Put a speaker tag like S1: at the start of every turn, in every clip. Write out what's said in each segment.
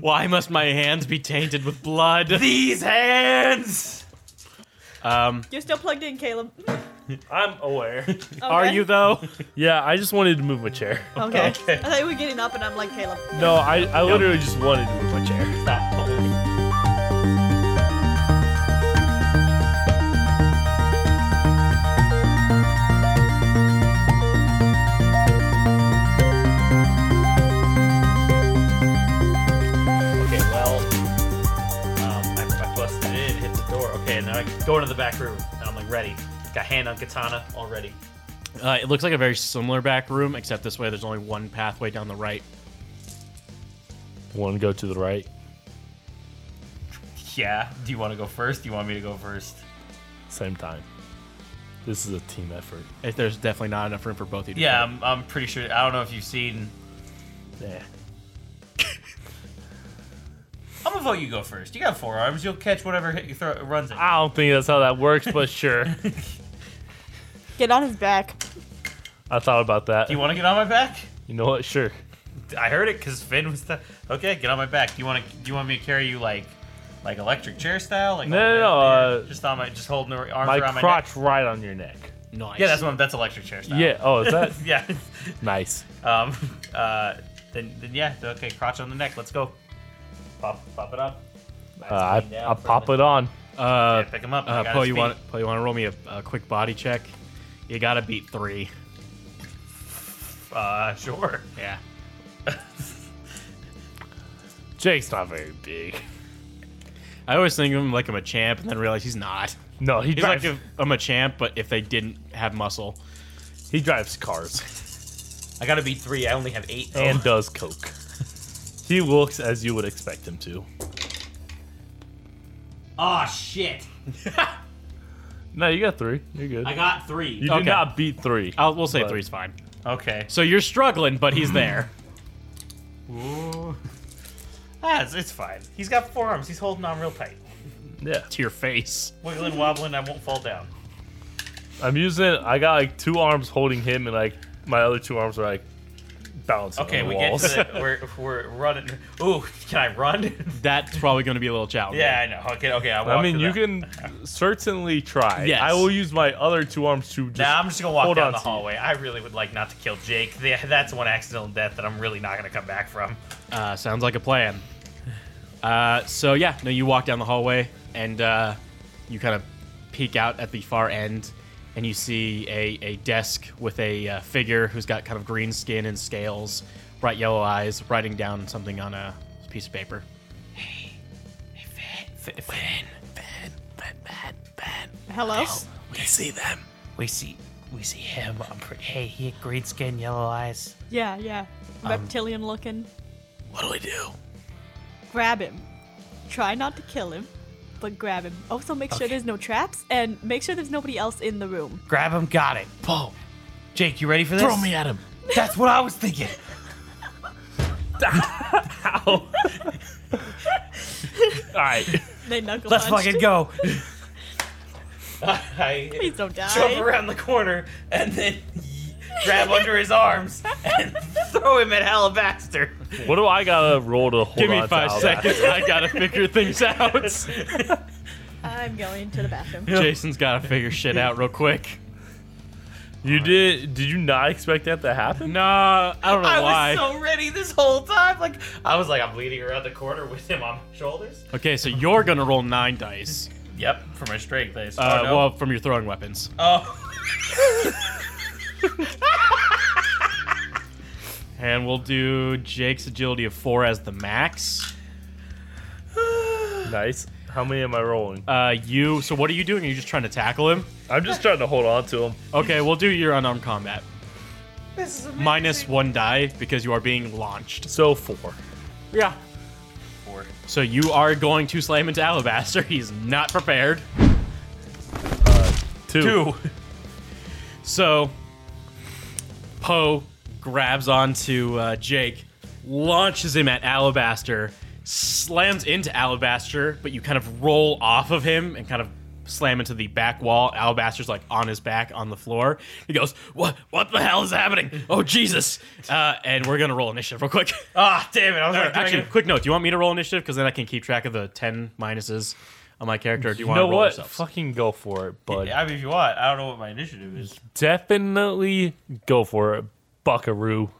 S1: Why must my hands be tainted with blood?
S2: These hands.
S1: Um,
S3: You're still plugged in, Caleb.
S2: I'm aware.
S1: Are
S3: Okay.
S1: you though?
S4: Yeah, I just wanted to move my chair.
S3: Okay. I thought you were getting up, and I'm like, Caleb.
S4: No, I, I literally just wanted to move my chair.
S2: Okay, well, um, I, I busted in, hit the door. Okay, and then I go into the back room, and I'm like ready. Got hand on katana already.
S1: Uh, it looks like a very similar back room, except this way there's only one pathway down the right.
S4: One go to the right.
S2: Yeah. Do you want to go first? Do you want me to go first?
S4: Same time. This is a team effort.
S1: If there's definitely not enough room for both of you. to
S2: Yeah, um,
S1: fit.
S2: I'm, I'm pretty sure. I don't know if you've seen.
S4: Yeah.
S2: I'm gonna vote you go first. You got four arms. You'll catch whatever hit you throw, runs at you.
S4: I don't think that's how that works, but sure.
S3: Get on his back.
S4: I thought about that.
S2: Do you want to get on my back?
S4: You know what? Sure.
S2: I heard it because Finn was the. Okay, get on my back. Do you want to? Do you want me to carry you like, like electric chair style? Like
S4: No,
S2: all the way
S4: no,
S2: up
S4: no,
S2: there?
S4: uh,
S2: just on my, just holding the arms
S4: My
S2: around my neck.
S4: crotch right on your neck.
S1: nice.
S2: Yeah, that's one. That's electric chair style.
S4: Yeah. Oh, is that
S2: yeah.
S4: nice?
S2: Um. Uh. Then, then yeah. Okay, crotch on the neck. Let's go. Pop, pop it up.
S4: Uh, I, I pop it on.
S1: Uh,
S2: Yeah, pick 'em up. I
S1: Uh,
S2: gotta
S1: Poe, you
S2: speed.
S1: want Poe, you want to roll me a, a quick body check? You gotta beat three.
S2: Uh. Sure.
S1: Yeah.
S4: Jake's not very big.
S1: I always think of him like I'm a champ, and then realize he's not.
S4: No, he
S1: He's
S4: drives.
S1: like if I'm a champ, but if they didn't have muscle.
S4: he drives cars
S2: I gotta beat three. I only have eight.
S4: and does coke. He looks as you would expect him to.
S2: oh shit!
S4: No, you got three. You're good.
S2: I got three.
S4: you
S1: okay.
S4: did not beat three.
S1: I'll, we'll say
S4: But-
S1: three's fine.
S2: Okay.
S1: So you're struggling, but he's there.
S2: Ooh. Ah, it's, it's fine. He's got four arms. He's holding on real tight.
S4: Yeah.
S1: to your face.
S2: Wiggling, wobbling. I won't fall down.
S4: I'm using. I got like two arms holding him, and like my other two arms are like balancing.
S2: Okay,
S4: on
S2: we
S4: walls.
S2: get to the, we're we're running. Ooh, can I run?
S1: That's probably going to be a little challenging.
S2: yeah, I know. Okay, okay. I'll walk
S4: I mean,
S2: to
S4: you
S2: that.
S4: can certainly try.
S1: Yes.
S4: I will use my other two arms to just.
S2: Nah, I'm just gonna walk
S4: hold
S2: down
S4: on
S2: the
S4: to you.
S2: hallway. I really would like not to kill Jake. Th- That's one accidental death that I'm really not gonna come back from.
S1: Uh, sounds like a plan. Uh, so yeah, no, you walk down the hallway and uh, you kind of peek out at the far end, and you see a, a desk with a uh, figure who's got kind of green skin and scales, bright yellow eyes, writing down something on a piece of paper.
S3: Hello?
S2: We see them. We see we see him. I'm pretty. Hey, he had green skin, yellow eyes.
S3: Yeah, yeah. Reptilian looking.
S2: Um, What do we do?
S3: Grab him. Try not to kill him, but grab him. Also, make sure there's no traps, and make sure there's nobody else in the room.
S2: Grab him. Got it. Pull. Jake, you ready for this?
S1: Throw me at him.
S2: That's what I was thinking.
S4: All right.
S3: They knuckle
S2: Let's
S3: punched.
S2: fucking go. I
S3: Please don't die.
S2: jump around the corner and then grab under his arms and throw him at Halabaster.
S4: What do I gotta roll to hold
S1: Give
S4: on
S1: me
S4: to
S1: five
S4: all that?
S1: seconds. I gotta figure things out.
S3: I'm going to the bathroom.
S1: Jason's gotta figure shit out real quick.
S4: You did? Did you not expect that to happen?
S1: Nah, I don't know
S2: I
S1: why.
S2: was so ready this whole time. Like I was like, I'm leading around the corner with him on my shoulders.
S1: okay, so you're gonna roll nine dice.
S2: Yep, for my strength. I
S1: Uh,
S2: oh, no.
S1: Well, from your throwing weapons.
S2: oh.
S1: And we'll do Jake's agility of four as the max.
S4: Nice. How many am I rolling?
S1: Uh, you. So what are you doing? Are you just trying to tackle him?
S4: I'm just trying to hold on to him.
S1: Okay, we'll do your unarmed combat.
S2: This is amazing.
S1: Minus one die because you are being launched.
S4: So four.
S1: Yeah.
S2: Four.
S1: So you are going to slam into Alabaster. He's not prepared.
S4: Two.
S1: So Poe grabs onto uh, Jake, launches him at Alabaster, slams into Alabaster, but you kind of roll off of him and kind of slam into the back wall. Alabaster's like on his back on the floor. He goes, "What? What the hell is happening? Oh Jesus!" Uh, and we're gonna roll initiative real quick.
S5: Ah, damn it! I was
S1: All
S5: like,
S1: right, actually, quick note: Do you want me to roll initiative? Because then I can keep track of the ten minuses on my character. Or do you,
S4: You
S1: want to
S4: know
S1: roll
S4: what?
S1: yourselves?
S4: Fucking go for it, bud.
S5: I mean, if you want, I don't know what my initiative is.
S4: Definitely go for it, Buckaroo.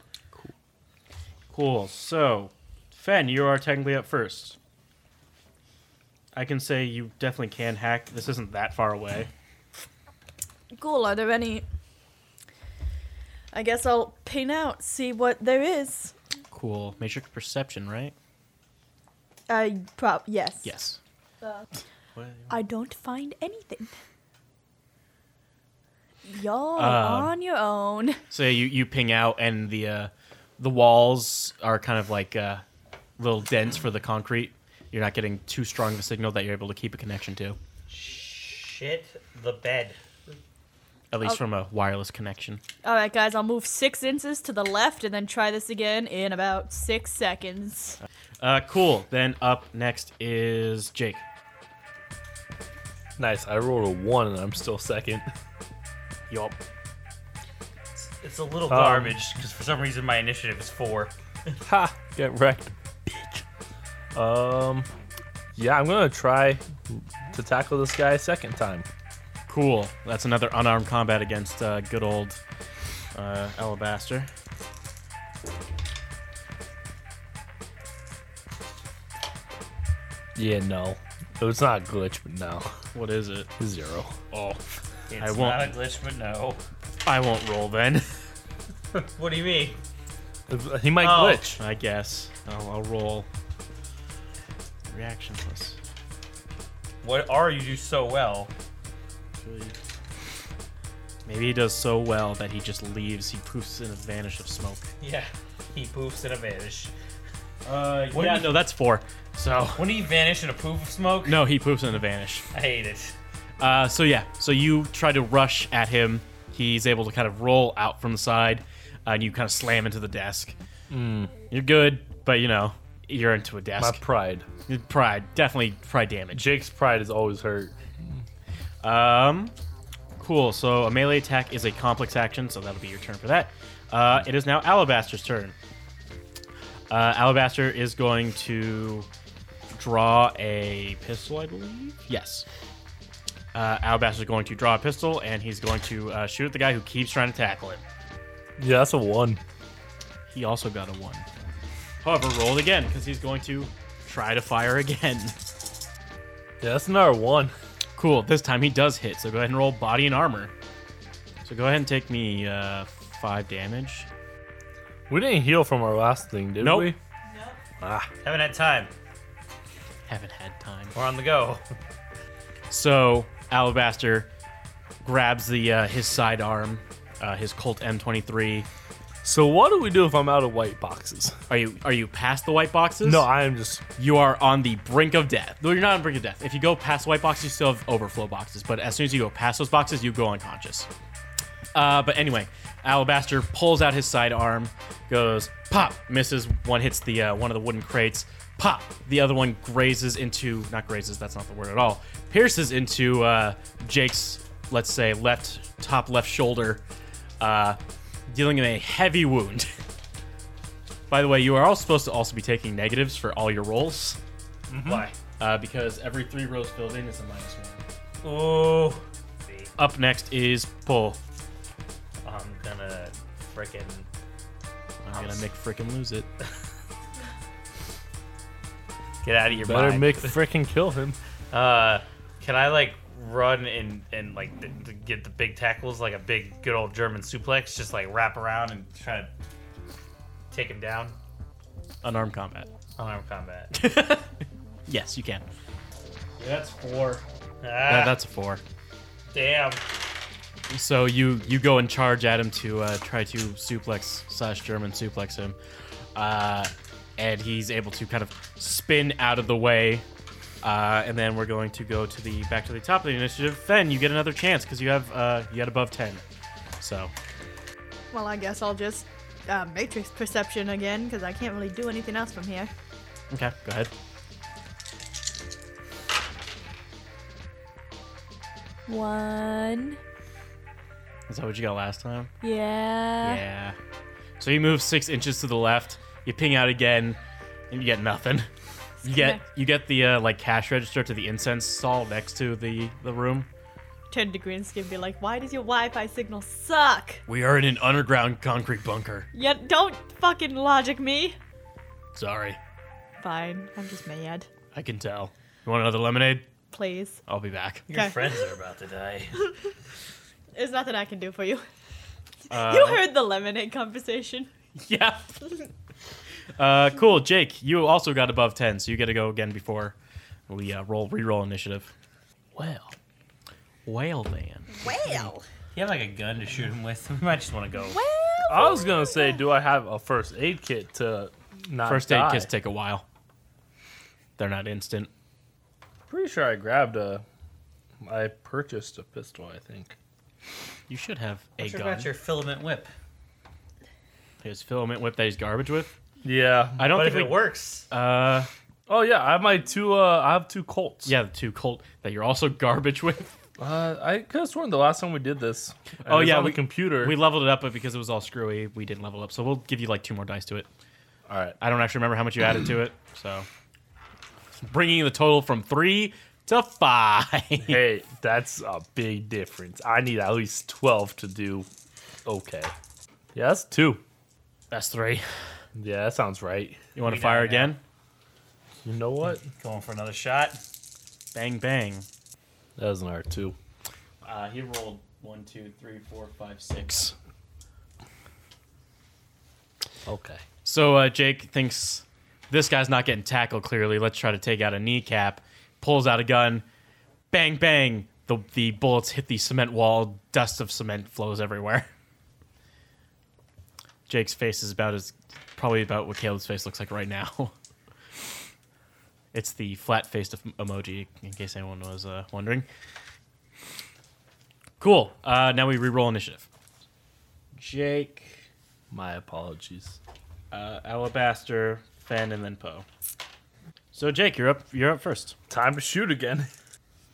S1: Cool. So, Fen, you are technically up first. I can say you definitely can hack. This isn't that far away.
S3: Cool. Are there any? I guess I'll pin out, see what there is.
S1: Cool. Matrix perception, right?
S3: I prop yes.
S1: Yes.
S3: I don't find anything. Y'all
S1: Um,
S3: on your own.
S1: So you you ping out, and the uh, the walls are kind of like uh, little dents for the concrete. You're not getting too strong of a signal that you're able to keep a connection to,
S5: Shit the bed.
S1: at least
S3: Oh.
S1: from a wireless connection.
S3: All right, guys, I'll move six inches to the left and then try this again in about six seconds.
S1: Uh, cool. Then up next is Jake.
S4: Nice. I rolled a one and I'm still second.
S1: Yup.
S5: It's a little
S4: Um,
S5: garbage because for some reason my initiative is four.
S4: Ha! Get wrecked, bitch. Um, yeah, I'm gonna try to tackle this guy a second time.
S1: Cool. That's another unarmed combat against uh, good old uh, Alabaster.
S4: Yeah, no. It was not a glitch, but no.
S1: What is it?
S4: Zero.
S1: Oh,
S5: It's
S1: I
S5: not a
S1: won't.
S5: glitch, but no.
S1: I won't roll then.
S5: What do you mean?
S4: He might
S5: Oh.
S4: glitch.
S1: I guess I'll, I'll roll. Reaction plus.
S5: What are you do so well?
S1: three. Maybe he does so well that he just leaves. He poofs in a vanish of smoke.
S5: Yeah, he poofs in a vanish.
S1: Uh,
S5: what
S1: yeah,
S5: if-
S1: no, that's four. So
S5: Wouldn't he vanish in a poof of smoke?
S1: no, he poofs in a vanish.
S5: I hate it.
S1: Uh, so yeah, so you try to rush at him. He's able to kind of roll out from the side, uh, and you kind of slam into the desk. You're good, but you know you're into a
S4: My
S1: desk.
S4: pride.
S1: pride, definitely pride damage.
S4: Jake's pride is always hurt.
S1: Um, cool. So a melee attack is a complex action, so that'll be your turn for that. Uh, it is now Alabaster's turn. Uh, Alabaster is going to draw a pistol, I believe. Yes. Uh, Alabaster is going to draw a pistol, and he's going to uh, shoot at the guy who keeps trying to tackle him.
S4: Yeah, that's a one.
S1: He also got a one. However, rolled again because he's going to try to fire again.
S4: Yeah, that's another one.
S1: Cool. This time he does hit, so go ahead and roll body and armor. So go ahead and take me uh, five damage.
S4: We didn't heal from our last thing, did
S1: Nope.
S4: we?
S5: Haven't had time.
S1: Haven't had time.
S5: We're on the go.
S1: So Alabaster grabs the uh, his sidearm, uh, his Colt M23.
S4: So what do we do if I'm out of white boxes?
S1: Are you are you past the white boxes?
S4: No, I am just
S1: you are on the brink of death. No, you're not on the brink of death. If you go past the white boxes, you still have overflow boxes. But as soon as you go past those boxes, you go unconscious. Uh, but anyway, Alabaster pulls out his sidearm, goes pop, misses. One hits the uh, one of the wooden crates. Pop. The other one grazes into not grazes. That's not the word at all. Pierces into uh, Jake's let's say left top left shoulder, uh, dealing him a heavy wound. By the way, you are all supposed to also be taking negatives for all your rolls
S5: Why?
S1: uh, because every three rows filled in is a minus one.
S5: Ooh.
S1: Up next is Paul.
S5: I'm gonna frickin'.
S1: I'm gonna make freaking lose it.
S5: Get out of your
S4: better
S5: mind.
S4: make freaking kill him.
S5: Uh, can I like run and and like th- th- get the big tackles like a big good old German suplex, just like wrap around and try to take him down?
S1: Unarmed combat.
S5: Unarmed combat.
S1: yes, you can. Yeah, that's four.
S5: ah,
S1: Uh, that's a four.
S5: damn.
S1: So you you go and charge at him to uh, try to suplex slash German suplex him, uh, and he's able to kind of spin out of the way. Uh, and then we're going to go to the back to the top of the initiative. Fen, you get another chance because you have uh, you had above ten. So
S3: Well, I guess I'll just uh, matrix perception again because I can't really do anything else from here.
S1: okay, go ahead.
S3: One.
S1: Is that what you got last time?
S3: Yeah.
S1: yeah. So you move six inches to the left. You ping out again, and you get nothing. You get
S3: Disconnect.
S1: you get the uh, like cash register to the incense stall next to the the room.
S3: Turn to Grinsky and be like, why does your Wi Fi signal suck?
S1: We are in an underground concrete bunker.
S3: Yeah, don't fucking logic me.
S1: Sorry,
S3: Fine. I'm just mad.
S1: I can tell. You want another lemonade?
S3: Please.
S1: I'll be back.
S5: Your
S3: Okay.
S5: friends are about to die.
S3: There's nothing I can do for you.
S1: Uh,
S3: you heard the lemonade conversation.
S1: Yeah. Uh, cool, Jake. You also got above ten, so you get to go again before we uh, roll reroll initiative. Well, well then.
S3: Well.
S5: You have like a gun to shoot him with. We might just want to go.
S3: Well.
S4: I was gonna say, do I have a first aid kit to not
S1: First aid
S4: die?
S1: kits take a while. They're not instant.
S4: Pretty sure I grabbed a. I purchased a pistol. I think.
S1: You should have a
S5: What
S1: gun.
S5: about your filament whip?
S1: There's filament whip that he's garbage with.
S4: Yeah.
S1: I don't
S5: But if
S1: think we.
S5: it works,
S1: Uh,
S4: oh yeah, I have my two. Uh, I have two Colts.
S1: yeah, the two Colt that you're also garbage with.
S4: Uh, I could have sworn the last time we did this. and
S1: Oh,
S4: it's
S1: yeah,
S4: on the
S1: we-
S4: computer.
S1: We leveled it up, but because it was all screwy, we didn't level up. So we'll give you like two more dice to it.
S4: All right.
S1: I don't actually remember how much you added to it, so bringing the total from three to five.
S4: Hey, that's a big difference. I need at least twelve to do. Okay. Yeah, that's two.
S1: That's three.
S4: Yeah, that sounds right.
S1: You want
S5: We
S1: to fire
S5: down
S1: again?
S4: You know what?
S5: going for another shot.
S1: Bang bang.
S4: That was another two.
S1: Uh, he rolled one, two, three, four, five, six.
S4: Okay.
S1: So uh, Jake thinks this guy's not getting tackled. Clearly, let's try to take out a kneecap. Pulls out a gun. Bang bang. The the bullets hit the cement wall. Dust of cement flows everywhere. Jake's face is about as probably about what Caleb's face looks like right now. It's the flat faced emoji, in case anyone was uh, wondering. Cool. Uh, now we re-roll initiative. Jake,
S4: My apologies.
S1: uh, Alabaster, Fen, and then Poe. So Jake, you're up. You're up first.
S4: Time to shoot again.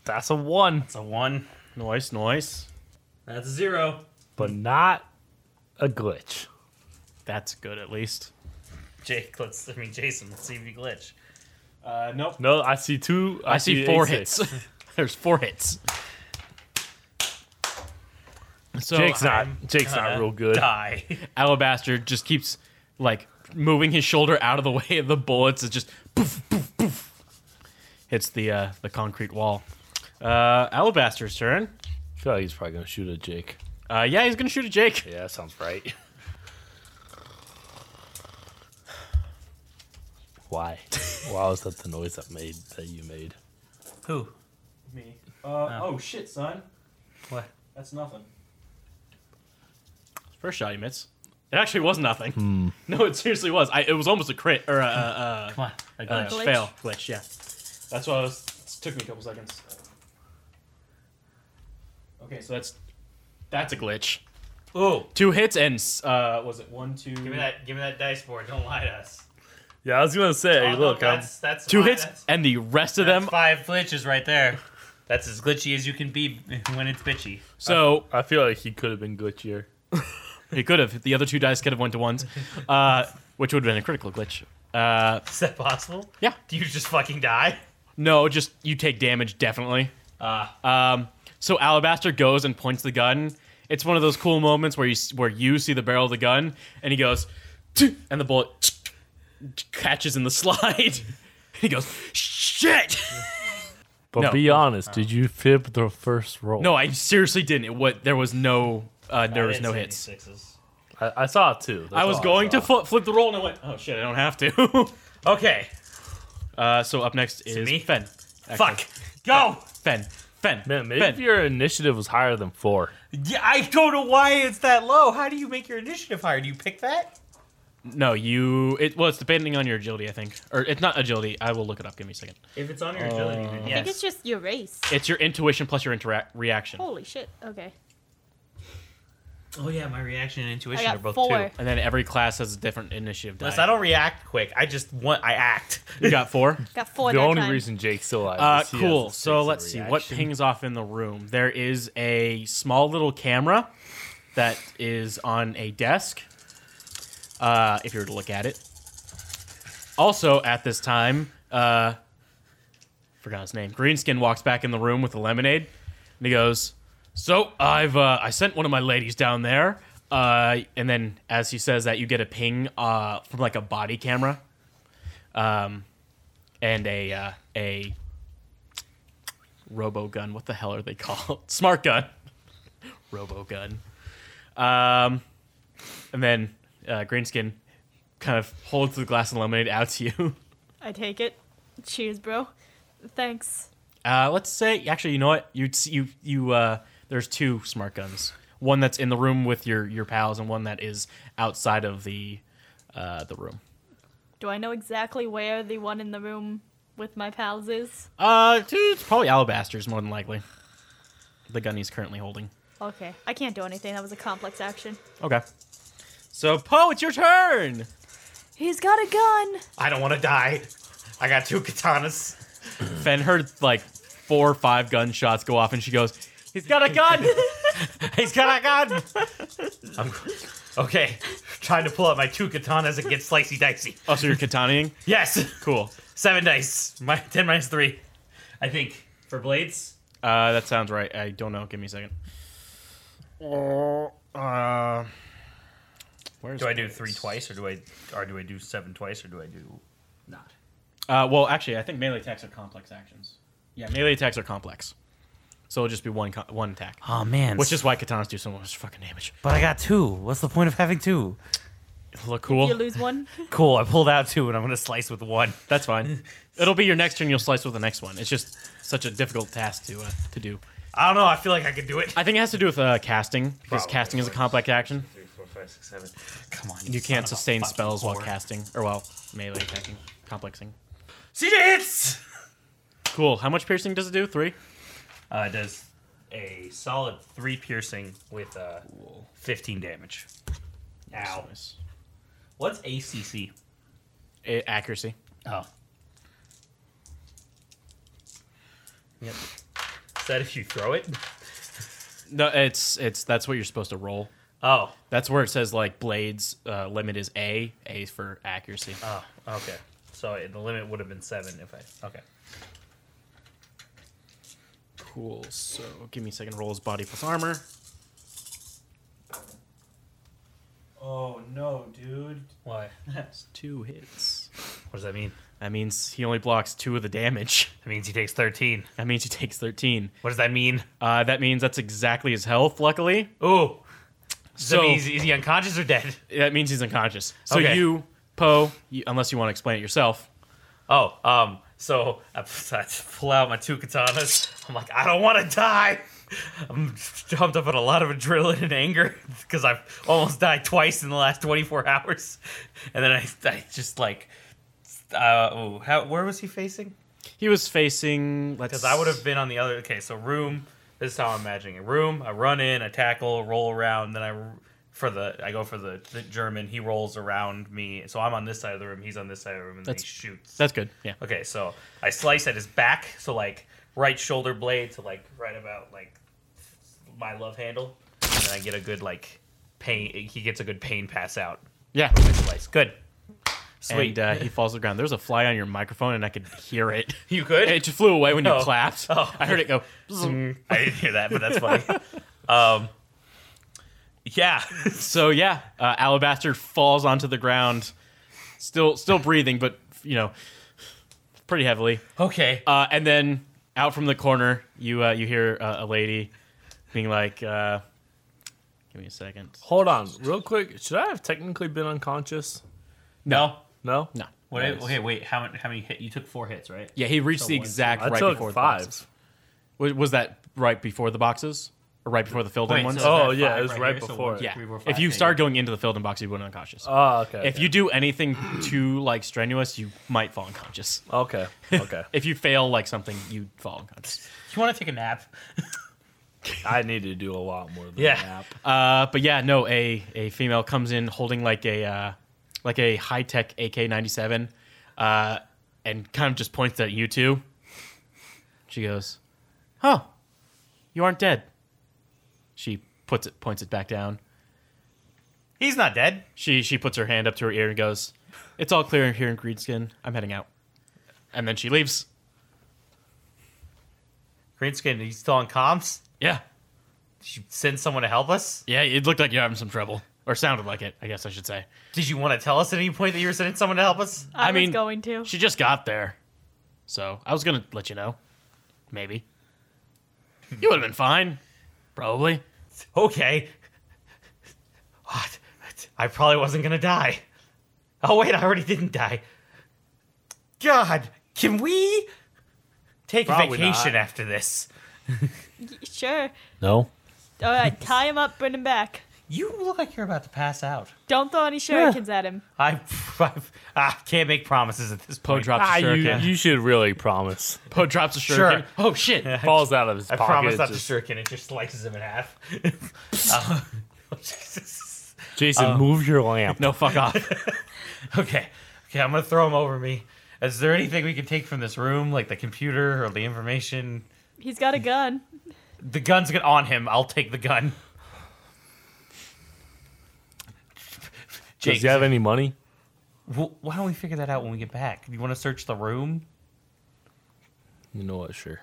S4: That's a one,
S5: It's a one.
S1: Noise, noise.
S5: That's a zero.
S4: but not a glitch.
S1: That's good, at least.
S5: Jake, let's. I mean, Jason, let's see if you glitch.
S1: Uh, nope.
S4: No, I see two.
S1: I, see four hits. There's four hits. So
S4: Jake's not.
S5: I'm
S4: Jake's not
S5: gonna
S4: real good.
S5: Die.
S1: Alabaster just keeps like moving his shoulder out of the way of the bullets. It just poof, poof, poof. Hits the uh, the concrete wall. Uh, Alabaster's turn.
S4: I feel like he's probably gonna shoot at Jake.
S1: Uh, yeah, he's gonna shoot at Jake.
S4: Yeah, that sounds right. Why? Why was that the noise that made that you made?
S5: Who?
S1: Me. Uh,
S5: Oh.
S1: shit, son.
S5: What?
S1: That's nothing. First shot he missed. It actually was nothing.
S5: Hmm.
S1: No, it seriously was. I, it was almost a crit or a, a,
S5: Come on. I
S1: a, a
S5: glitched.
S3: glitch.
S1: fail glitch. Yeah, that's why I was. It took me a couple seconds. Okay, so that's that's a glitch.
S5: Ooh,
S1: Two hits and s- uh, was it one, two?
S5: give me that. Give me that dice board. Don't lie to us.
S4: Yeah, I was gonna say.
S5: Oh, no,
S4: look, I'm,
S5: that's, that's
S1: Two
S5: five-
S1: hits
S5: That's,
S1: and the rest of
S5: that's
S1: them.
S5: five glitches right there. That's as glitchy as you can be when it's bitchy.
S1: So
S4: I feel like he could have been glitchier.
S1: it could have. The other two dice could have went to ones, uh, which would have been a critical glitch. Uh,
S5: Is that possible?
S1: yeah.
S5: Do you just fucking die?
S1: No, just you take damage definitely.
S5: Ah,
S1: Um, so Alabaster goes and points the gun. It's one of those cool moments where you where you see the barrel of the gun, and he goes, "Tch," and the bullet catches in the slide. he goes, "Shit!"
S4: But
S1: No.
S4: be honest, did you fib the first roll?
S1: No, I seriously didn't. It, what there was no uh, there was no hits.
S4: I, I saw it too.
S1: I was going to fl- flip the roll, and I went, "Oh shit, I don't have to."
S5: Okay.
S1: uh, so up next is
S5: me?
S1: Fen.
S5: Fuck. Go.
S1: Fen. Fen.
S4: Man, maybe
S1: Fen.
S4: if your initiative was higher than four.
S5: Yeah, I don't know why it's that low. How do you make your initiative higher? Do you pick that?
S1: No, you. It well, it's depending on your agility, I think, or it's not agility. I will look it up. Give me a second.
S5: If it's on your agility, then
S3: I think it's just your race.
S1: It's your intuition plus your interact reaction.
S3: Holy shit. Okay.
S2: Oh yeah, my reaction and intuition
S3: I
S2: are
S3: got
S2: both
S3: four.
S2: two.
S1: And then every class has a different initiative. die.
S2: Unless I don't react quick, I just want I act.
S1: You got four.
S3: Got four.
S4: the
S3: that
S4: only
S3: time.
S4: reason Jake's still alive.
S1: Uh,
S4: is he has
S1: cool.
S4: the
S1: So
S4: sense
S1: let's
S4: of
S1: see what
S4: reaction.
S1: pings off in the room. There is a small little camera that is on a desk. Uh, if you were to look at it. Also, at this time, uh, forgot his name. Greenskin walks back in the room with the lemonade, and he goes, "So I've uh, I sent one of my ladies down there." Uh, and then, as he says that, you get a ping uh, from like a body camera, um, and a uh, a robo gun. What the hell are they called? Smart gun. robo gun. Um, and then uh, Greenskin kind of holds the glass of lemonade out to you.
S3: I take it. Cheers, bro. Thanks.
S1: Uh, let's say actually, you know what? You you you uh, there's two smart guns. One that's in the room with your your pals, and one that is outside of the uh, the room.
S3: Do I know exactly where the one in the room with my pals is?
S1: Uh, it's probably Alabaster's more than likely. The gun he's currently holding.
S3: Okay. I can't do anything. That was a complex action.
S1: Okay. So Poe, it's your turn.
S3: He's got a gun.
S2: I don't want to die. I got two katanas.
S1: Fen heard like four or five gunshots go off, and she goes, "He's got a gun! He's got a gun!"
S2: I'm okay. Trying to pull out my two katanas and get slicey dicey.
S1: Oh, so you're katanaing?
S2: Yes,
S1: Cool.
S2: seven dice. My ten minus three, I think for blades.
S1: Uh, that sounds right. I don't know. Give me a second. Uh, where's
S2: Do I do three twice, or do I, or do I do seven twice, or do I do not?
S1: Uh, well, actually, I think melee attacks are complex actions. Yeah, melee attacks are complex, so it'll just be one co- one attack,
S6: Oh man.
S1: which is why katanas do so much fucking damage.
S6: but I got two. What's the point of having two?
S1: Look cool.
S3: You lose one.
S6: Cool, I pulled out two and I'm gonna slice with one.
S1: That's fine. It'll be your next turn. You'll slice with the next one. It's just such a difficult task to uh, to do.
S2: I don't know. I feel like I could do it.
S1: I think it has to do with uh, casting because
S2: Probably
S1: casting is a
S2: works.
S1: complex action.
S2: Three, four, five, six, seven. Come on.
S1: You can't sustain spells while
S2: casting.
S1: casting or while melee attacking, complexing.
S2: CJ hits.
S1: Cool. How much piercing does it do? Three.
S2: Uh, does a solid three piercing with uh, 15 damage. Ow.
S1: Nice.
S2: What's ACC?
S1: A- accuracy.
S2: Oh. Yep. Is that if you throw it?
S1: No, it's it's that's what you're supposed to roll.
S2: Oh.
S1: That's where it says like blades uh, limit is A. A is for accuracy.
S2: Oh. Okay. So it, the limit would have been seven if I. Okay.
S1: Cool. So give me a second. Roll his body plus armor.
S2: Oh no, dude. Why? what
S1: That's two hits.
S2: does that mean?
S1: That means he only blocks two of the damage.
S2: That means he takes 13.
S1: That means he takes 13.
S2: What does that mean?
S1: Uh, that means that's exactly his health, luckily.
S2: Ooh. Does
S1: So-
S2: that mean he's, Oh. is he unconscious or dead?
S1: That means he's unconscious. So
S2: Okay.
S1: you, Poe, you- unless you want to explain it yourself.
S2: Oh, um, so I, I pull out my two katanas. I'm like, I don't want to die. I'm jumped up in a lot of adrenaline and anger because I've almost died twice in the last 24 hours. And then I, I just like, uh, oh, how, where was he facing?
S1: He was facing.
S2: Because I would have been on the other. Okay, so room. This is how I'm imagining it. Room. I run in, I tackle, roll around, then I r- for the I go for the, the German. He rolls around me, so I'm on this side of the room. He's on this side of the room, and then he
S1: That's-
S2: shoots.
S1: That's good. Yeah.
S2: Okay, so I slice at his back, so like right shoulder blade to like right about like my love handle, and then I get a good like pain. He gets a good pain pass out.
S1: Yeah.
S2: I slice. Good. Sweet.
S1: And uh, he falls to the ground. There's a fly on your microphone, and I could hear it.
S2: you good?
S1: It just flew away when you
S2: Oh.
S1: clapped.
S2: Oh.
S1: I heard it go.
S2: I didn't hear that, but that's funny. um, yeah.
S1: So yeah, uh, Alabaster falls onto the ground, still still breathing, but you know, pretty heavily.
S2: okay.
S1: Uh, and then out from the corner, you uh, you hear uh, a lady being like, uh, "Give me a second.
S4: Hold on, real quick. Should I have technically been unconscious?
S2: no.
S4: No.
S1: No.
S2: What, okay, wait. How many? How many hit? You took four hits, right?
S1: Yeah, he reached the exact
S4: I
S1: right
S4: took
S1: before the boxes.
S4: five.
S1: Was, was that right before the boxes, or right before the filled-in ones?
S4: so- Oh, yeah, it was right before
S1: yeah. if you start going into the filled-in box, you wouldn't unconscious.
S4: Oh, okay.
S1: if you do anything too like strenuous, you might fall unconscious.
S4: okay, okay.
S1: If you fail like something, you fall unconscious.
S2: you want to take a nap,
S4: I need to do a lot more than
S5: Yeah.
S4: that.
S1: Uh, but yeah, no, a a female comes in holding like a uh, like a high tech AK ninety seven, uh, and kind of just points at you two. She goes, "Oh, you aren't dead." She puts it points it back down.
S5: He's not dead.
S1: She she puts her hand up to her ear and goes, "It's all clear here in Greenskin. I'm heading out." And then she leaves.
S5: Greenskin, he's still on comms.
S1: Yeah,
S5: Did you send someone to help us?
S1: yeah. It looked like you're having some trouble, or sounded like it. I guess I should say.
S5: Did you want to tell us at any point that you were sending someone to help us?
S3: I,
S1: I
S3: was
S1: mean,
S3: going to.
S1: She just got there. So I was gonna let you know. Maybe. You would have been fine. Probably.
S5: Okay. What? I probably wasn't gonna die. Oh wait, I already didn't die. God, can we take
S4: Probably
S5: a vacation
S4: not.
S5: after this?
S3: sure.
S4: No.
S3: All right, tie him up, bring him back.
S5: You look like you're about to pass out.
S3: Don't throw any shurikens at him.
S5: I, I, I can't make promises at this
S1: Poe
S5: point.
S1: drops
S4: Ah,
S1: a
S4: you,
S1: shuriken.
S4: you should really promise.
S1: Poe drops a shuriken.
S5: Sure.
S1: Oh shit.
S4: Falls out of his
S5: I
S4: pocket.
S5: promise not
S4: just-
S5: to shuriken. It just slices him in half. Uh, Jesus.
S4: Jason, move your lamp.
S1: Uh, No, fuck off.
S5: okay, okay, I'm gonna throw him over me. Is there anything we can take from this room, like the computer or the information?
S3: He's got a gun.
S5: The gun's gonna on him. I'll take the gun. Jake,
S4: Does he have any money?
S5: wh- why don't we figure that out when we get back? You want to search the room?
S4: You know what? Sure.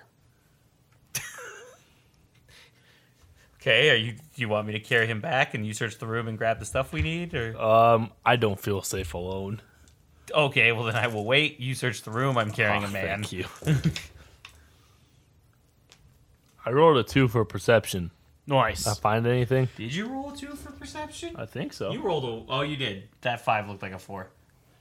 S5: Okay, are you? Do you want me to carry him back and you search the room and grab the stuff we need? Or
S4: Um, I don't feel safe alone.
S5: okay, well then I will wait. You search the room. I'm carrying
S4: Oh,
S5: a man.
S4: Thank you. I rolled a two for perception.
S1: Nice.
S4: I find anything?
S5: Did you roll a two for perception?
S4: I think so.
S5: You rolled a. Oh, you did. That five looked like a four.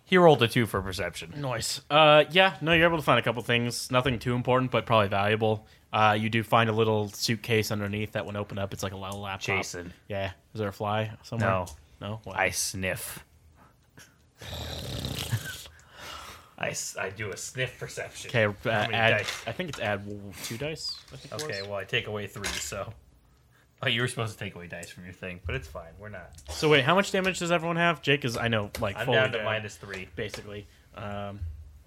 S5: He rolled a two for perception.
S1: Nice. Uh, yeah, no, you're able to find a couple things. Nothing too important, but probably valuable. Uh, you do find a little suitcase underneath that when opened up, it's like a little laptop.
S5: Jason,
S1: Yeah. Is there a fly somewhere?
S5: No.
S1: No? What?
S5: I sniff. I, s- I do a sniff perception.
S1: okay, uh,
S5: many
S1: add,
S5: dice?
S1: I think it's add two dice. I think it
S5: Okay,
S1: was.
S5: well, I take away three, so. Oh, you were supposed to take away dice from your thing, but it's fine. We're not.
S1: So wait, how much damage does everyone have? Jake is, I know, like
S5: I'm
S1: fully
S5: down to
S1: dead.
S5: minus three.
S1: basically. Um,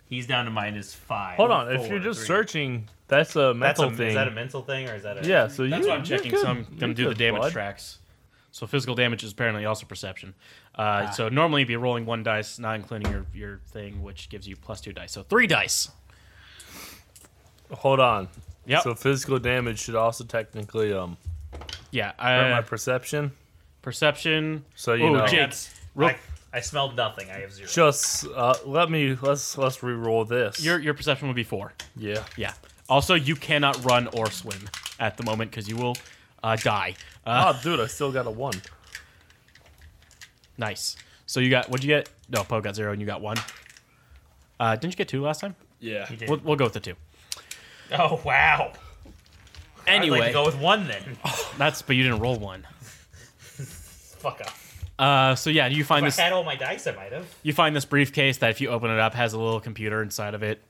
S5: He's down to minus five.
S4: Hold on.
S5: four,
S4: if you're just
S5: three.
S4: searching, that's a
S5: that's
S4: mental
S5: a,
S4: thing.
S5: is that a mental thing or is that a?
S4: yeah. So
S1: that's
S4: you,
S1: why I'm
S4: you're
S1: checking.
S4: good.
S1: So I'm gonna
S4: You're
S1: do the
S4: good,
S1: damage
S4: bud.
S1: tracks. So physical damage is apparently also perception.
S4: Ah.
S1: Uh, So normally you'd be rolling one dice, not including your your thing, which gives you plus two dice. So three dice.
S4: Hold on.
S1: Yep.
S4: So physical damage should also technically um
S1: yeah.
S4: hurt
S1: Uh,
S4: my perception.
S1: perception.
S4: So you
S1: Ooh,
S4: know,
S1: Jake. Real-
S5: I, I smelled nothing. I have zero.
S4: just uh, let me let's let's re-roll this.
S1: your your perception would be four.
S4: yeah.
S1: Yeah. Also, you cannot run or swim at the moment because you will uh, die. Uh,
S4: Oh, dude, I still got a one.
S1: Nice. So you got what'd you get? No, Poe got zero and you got one. Uh, didn't you get two last time?
S4: Yeah.
S5: He did.
S1: We'll, we'll go with the two.
S5: Oh wow.
S1: Anyway,
S5: I'd like to go with one then.
S1: that's but you didn't roll one.
S5: Fuck off.
S1: Uh, so yeah, you find
S5: If
S1: this
S5: I had all my dice, I might have.
S1: you find this briefcase that if you open it up has a little computer inside of it.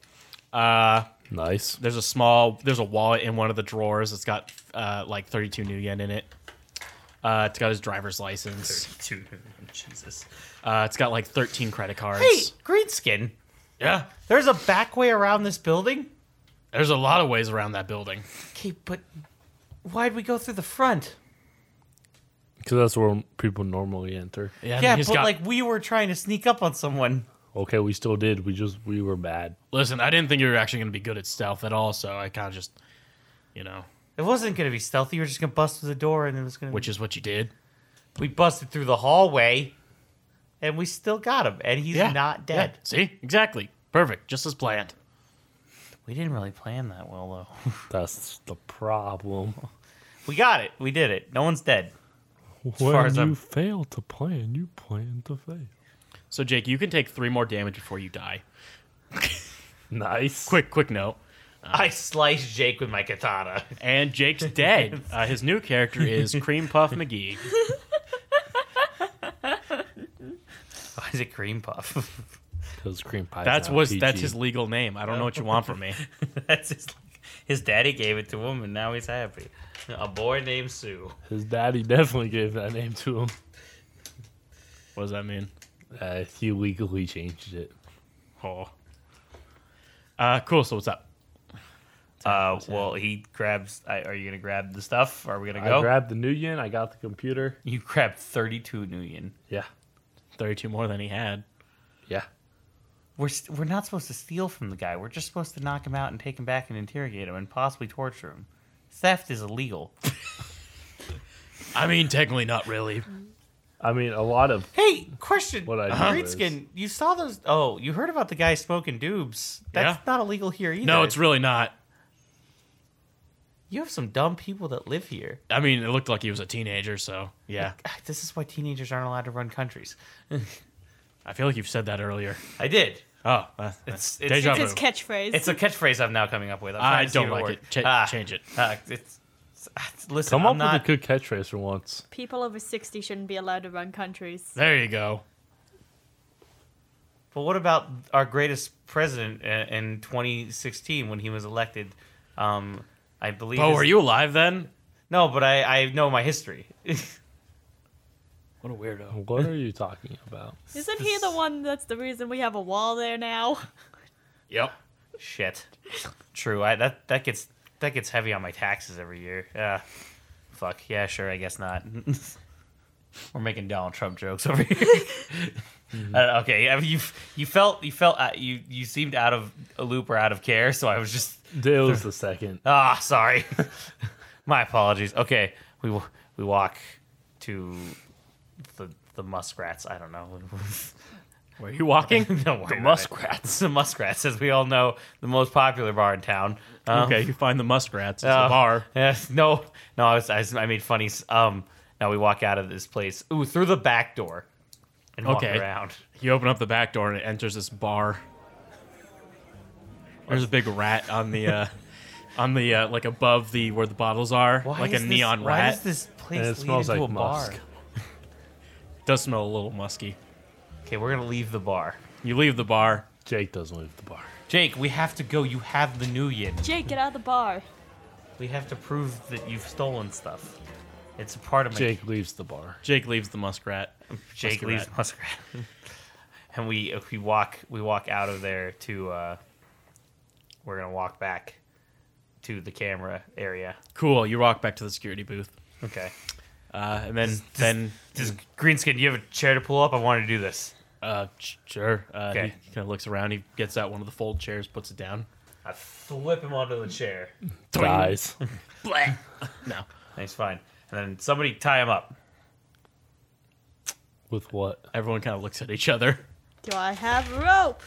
S1: Uh,
S4: Nice.
S1: there's a small there's a wallet in one of the drawers. It's got uh, like 32 new yen in it. Uh, it's got his driver's license.
S5: Thirty-two. Jesus.
S1: Uh, it's got like 13 credit cards.
S5: Hey, Greenskin.
S1: Yeah,
S5: There's a back way around this building.
S1: there's a lot of ways around that building.
S5: Okay, but why'd we go through the front?
S4: Because that's where people normally enter.
S1: Yeah,
S5: yeah,
S1: he's
S5: but
S1: got-
S5: like we were trying to sneak up on someone.
S4: Okay, we still did. We just we were bad.
S1: Listen, I didn't think you were actually going to be good at stealth at all, so I kind of just, you know,
S5: It wasn't gonna be stealthy. We were just gonna bust through the door, and it was gonna.
S1: which is what you did.
S5: we busted through the hallway, and we still got him, and he's not
S1: yeah.
S5: dead.
S1: See? Exactly. Perfect. Just as planned.
S5: We didn't really plan that well, though.
S4: That's the problem.
S5: We got it. We did it. No one's dead.
S4: when
S5: far as
S4: you
S5: I'm-
S4: fail to plan, you plan to fail.
S1: So, Jake, you can take three more damage before you die.
S4: Nice.
S1: Quick, quick note.
S5: I sliced Jake with my katana.
S1: And Jake's dead. Uh, his new character is Cream Puff McGee.
S5: Why is it cream puff?
S4: Those cream pies.
S1: That's
S4: now,
S1: was
S4: PG.
S1: that's his legal name. I don't know what you want from me.
S5: That's just like, His daddy gave it to him, and now he's happy. A boy named Sue.
S4: His daddy definitely gave that name to him.
S1: What does that mean?
S4: Uh, he legally changed it.
S1: Oh. Uh, cool. So what's up?
S5: Uh, well, he grabs. I, are you gonna grab the stuff? Are we gonna go?
S4: I grabbed the new yen. I got the computer.
S5: you grabbed thirty-two Nuyen.
S4: Yeah,
S1: Thirty-two more than he had.
S4: yeah.
S5: We're st- we're not supposed to steal from the guy. We're just supposed to knock him out and take him back and interrogate him and possibly torture him. Theft is illegal.
S1: I mean, technically not really.
S4: I mean, a lot of
S5: Hey, question.
S4: What I do
S5: Greenskin, you saw those? Oh, you heard about the guy smoking doobs? That's
S1: Yeah.
S5: not illegal here either.
S1: No, it's really not.
S5: you have some dumb people that live here.
S1: I mean, it looked like he was a teenager, so yeah.
S5: This is why teenagers aren't allowed to run countries.
S1: I feel like you've said that earlier.
S5: I did.
S1: Oh, uh,
S5: It's-
S1: it's,
S5: it's-
S1: deja
S3: It's
S1: vu.
S3: his catchphrase.
S5: It's a catchphrase I'm now coming up with. I'm
S1: I
S5: trying to see if
S1: don't like
S5: worked.
S1: it. Ch-
S5: Ah,
S1: change it.
S5: ah, it's, it's- listen,
S4: come
S5: I'm
S4: up
S5: not,
S4: with a good catchphrase for once.
S3: People over 60 shouldn't be allowed to run countries.
S1: There you go.
S5: But what about our greatest president i- in 2016 when he was elected? Um, I believe.
S1: Bo,
S5: his-
S1: were you alive then?
S5: No, but I, I know my history.
S1: What a weirdo.
S4: What are you talking about?
S3: Isn't he the one that's the reason we have a wall there now?
S1: Yep.
S5: Shit. True. I that that gets that gets heavy on my taxes every year. Yeah. Fuck. Yeah. Sure. I guess not. We're making Donald Trump jokes over here.
S4: Mm-hmm.
S5: Uh, okay. I mean, you you felt you felt uh, you you seemed out of a loop or out of care, so I was just
S4: Dale was the second.
S5: ah sorry. my apologies. Okay. We wa- we walk to the the muskrats. I don't know.
S1: Were you walking?
S5: Don't worry about
S4: The
S5: it.
S4: muskrats.
S5: The muskrats, as we all know, the most popular bar in town. Um,
S1: okay, you find the muskrats. It's
S5: uh,
S1: a bar.
S5: yeah, no, no, I, was, I, was- I made funny. s- Um, now we walk out of this place. Ooh, through the back door, and
S1: Okay.
S5: walk around.
S1: You open up the back door and it enters this bar. There's a big rat on the, uh, on the uh, like above the where the bottles are, like a
S5: is this-
S1: neon
S5: Why
S1: rat.
S5: does this place
S4: And it
S5: lead
S4: smells
S5: into
S4: like
S5: a
S4: musk.
S5: bar?
S1: Does smell a little musky.
S5: Okay, we're gonna leave the bar.
S1: You leave the bar.
S4: Jake doesn't leave the bar.
S5: Jake, we have to go. You have the new yin.
S3: Jake, get out of the bar.
S5: We have to prove that you've stolen stuff. It's a part of my
S4: Jake leaves the bar.
S1: Jake leaves the muskrat.
S5: Jake
S1: Muskrat.
S5: leaves Muskrat, and we we walk we walk out of there to. uh We're gonna walk back to the camera area.
S1: Cool. You walk back to the security booth,
S5: Okay.
S1: uh, and then then
S5: Just Greenskin, do you have a chair to pull up? I want to do this.
S1: uh, sh- sure. Uh,
S5: Okay.
S1: He kind of looks around. He gets out one of the fold chairs, puts it down.
S5: I flip him onto the chair.
S4: Dies.
S1: No.
S5: That's fine. And then somebody tie him up.
S4: With what?
S1: Everyone kind of looks at each other.
S3: Do I have rope?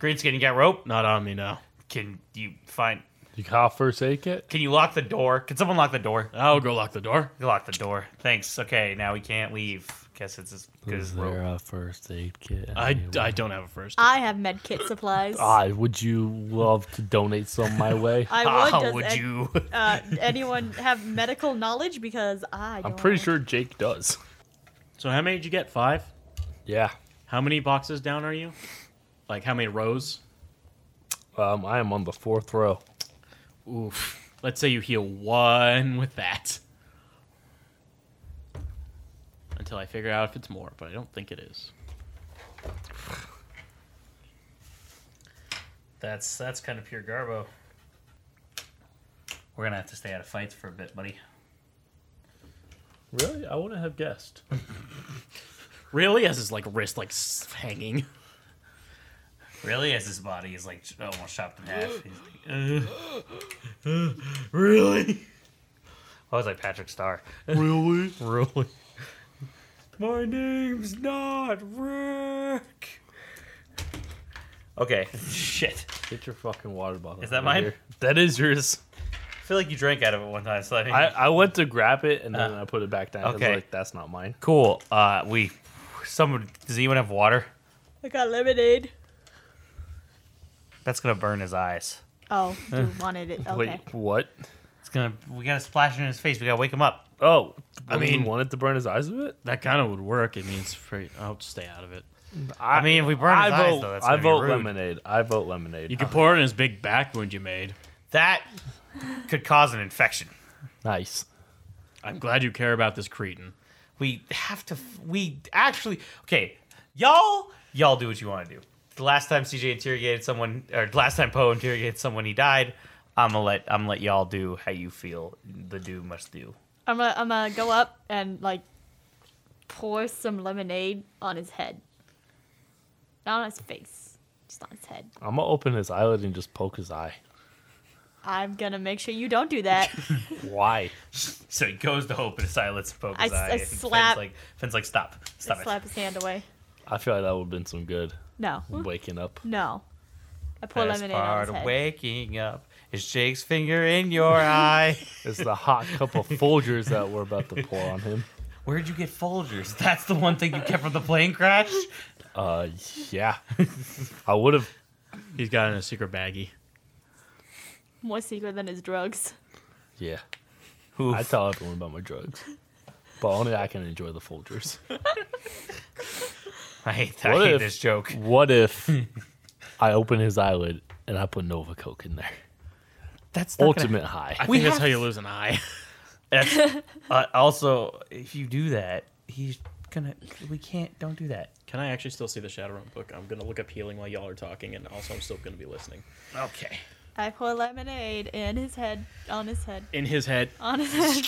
S5: Greenskin, you got rope?
S1: Not on me now.
S5: Can you find?
S4: You can't forsake it?
S5: Can you lock the door? Can someone lock the door?
S1: I'll go lock the door.
S5: You Lock the door. Thanks. Okay, now we can't leave. Guess it's as good as
S4: Is
S5: rope.
S4: there a uh, first aid kit? Ah,
S1: I,
S4: anywhere?
S1: I don't have a first.
S3: I have med kit supplies.
S4: I would you love to donate some my way?
S3: I would.
S5: Ah,
S3: Does
S5: would
S3: an-
S5: you?
S3: uh, anyone have medical knowledge? Because I.
S4: I'm
S3: don't.
S4: pretty sure Jake does.
S1: So how many did you get? Five.
S4: Yeah.
S1: How many boxes down are you? Like how many rows?
S4: Um, I am on the fourth row.
S1: Oof. Let's say you heal one with that. Until I figure out if it's more, but I don't think it is.
S5: That's that's kind of pure garbo. We're gonna have to stay out of fights for a bit, buddy.
S4: Really? I wouldn't have guessed.
S1: Really? Has his like wrist like s- hanging?
S5: Really, as his body is like almost chopped in half. He's like,
S1: Really?
S5: I was like Patrick Starr.
S1: Really?
S5: Really? My name's not Rick. Okay. Shit.
S4: Get your fucking water bottle.
S5: Is that
S4: outta
S5: mine?
S4: here. That is yours.
S5: I feel like you drank out of it one time, so I think.
S4: I, I went to grab it and then I put it back down. 'cause,
S5: okay.
S4: Like, that's not mine.
S5: cool. Uh, we. Someone. Does anyone have water?
S3: I got lemonade.
S5: That's gonna burn his eyes.
S3: Oh, you wanted it. Okay.
S4: Wait, what?
S5: It's gonna. We gotta splash it in his face. We gotta wake him up.
S4: Oh, I
S1: mean-
S4: mean, wanted to burn his eyes with it.
S1: That kind of would work. It means free. I'll stay out of it.
S5: I, mean, if we burn his
S4: I
S5: eyes,
S4: vote.
S5: though, that's
S4: I
S5: gonna be
S4: vote
S5: rude.
S1: Oh.
S4: lemonade. Uh, I vote lemonade.
S1: You could pour it in his big back wound you made.
S5: That could cause an infection.
S4: Nice.
S1: I'm glad you care about this Cretan.
S5: We have to. We actually. Okay, y'all, y'all do what you want to do. The last time CJ interrogated someone, or the last time Poe interrogated someone, he died. I'm gonna let I'm gonna let y'all do how you feel. The do must do.
S3: I'm gonna, I'm gonna go up and like pour some lemonade on his head. Not on his face, just on his head.
S4: I'm gonna open his eyelid and just poke his eye.
S3: I'm gonna make sure you don't do that.
S4: Why?
S5: So he goes to Hope and silence and poke
S3: I
S5: his
S3: s-
S5: eye.
S3: I
S5: and Finn's
S3: slap-
S5: like Finn's like stop, stop it.
S3: Slap his hand away.
S4: I feel like that would have been some good
S3: No,
S4: waking up.
S3: no. I pour
S5: Best
S3: lemonade on
S5: part
S3: his
S5: of
S3: head.
S5: waking up is Jake's finger in your eye.
S4: It's the hot cup of Folgers that we're about to pour on him.
S5: Where'd you get Folgers? That's the one thing you kept from the plane crash.
S4: Uh, yeah. I would have.
S1: He's got it in a secret baggie.
S3: More secret than his drugs.
S4: Yeah. I tell everyone about my drugs, but only I can enjoy the Folgers.
S5: I hate that.
S4: What
S5: I hate
S4: if-
S5: this joke.
S4: What if I open his eyelid and I put Nova Coke in there?
S5: That's
S4: Ultimate high.
S1: I
S5: We
S1: think that's
S5: have-
S1: how you lose an eye.
S5: That's, uh, also, if you do that, he's gonna. We can't. Don't do that.
S1: Can I actually still see the Shadowrun book? I'm gonna look up healing while y'all are talking, and also I'm still gonna be listening.
S5: Okay.
S3: I pour lemonade in his head, on his head,
S1: In his head,
S3: on his head.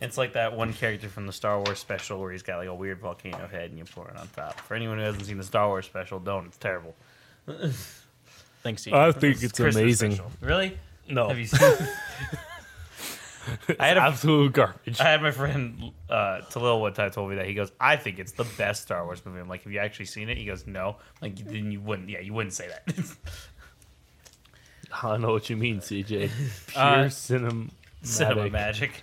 S5: It's like that one character from the Star Wars special where he's got like a weird volcano head and you pour it on top. For anyone who hasn't seen the Star Wars special, don't. It's terrible.
S1: thanks. CJ.
S4: I think it's
S5: Christmas
S4: amazing.
S5: special. Really?
S4: No,
S5: Have you seen? I had a
S4: absolute garbage.
S5: I had my friend uh, Talil one time told me that he goes, "I think it's the best Star Wars movie." I'm like, "Have you actually seen it?" He goes, "No." I'm like then you wouldn't, yeah, you wouldn't say that.
S4: I know what you mean, CJ. Pure
S1: Uh,
S4: cinematic.
S5: Cinema magic.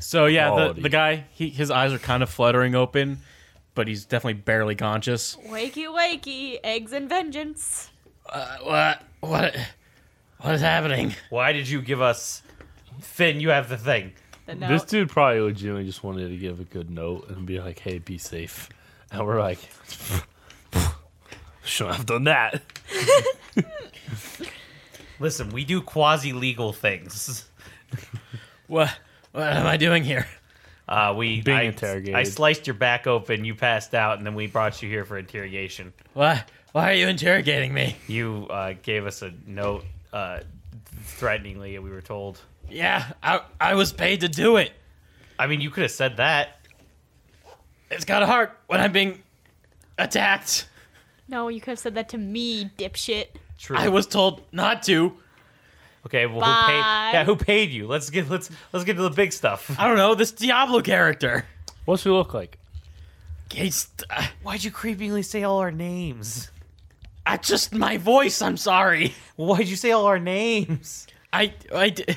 S1: So yeah, the,
S4: Quality.
S1: the guy, he, his eyes are kind of fluttering open, but he's definitely barely conscious.
S3: Wakey, wakey, eggs and vengeance.
S1: what? What? What is happening?
S5: Why did you give us Finn? You have the thing.
S3: But no,
S4: This dude probably legitimately just wanted to give a good note and be like, "Hey, be safe," and we're like, "Shouldn't have done that."
S5: Listen, we do quasi legal things.
S1: What? What am I doing here?
S5: Uh, we
S4: Being
S5: I,
S4: interrogated.
S5: I sliced your back open. You passed out, and then we brought you here for interrogation.
S1: Why? Why are you interrogating me?
S5: You uh, gave us a note uh, threateningly, and we were told.
S1: Yeah, I I was paid to do it.
S5: I mean, you could have said that.
S1: It's kind of hard when I'm being attacked.
S3: no, you could have said that to me, dipshit.
S5: True.
S1: I was told not to.
S5: Okay, well, who
S3: Bye.
S5: paid? Yeah, who paid you? Let's get let's let's get to the big stuff.
S1: I don't know this Diablo character.
S4: What's he look like?
S1: He's uh,
S5: Why'd you creepingly say all our names?
S1: I just my voice. I'm sorry.
S5: Why'd you say all our names?
S1: I I d-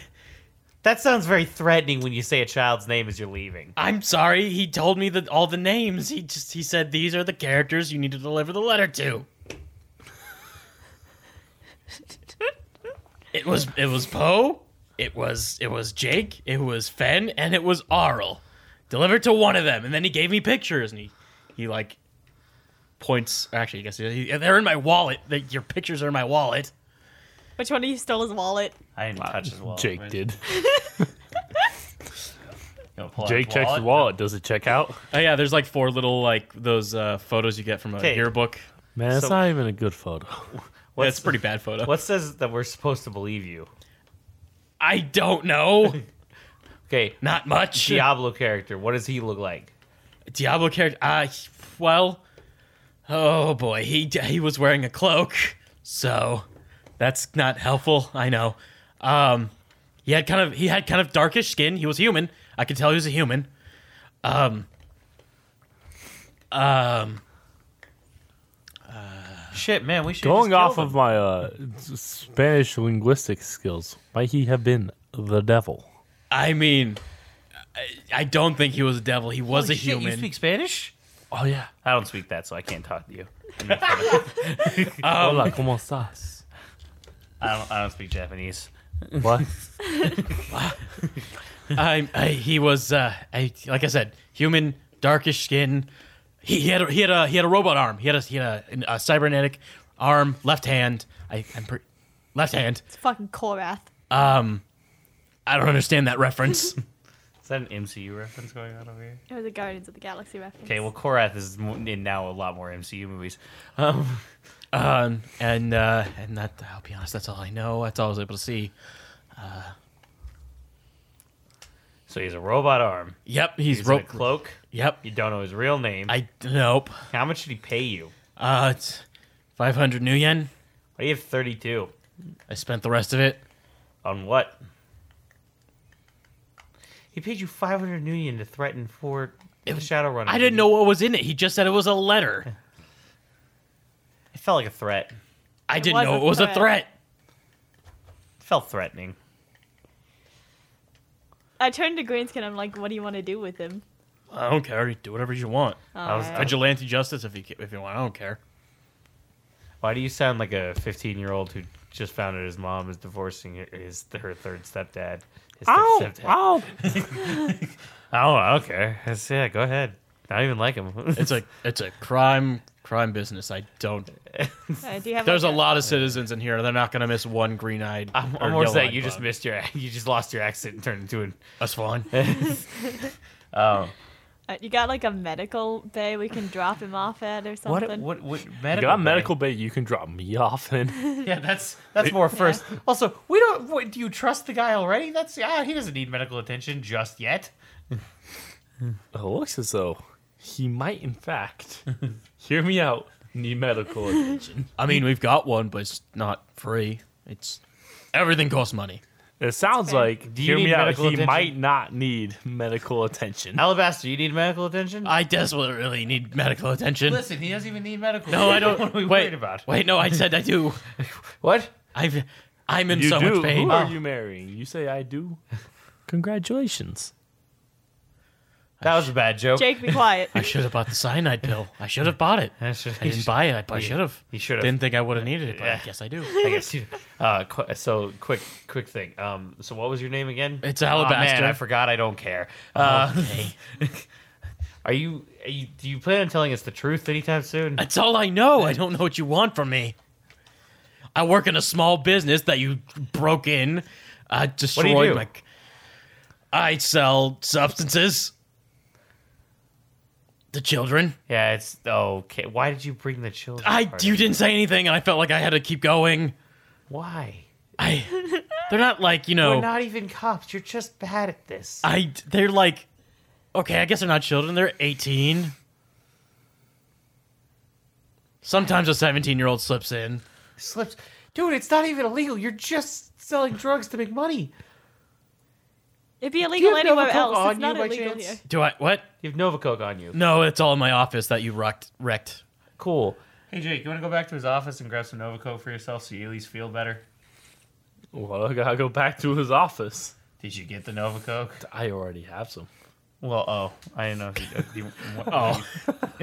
S5: That sounds very threatening when you say a child's name as you're leaving.
S1: I'm sorry. He told me that all the names. He just he said these are the characters you need to deliver the letter to. it was it was Poe. It was it was Jake. It was Fen, and it was Arl. Deliver to one of them, and then he gave me pictures, and he he like points. Actually, I guess he, they're in my wallet. They, your pictures are in my wallet.
S3: Which one of you stole his wallet?
S5: I didn't touch his wallet.
S4: Jake
S5: Right?
S4: did.
S5: You wanna pull out
S4: Jake
S5: his
S4: checks his wallet. Does it check out?
S1: Oh yeah, there's like four little like those uh, photos you get from a
S5: Okay.
S1: yearbook. book.
S4: Man, it's
S5: So-
S4: not even a good photo.
S1: Yeah,
S5: What's
S1: it's a pretty bad photo.
S5: What says that we're supposed to believe you?
S1: I don't know.
S5: Okay,
S1: Not much.
S5: Diablo character. What does he look like?
S1: Diablo character. Uh, he- well, oh boy, he d- he was wearing a cloak, so that's not helpful. I know. Um, he had kind of he had kind of darkish skin. He was human. I could tell he was a human. Um, um,
S5: Shit, man, we should
S4: Going
S5: just
S4: off
S5: kill
S4: of
S5: them.
S4: my uh, s- Spanish linguistic skills, might he have been the devil?
S1: I mean, I, I don't think he was a devil. He was
S5: Holy
S1: a
S5: shit,
S1: human.
S5: You speak Spanish?
S4: Oh yeah.
S5: I don't speak that, so I can't talk to you.
S4: Hola, cómo estás?
S5: I don't. I don't speak Japanese.
S4: What?
S1: I, I he was uh I, like I said, human, darkish skin. He, he had a, he had a he had a robot arm. He had a he had a, an- a cybernetic arm, left hand. I I'm pre- Left hand.
S3: It's fucking Korath.
S1: Um, I don't understand that reference.
S5: Is that an MCU reference going on over here?
S3: It was a Guardians of the Galaxy reference.
S5: Okay, well, Korath is mo- in now a lot more MCU movies.
S1: um, and uh, and that I'll be honest, that's all I know. That's all I was able to see.
S5: So he's a robot arm.
S1: Yep, he's,
S5: He's in
S1: rope.
S5: a cloak.
S1: Yep,
S5: You don't know his real name.
S1: I nope.
S5: How much did he pay you?
S1: Uh, it's five hundred new yen.
S5: Why do you have 32?
S1: I spent the rest of it.
S5: On what? He paid you 500 Nuyen to threaten for the Shadowrun.
S1: I didn't know what was in it. He just said it was a letter.
S5: It felt like a threat.
S1: I didn't
S3: was
S1: know
S3: a
S1: it was a
S3: threat.
S1: threat.
S5: It felt threatening.
S3: I turned to Greenskin. I'm like, what do you want to do with him? Um,
S1: I don't care. Do whatever you want.
S5: I was-
S3: Alright.
S1: Vigilante justice, if you ca- if you want. I don't care.
S5: Why do you sound like a 15 year old who just found out his mom is divorcing her- his her third stepdad? His third stepdad.
S4: oh.
S5: Oh, I don't care. It's- yeah, go ahead. I don't even like him.
S1: It's a it's a crime crime business. I don't.
S3: Uh, do you have
S1: There's a
S3: like
S1: lot of citizens in here. They're not gonna miss one green eyed.
S5: I'm, I'm more upset you just missed your you just lost your accent and turned into an
S1: That's fine.
S3: Uh, you got like a medical bay we can drop him off at or something.
S5: what what what
S4: You
S5: medical
S4: got
S5: bay?
S4: medical bay you can drop me off in.
S5: Yeah, that's that's more first. Also, we don't. What, do you trust the guy already? That's ah, he doesn't need medical attention just yet.
S4: It looks as though he might, in fact, hear me out, need medical attention.
S1: I mean, we've got one, but it's not free. It's everything costs money.
S4: It sounds
S3: fair.
S4: like,
S5: Do you
S4: hear
S5: need
S4: me out,
S5: medical
S4: he
S5: attention?
S4: might not need medical attention.
S5: Alabaster, you need medical attention.
S1: I desperately need medical attention.
S5: Listen, he doesn't even need medical.
S1: no, I
S5: attention.
S1: don't.
S5: What are we
S1: wait,
S5: worried about?
S1: Wait, no, I said I do.
S5: What?
S1: I've I'm in
S4: You
S1: so
S4: do.
S1: much pain.
S4: Who are you marrying? You say I do. Congratulations.
S5: That was a bad joke.
S3: Jake, be quiet.
S1: I should have bought the cyanide pill. I should have bought it.
S5: I should-
S1: I didn't buy it. I, I should have.
S5: You should have.
S1: Didn't think I would have needed it, but
S5: Yeah.
S1: I guess I do.
S5: I guess you. Uh, qu- so quick, quick thing. Um, so what was your name again?
S1: It's
S5: Aw,
S1: Alabaster.
S5: man, I forgot. I don't care. Uh,
S1: Okay.
S5: are, you, are you? Do you plan on telling us the truth anytime soon?
S1: That's all I know. I don't know what you want from me. I work in a small business that you broke in, uh, destroyed
S5: do?
S1: my. I sell substances to children.
S5: yeah, it's okay. Why did you bring the children?
S1: I
S5: part
S1: you
S5: up?
S1: didn't say anything, and I felt like I had to keep going.
S5: Why?
S1: I they're not like you
S5: You're
S1: know.
S5: not even cops. You're just bad at this.
S1: I they're like okay. I guess they're not children. They're eighteen. Sometimes a seventeen-year-old slips in.
S5: Slips, dude. It's not even illegal. You're just selling drugs to make money.
S3: It'd be
S5: you
S3: illegal
S5: have Nova
S3: anywhere
S5: Coke
S3: else.
S5: on
S3: It's not
S5: you by
S3: illegal
S5: chance?
S3: here.
S1: Do I what?
S5: You have Nova Coke on you.
S1: No, it's all in my office that you wrecked. Wrecked.
S5: Cool. Hey Jake, you want to go back to his office and grab some Nova Coke for yourself so you at least feel better?
S4: Well, I gotta go back to his office.
S5: Did you get the Nova Coke?
S4: I already have some.
S5: Well, oh, I didn't know. If you, do you,
S1: Oh.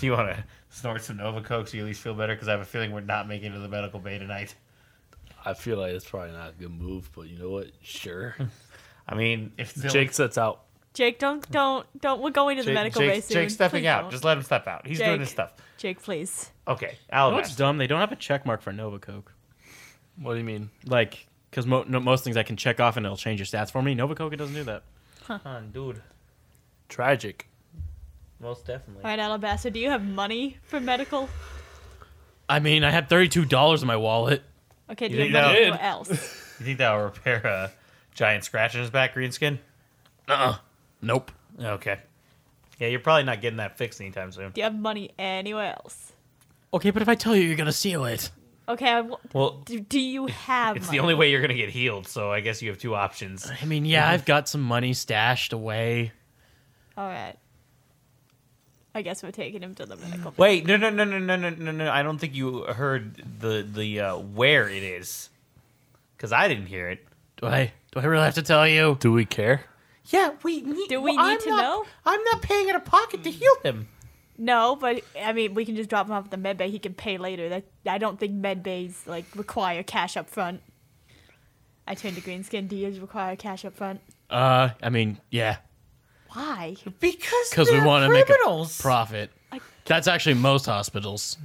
S5: do you want to snort some Nova Coke so you at least feel better? Because I have a feeling we're not making it to the medical bay tonight.
S4: I feel like it's probably not a good move, but you know what? Sure.
S5: I mean, if Zilla-
S4: Jake sets out.
S3: Jake, don't, don't, don't. We're going to the
S5: Jake-
S3: medical
S5: Jake-
S3: bay soon.
S5: Jake's stepping
S3: Please
S5: out.
S3: don't.
S5: Just let him step out. He's doing
S3: Jake.
S5: his stuff.
S3: Jake, please.
S5: Okay,
S1: You know what's
S5: Alabaster.
S1: dumb? They don't have a check mark for Nova Coke.
S4: What do you mean?
S1: Like, because mo- no, most things I can check off and it'll change your stats for me. Nova Coke it doesn't do that.
S5: Huh, dude.
S4: Tragic.
S5: Most definitely.
S3: All right, Alabaster, do you have money for medical?
S1: I mean, I had thirty-two dollars in my wallet.
S3: Okay, do
S5: You
S3: you have
S5: think
S3: money anywhere
S5: that-
S3: else?
S5: You think that'll repair a giant scratch in his back, green skin?
S1: Uh-uh. Nope.
S5: Okay. Yeah, you're probably not getting that fixed anytime soon.
S3: Do you have money anywhere else?
S1: Okay, but if I tell you, you're gonna steal it.
S3: Okay, I w-
S5: Well,
S3: do, do you have
S5: it's
S3: money?
S5: the only way you're going to get healed, so I guess you have two options.
S1: I mean, yeah, I've got some money stashed away.
S3: All right. I guess we're taking him to the medical bay.
S5: Wait, no, no, no, no, no, no, no, no. I don't think you heard the the uh, where it is, because I didn't hear it.
S1: Do I? Do I really have to tell you?
S4: Do we care?
S5: Yeah, we need.
S3: Do we need to know?
S5: I'm not paying out of pocket to heal him.
S3: No, but I mean, we can just drop him off at the med bay. He can pay later. That I don't think med bays like require cash up front. I turned to Greenskin. Do you require cash up front?
S1: Uh, I mean, yeah,
S3: Why?
S5: Because
S1: because we
S5: they're
S1: want to make a
S5: criminals.
S1: profit.
S3: I-
S1: That's actually most hospitals.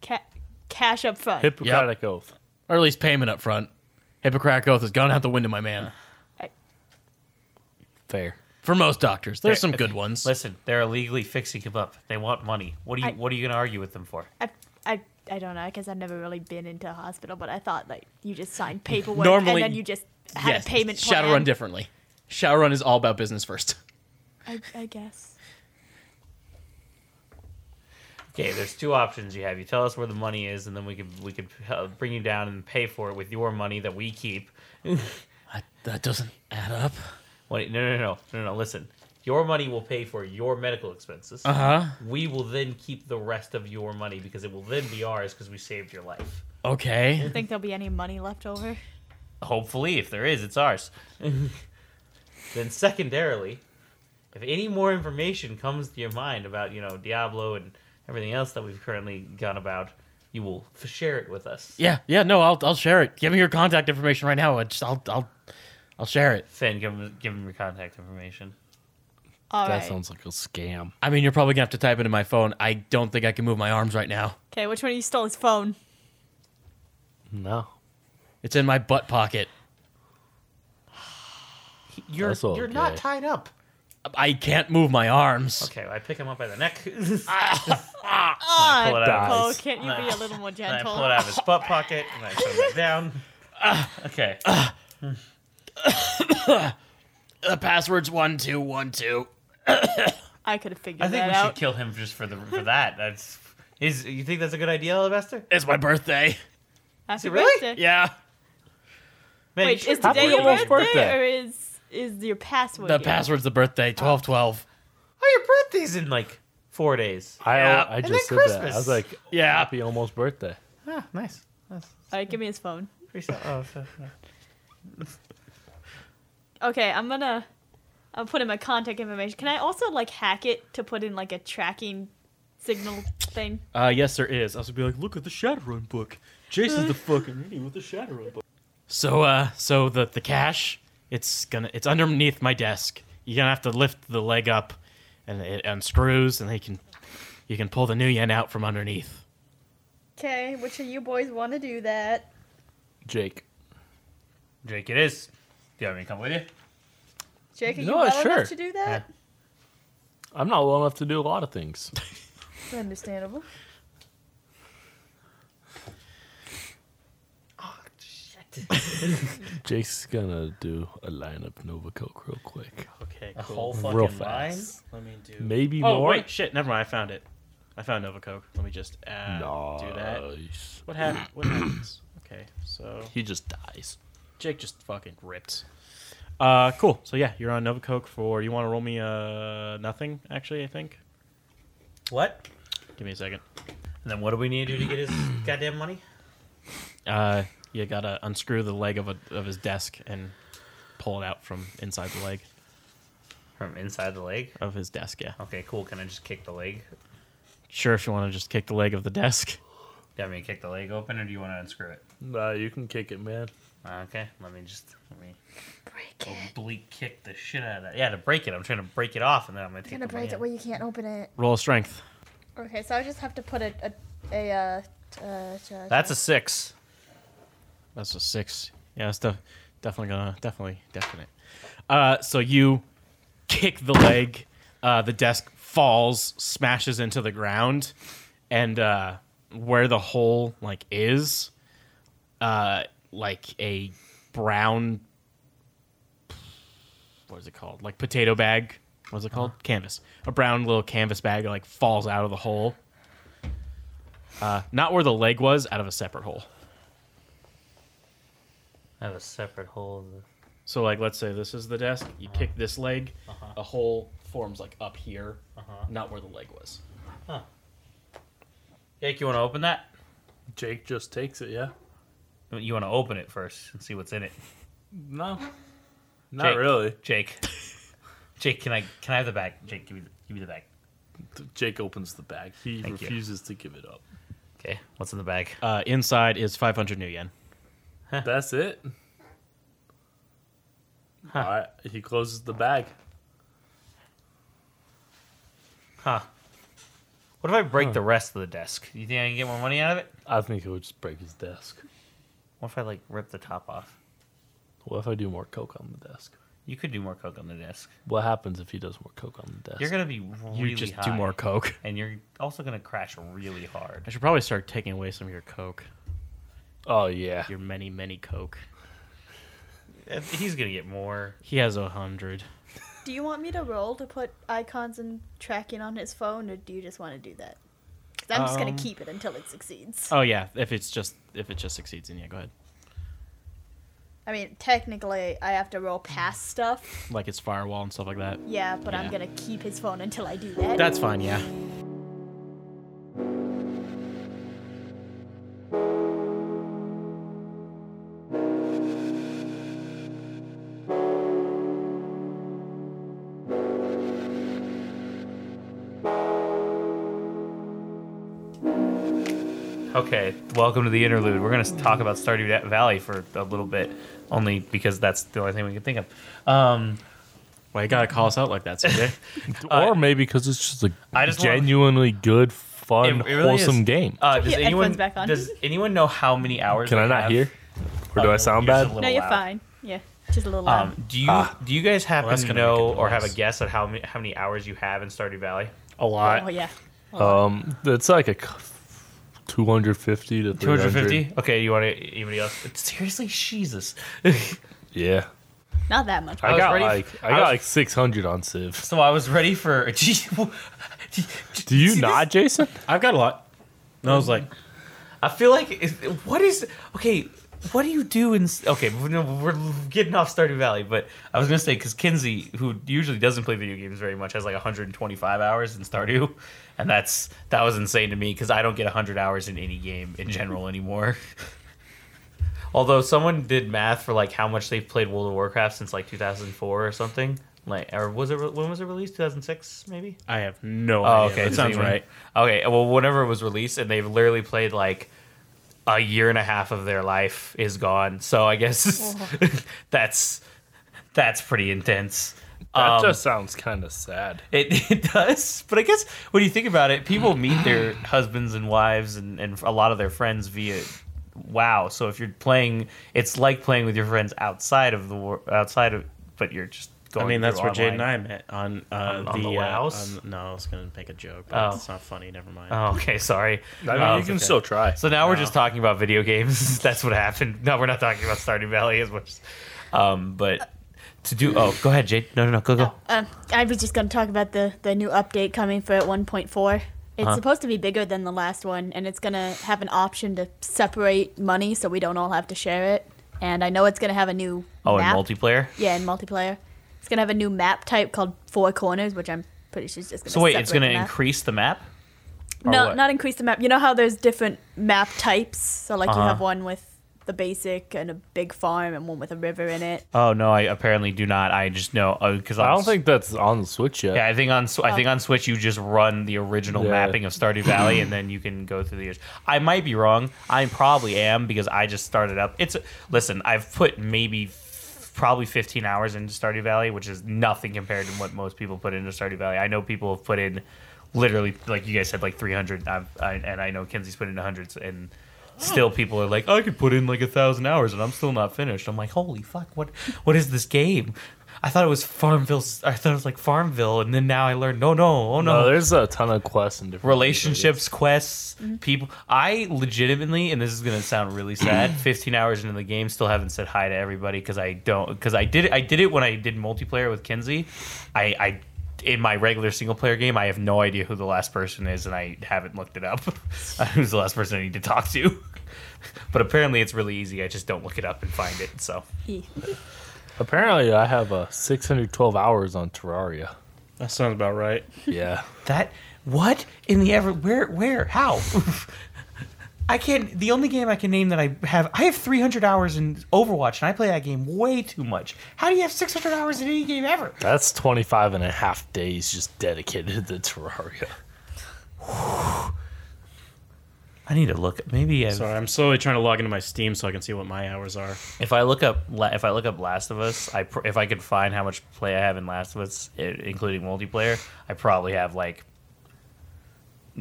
S3: Ca- cash up front.
S4: Hippocratic oath.
S1: Or at least payment up front. Hippocratic oath has gone out the window, my man.
S4: Fair.
S1: For most doctors, there's some good ones.
S5: Listen, they're illegally fixing him up. They want money. What are you
S3: I-
S5: What are you gonna argue with them for?
S3: I, I, I don't know because I've never really been into a hospital, but I thought like you just signed paperwork
S1: Normally-
S3: and then you just had a payment plan.
S1: Shadowrun differently. Shadowrun is all about business first.
S3: I, I guess.
S5: Okay, there's two options you have. You tell us where the money is, and then we could we could uh, bring you down and pay for it with your money that we keep.
S1: That, that doesn't add up.
S5: Wait, no, no, no, no, no. Listen, your money will pay for your medical expenses.
S1: Uh huh.
S5: We will then keep the rest of your money because it will then be ours because we saved your life.
S1: Okay.
S3: Think there'll be any money left over?
S5: Hopefully, if there is, it's ours. then, secondarily, if any more information comes to your mind about you know Diablo and everything else that we've currently gone about, you will f- share it with us.
S1: Yeah, yeah, no, I'll, I'll share it. Give me your contact information right now. I just, I'll, I'll, I'll share it.
S5: Finn, give him give him your contact information.
S3: All
S4: that
S3: right.
S4: sounds like a scam.
S1: I mean, you're probably gonna have to type it in my phone. I don't think I can move my arms right now.
S3: Okay, which one of you stole his phone?
S4: No.
S1: It's in my butt pocket.
S5: You're
S4: That's all
S5: you're not
S4: good.
S5: tied up.
S1: I can't move my arms.
S5: Okay, I pick him up by the neck.
S3: Ah,
S5: pull it out.
S3: Poe,
S4: Dies.
S3: can't you be a little more
S5: And I
S3: gentle?
S5: pull it out of his butt pocket and I put it back down. Okay.
S1: The password's one two one two.
S3: I could have figured
S5: I think
S3: that
S5: we should
S3: out.
S5: kill him just for the for that. That's is you think that's a good idea, Sylvester?
S1: It's my birthday.
S3: Happy
S5: really?
S3: birthday.
S1: Yeah.
S5: Man,
S3: Wait, is
S4: Happy
S3: today your
S4: almost
S3: birthday,
S4: birthday.
S3: or is is your password?
S1: The
S3: here?
S1: password's the birthday. Twelve twelve.
S5: oh, your birthday's in like four days.
S4: I
S1: Yeah.
S4: I
S1: And
S4: just said
S5: then
S4: that. I was
S5: Christmas.
S4: like,
S1: Yeah.
S4: happy almost birthday.
S5: Ah, nice. That's
S3: All right, give me his phone.
S5: pretty so- oh, so-
S3: Okay, I'm gonna. I'll put in my contact information. Can I also like hack it to put in like a tracking signal thing?
S1: Uh, yes, there is. I was gonna be like, look at the Shadowrun book. Jason's the fucking reading with the Shadowrun book. So, uh, so the the cash, it's gonna, it's underneath my desk. You're gonna have to lift the leg up, and it unscrews, and they can, you can pull the new yen out from underneath.
S3: Okay, which of you boys want to do that?
S4: Jake.
S5: Jake, it is. Do you want me to come with you?
S3: Jake, are
S4: No,
S3: you well
S4: sure.
S3: enough to do that?
S4: I'm not well enough to do a lot of things.
S3: Understandable.
S4: Jake's gonna do a line of Nova Coke real quick.
S1: Okay,
S5: A whole fucking
S4: Real
S5: line?
S4: fast.
S1: Let me do.
S4: Maybe
S1: oh
S4: more.
S1: wait, shit. Never mind. I found it. I found Nova Coke. Let me just uh, do that.
S4: Nice.
S1: What happened? What happens? Okay, so
S4: He just dies.
S1: Jake just fucking ripped. Uh, cool. So yeah, you're on Nova Coke for. You want to roll me uh nothing? Actually, I think.
S5: What?
S1: Give me a second.
S5: And then what do we need to do to get his goddamn money?
S1: Uh, you gotta unscrew the leg of a of his desk and pull it out from inside the leg
S5: From inside the leg?
S1: of his desk. Yeah.
S5: Okay, cool. Can I just kick the leg?
S1: Sure, if you want to just kick the leg of the desk.
S5: Do you want me to kick the leg open or do you want to unscrew it?
S4: Nah, you can kick it, man.
S5: Uh, Okay, let me just let me Oh,
S7: Break it.
S5: bleak kick the shit out of that. Yeah, to break it. I'm trying to break it off, and then I'm gonna take
S7: I'm gonna
S5: it in my
S7: break it
S5: hand.
S7: where you can't open it.
S1: Roll a strength.
S7: Okay, so I just have to put a a, a uh, t- uh, t- uh,
S5: That's a six.
S1: That's a six. Yeah, that's def- definitely gonna definitely definite. Uh, so you kick the leg. Uh, the desk falls, smashes into the ground, and uh, where the hole like is, uh, like a brown. What is it called? Like potato bag. What's it called? Canvas. A brown little canvas bag like falls out of the hole. Uh, not where the leg was, out of a separate hole.
S5: I have a separate hole.
S1: So like let's say this is the desk, you kick this leg,
S5: Uh-huh.
S1: a hole forms like up here, not where the leg was.
S5: Jake, you want to open that?
S4: Jake just takes it, yeah?
S5: You want to open it first and see what's in it.
S4: No. Not
S5: Jake.
S4: really.
S5: Jake, Jake, can I can I have the bag? Jake, give me the, give me the bag.
S4: Jake opens the bag. He
S5: Thank you.
S4: refuses to give it up.
S5: Okay, what's in the bag?
S1: Uh, inside is 500 new yen.
S4: That's it. All right. He closes the bag.
S5: Huh? What if I break the rest of the desk? You think I can get more money out of it?
S4: I think it would just break his desk.
S5: What if I like rip the top off?
S4: What if I do more coke on the desk?
S5: You could do more coke on the desk.
S4: What happens if he does more coke on the desk?
S5: You're gonna be really
S1: you just
S5: high,
S1: do more coke.
S5: and you're also gonna crash really hard.
S1: I should probably start taking away some of your coke.
S4: oh yeah.
S1: Your many, many coke.
S5: And He's gonna get more.
S1: He has a hundred.
S7: Do you want me to roll to put icons and tracking on his phone, or do you just want to do that? 'Cause I'm just
S1: Um,
S7: gonna keep it until it succeeds.
S1: Oh yeah, if it's just if it just succeeds, then yeah, go ahead.
S7: I mean, technically, I have to roll past stuff.
S1: Like it's firewall and stuff like that.
S7: Yeah, but I'm
S1: Yeah.
S7: gonna keep his phone until I do that.
S1: That's fine. Yeah.
S5: Okay, welcome to the interlude. We're gonna talk about Stardew Valley for a little bit, only because that's the only thing we can think of. Um,
S1: Well, you gotta call us out like that, CJ.
S4: or maybe because it's just a
S5: I just wanna-
S4: genuinely good, fun,
S5: It- it really
S4: wholesome
S5: is.
S4: game.
S5: uh, does
S3: Your
S5: anyone
S3: headphones back on.
S5: does anyone know how many hours?
S4: Can
S5: I
S4: I not
S5: have?
S4: hear? Or do
S5: Uh,
S4: I sound
S5: you're just a
S4: bad?
S5: little
S3: No, you're
S5: loud.
S3: fine. Yeah, just a little loud.
S5: Um, do you do you guys happen
S1: that's
S5: to
S1: gonna make a
S5: know or have a
S1: noise.
S5: guess at how many how many hours you have in Stardew Valley?
S1: a
S3: oh
S1: lot.
S3: yeah.
S4: Um, it's like a c- 250 to
S5: 250?
S4: 300.
S5: Okay, you want to, anybody else? Seriously, Jesus.
S4: Yeah.
S3: Not that much.
S4: I,
S5: was
S4: got
S5: ready-
S4: like I,
S5: I
S4: got
S5: was-
S4: like 600 on Civ.
S5: so I was ready for. Gee, w- gee,
S4: Do you
S5: see
S4: not, Jason?
S1: I've got a lot. And I was like,
S5: this? I feel like if- what is okay. What do you do in? s- Okay, we're- no, we're getting off Stardew Valley, but I was gonna say because Kinsey, who usually doesn't play video games very much, has like 125 hours in Stardew, and that's that was insane to me because I don't get 100 hours in any game in general anymore. Although someone did math for like how much they've played World of Warcraft since like 2004 or something, like or was it re- when was it released? 2006 maybe.
S1: I have no
S5: Oh,
S1: idea.
S5: okay.
S1: That
S5: so
S1: sounds
S5: you went-
S1: right.
S5: Okay. Well, whenever it was released, and they've literally played like a year and a half of their life is gone. So I guess that's that's pretty intense.
S4: That
S5: Um,
S4: just sounds kind of sad.
S5: it, it does, but I guess when you think about it, people meet their husbands and wives and, and a lot of their friends via WoW. So if you're playing, it's like playing with your friends outside of the war, outside of, but you're just going.
S1: I mean, that's
S5: through
S1: where Jade and
S5: online.
S1: I met on uh,
S5: On- on
S1: the,
S5: the
S1: uh,
S5: Wows?
S1: on- no, I was gonna make a joke, but
S5: Oh.
S1: it's not funny. Never mind.
S5: Oh, okay, sorry.
S4: I mean,
S5: Um,
S4: you can
S1: okay.
S4: still try.
S5: So now we're just talking about video games. That's what happened. No, we're not talking about Stardew Valley as much. Um, but to do. Oh, go ahead, Jade. No, no, no. Go, go.
S3: Um, I was just gonna talk about the the new update coming for 1.4. It's
S5: Uh-huh.
S3: supposed to be bigger than the last one, and it's gonna have an option to separate money, so we don't all have to share it. And I know it's gonna have a new
S5: Oh, and
S3: map.
S5: multiplayer.
S3: yeah, and multiplayer. It's gonna have a new map type called Four Corners, which I'm pretty sure is just gonna.
S5: So wait, it's
S3: separate
S5: going to
S3: the map.
S5: increase the map? or
S3: No,
S5: what?
S3: not increase the map. You know how there's different map types. So like
S5: Uh-huh.
S3: you have one with the basic and a big farm, and one with a river in it.
S5: Oh no, I apparently do not. I just know because
S4: I don't think that's on the Switch yet.
S5: Yeah, I think on Sw- I think on Switch you just run the original
S4: Yeah.
S5: mapping of Stardew Valley, and then you can go through the years. I might be wrong. I probably am because I just started up. It's listen. I've put maybe f- probably 15 hours into Stardew Valley, which is nothing compared to what most people put into Stardew Valley. I know people have put in literally like you guys said like 300, I've, I, and I know Kenzie's put in hundreds and. Still, people are like, I could put in like a thousand hours and I'm still not finished. I'm like, holy fuck, what, what is this game? I thought it was Farmville. I thought it was like Farmville, and then now I learned, no, no, oh no.
S4: No, Uh, there's a ton of quests and different
S5: Relationships, quests, people. I legitimately, and this is gonna sound really sad. Fifteen hours into the game, still haven't said hi to everybody because I don't. Because I did. I did it when I did multiplayer with Kinsey. I, I, in my regular single player game, I have no idea who the last person is, and I haven't looked it up. Who's the last person I need to talk to? but apparently, it's really easy. I just don't look it up and find it. So
S4: Apparently, I have uh, 612 hours on Terraria.
S1: That sounds about right.
S4: Yeah.
S5: That what in the ever where where how? I can't. The only game I can name that I have, I have 300 hours in Overwatch, and I play that game way too much. How do you have 600 hours in any game ever?
S4: That's 25 and a half days just dedicated to Terraria.
S5: I need to look. Maybe uh, I've,
S1: Sorry, I'm slowly trying to log into my Steam so I can see what my hours are.
S5: if I look up, La- if I look up Last of Us, I pr- if I could find how much play I have in Last of Us, i- including multiplayer, I probably have like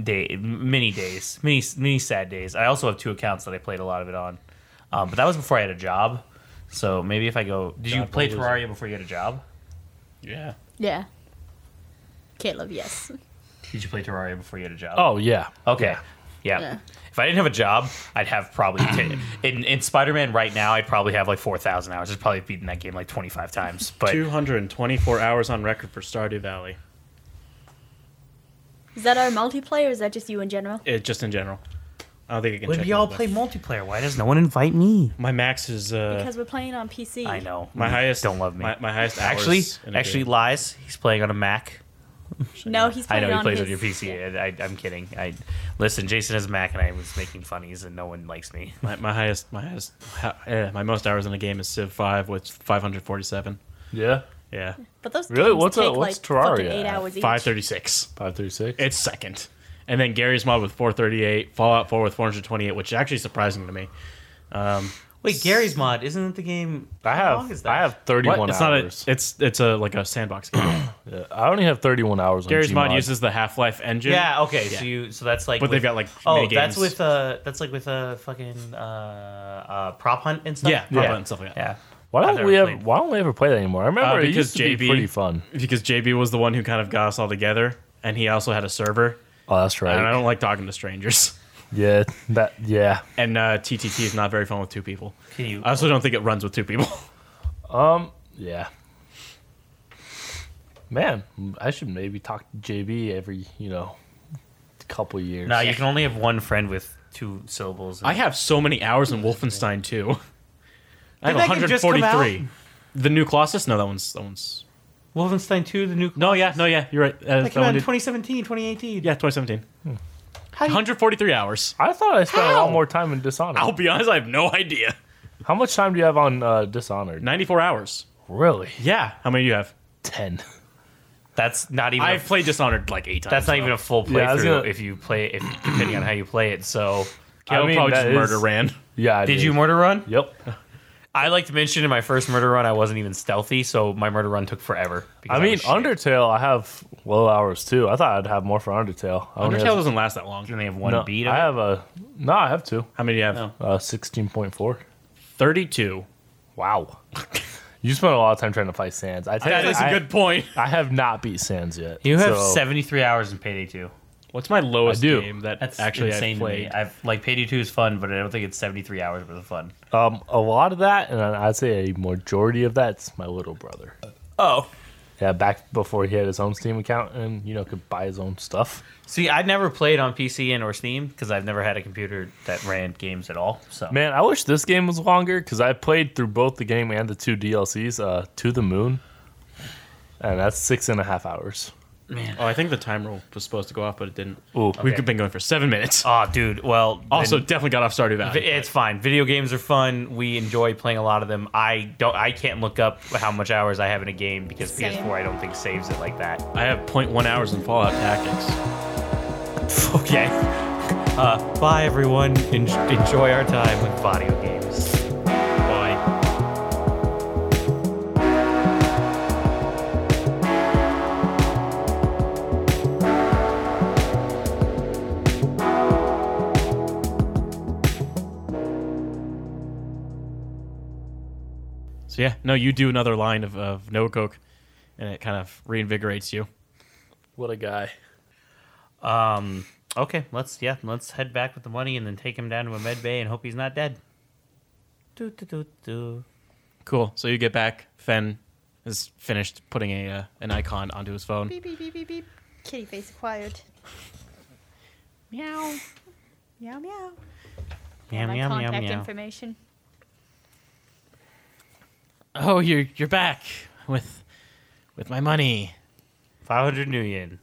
S5: day, many days, many many sad days. I also have two accounts that I played a lot of it on, um, but that was before I had a job. So maybe if I go, did you
S4: Job
S5: play
S4: holders.
S5: Terraria before you had a job?
S1: Yeah.
S3: Yeah. Caleb, yes.
S5: Did you play Terraria before you had a job?
S4: Oh yeah.
S5: Okay. Yeah.
S3: Yeah.
S5: If I didn't have a job, I'd have probably t- in in Spider Man right now. I'd probably have like four thousand hours. I'd probably have beaten that game like twenty five times. But
S1: 224 hours on record for Stardew Valley.
S3: Is that our multiplayer or is that just you in general?
S1: It, just in general. I don't think I can.
S5: when
S1: check
S5: we all
S1: it, but-
S5: play multiplayer, why does no one invite me?
S1: My max is. Uh,
S3: Because we're playing on PC.
S5: I know.
S1: my highest.
S5: don't love me.
S1: My, my highest. Hours
S5: actually,
S1: in a
S5: actually
S1: game.
S5: lies. He's playing on a Mac.
S3: No, he's
S5: I
S3: playing
S5: know he
S3: on
S5: plays
S3: his,
S5: on your PC. I, I, I'm kidding. I listen. Jason has a Mac, and I was making funnies, and no one likes me.
S1: my, my highest. My highest. ha- eh, my most hours in a game is Civ 5 with 547.
S4: Yeah.
S1: Yeah.
S3: But those
S4: Really?
S3: games
S4: What's a-
S3: take
S4: what's
S3: like fucking
S4: Terraria
S3: eight
S4: at?
S3: hours each.
S1: 536.
S4: Five through six.
S1: It's second. And then Gary's mod with 438, Fallout 4 with 428, which is actually surprising to me. Um,
S5: Wait, Gary's mod isn't it the game?
S4: I
S5: How long is
S4: have
S5: that?
S4: I have 31
S1: it's not a,
S4: hours.
S1: it's it's a like a sandbox game.
S4: Yeah, I only have 31 hours.
S1: Gary's
S4: on
S1: mod
S4: Gmod.
S1: uses the Half Life engine.
S5: Yeah. Okay.
S1: Yeah.
S5: So you. So that's like.
S1: But they've got, like,
S5: Oh,
S1: mini
S5: that's
S1: games.
S5: with uh. That's like with a fucking uh, uh prop hunt and stuff.
S1: yeah, Fallout and stuff like that.
S5: Yeah.
S4: Why
S5: I've
S4: don't
S5: never
S4: we
S5: played.
S4: have? Why don't we ever play that anymore? I remember
S1: Uh,
S4: it
S1: because
S4: used to
S1: JB
S4: be pretty fun.
S1: Because JB was the one who kind of got us all together, and he also had a server.
S4: Oh, that's
S1: And I
S4: right.
S1: don't like talking to strangers.
S4: Yeah, that yeah.
S1: And uh, TTT is not very fun with two people.
S5: Can you?
S1: I also don't think it runs with two people.
S4: Um, yeah. Man, I should maybe talk to JB every you know couple years.
S5: no, you can only have one friend with two syllables.
S1: I have so many hours in Wolfenstein 2. I have
S5: Did that game just come out?
S1: 143. The new Colossus? No, that one's that one's.
S5: Wolfenstein 2, the new.
S1: No, yeah, no, yeah. You're right. Uh,
S5: That
S1: that
S5: came out
S1: one
S5: in
S1: did-
S5: 2017, 2018.
S1: yeah, 2017. 143 hours.
S4: I thought I spent a lot more time in Dishonored.
S1: I'll be honest, I have no idea.
S4: How much time do you have on uh, Dishonored?
S1: 94 hours.
S4: Really,
S1: Yeah. How many do you have?
S4: ten.
S5: That's not even. a-
S1: I've played Dishonored like eight times.
S5: that's not
S1: now.
S5: even a full
S4: Yeah, I was
S5: playthrough
S4: gonna-
S5: if you play it, if, depending on how you play it. So.
S1: I would
S4: I mean,
S1: probably just
S4: that is-
S1: murder ran.
S4: Yeah, I
S5: Did you Oh, murder run?
S4: Yep.
S5: I like to mention in my first murder run, I wasn't even stealthy, so my murder run took forever. because
S4: I mean,
S5: was shit.
S4: Undertale, I have low hours too. I thought I'd have more for Undertale. I only
S1: Undertale
S4: have-
S1: doesn't last that long.
S5: You only have one
S4: no,
S5: beat. Of
S4: I
S5: it.
S4: have a no. I have two.
S1: How many do you have?
S4: Uh, sixteen point four.
S1: 32.
S4: Wow. you spent a lot of time trying to fight Sans. I, tell
S1: That
S4: you,
S1: is a
S4: I-
S1: good point.
S4: I have not beat Sans yet.
S5: You have
S4: so-
S5: 73 hours in Payday 2.
S1: What's my lowest
S4: I do.
S1: game that
S5: That's
S1: actually
S5: insane
S1: I
S5: to me.
S1: played?
S5: I've like Payday 2 is fun, but I don't think it's 73 hours worth of fun.
S4: Um, a lot of that, and I'd say a majority of that's my little brother.
S5: Oh.
S4: Yeah, back before he had his own Steam account and you know could buy his own stuff.
S5: See, I never played on PC and or Steam because I've never had a computer that ran games at all. So
S4: Man, I wish this game was longer because I played through both the game and the two DLCs, uh, To the Moon, and that's six and a half hours.
S1: Oh, I think the timer was supposed to go off, but it didn't.
S4: Ooh,
S5: Okay.
S1: We've been going for seven minutes.
S5: Oh, dude. Well,
S1: also,
S5: then-
S1: definitely got off Stardew Valley.
S5: vi- it's fine. Video games are fun. We enjoy playing a lot of them. I don't. I can't look up how much hours I have in a game because
S3: Same.
S5: PS4 I don't think saves it like that.
S1: I have 0.1 hours in Fallout Tactics.
S5: Okay. Uh, bye, everyone. En- enjoy our time with video games. Bye.
S1: So yeah, no, you do another line of, of no coke, and it kind of reinvigorates you.
S4: What a guy!
S5: Um. Okay. Let's yeah. Let's head back with the money and then take him down to a med bay and hope he's not dead. Do do do do.
S1: Cool. So you get back. Fen is finished putting a uh, an icon onto his phone.
S7: Beep beep beep beep beep. Kitty face acquired.
S3: Meow.
S7: Meow meow.
S5: Meow
S3: My
S5: meow meow
S3: contact
S5: meow.
S3: information.
S1: Oh, you're you're back with with my money.
S5: Five hundred new yen.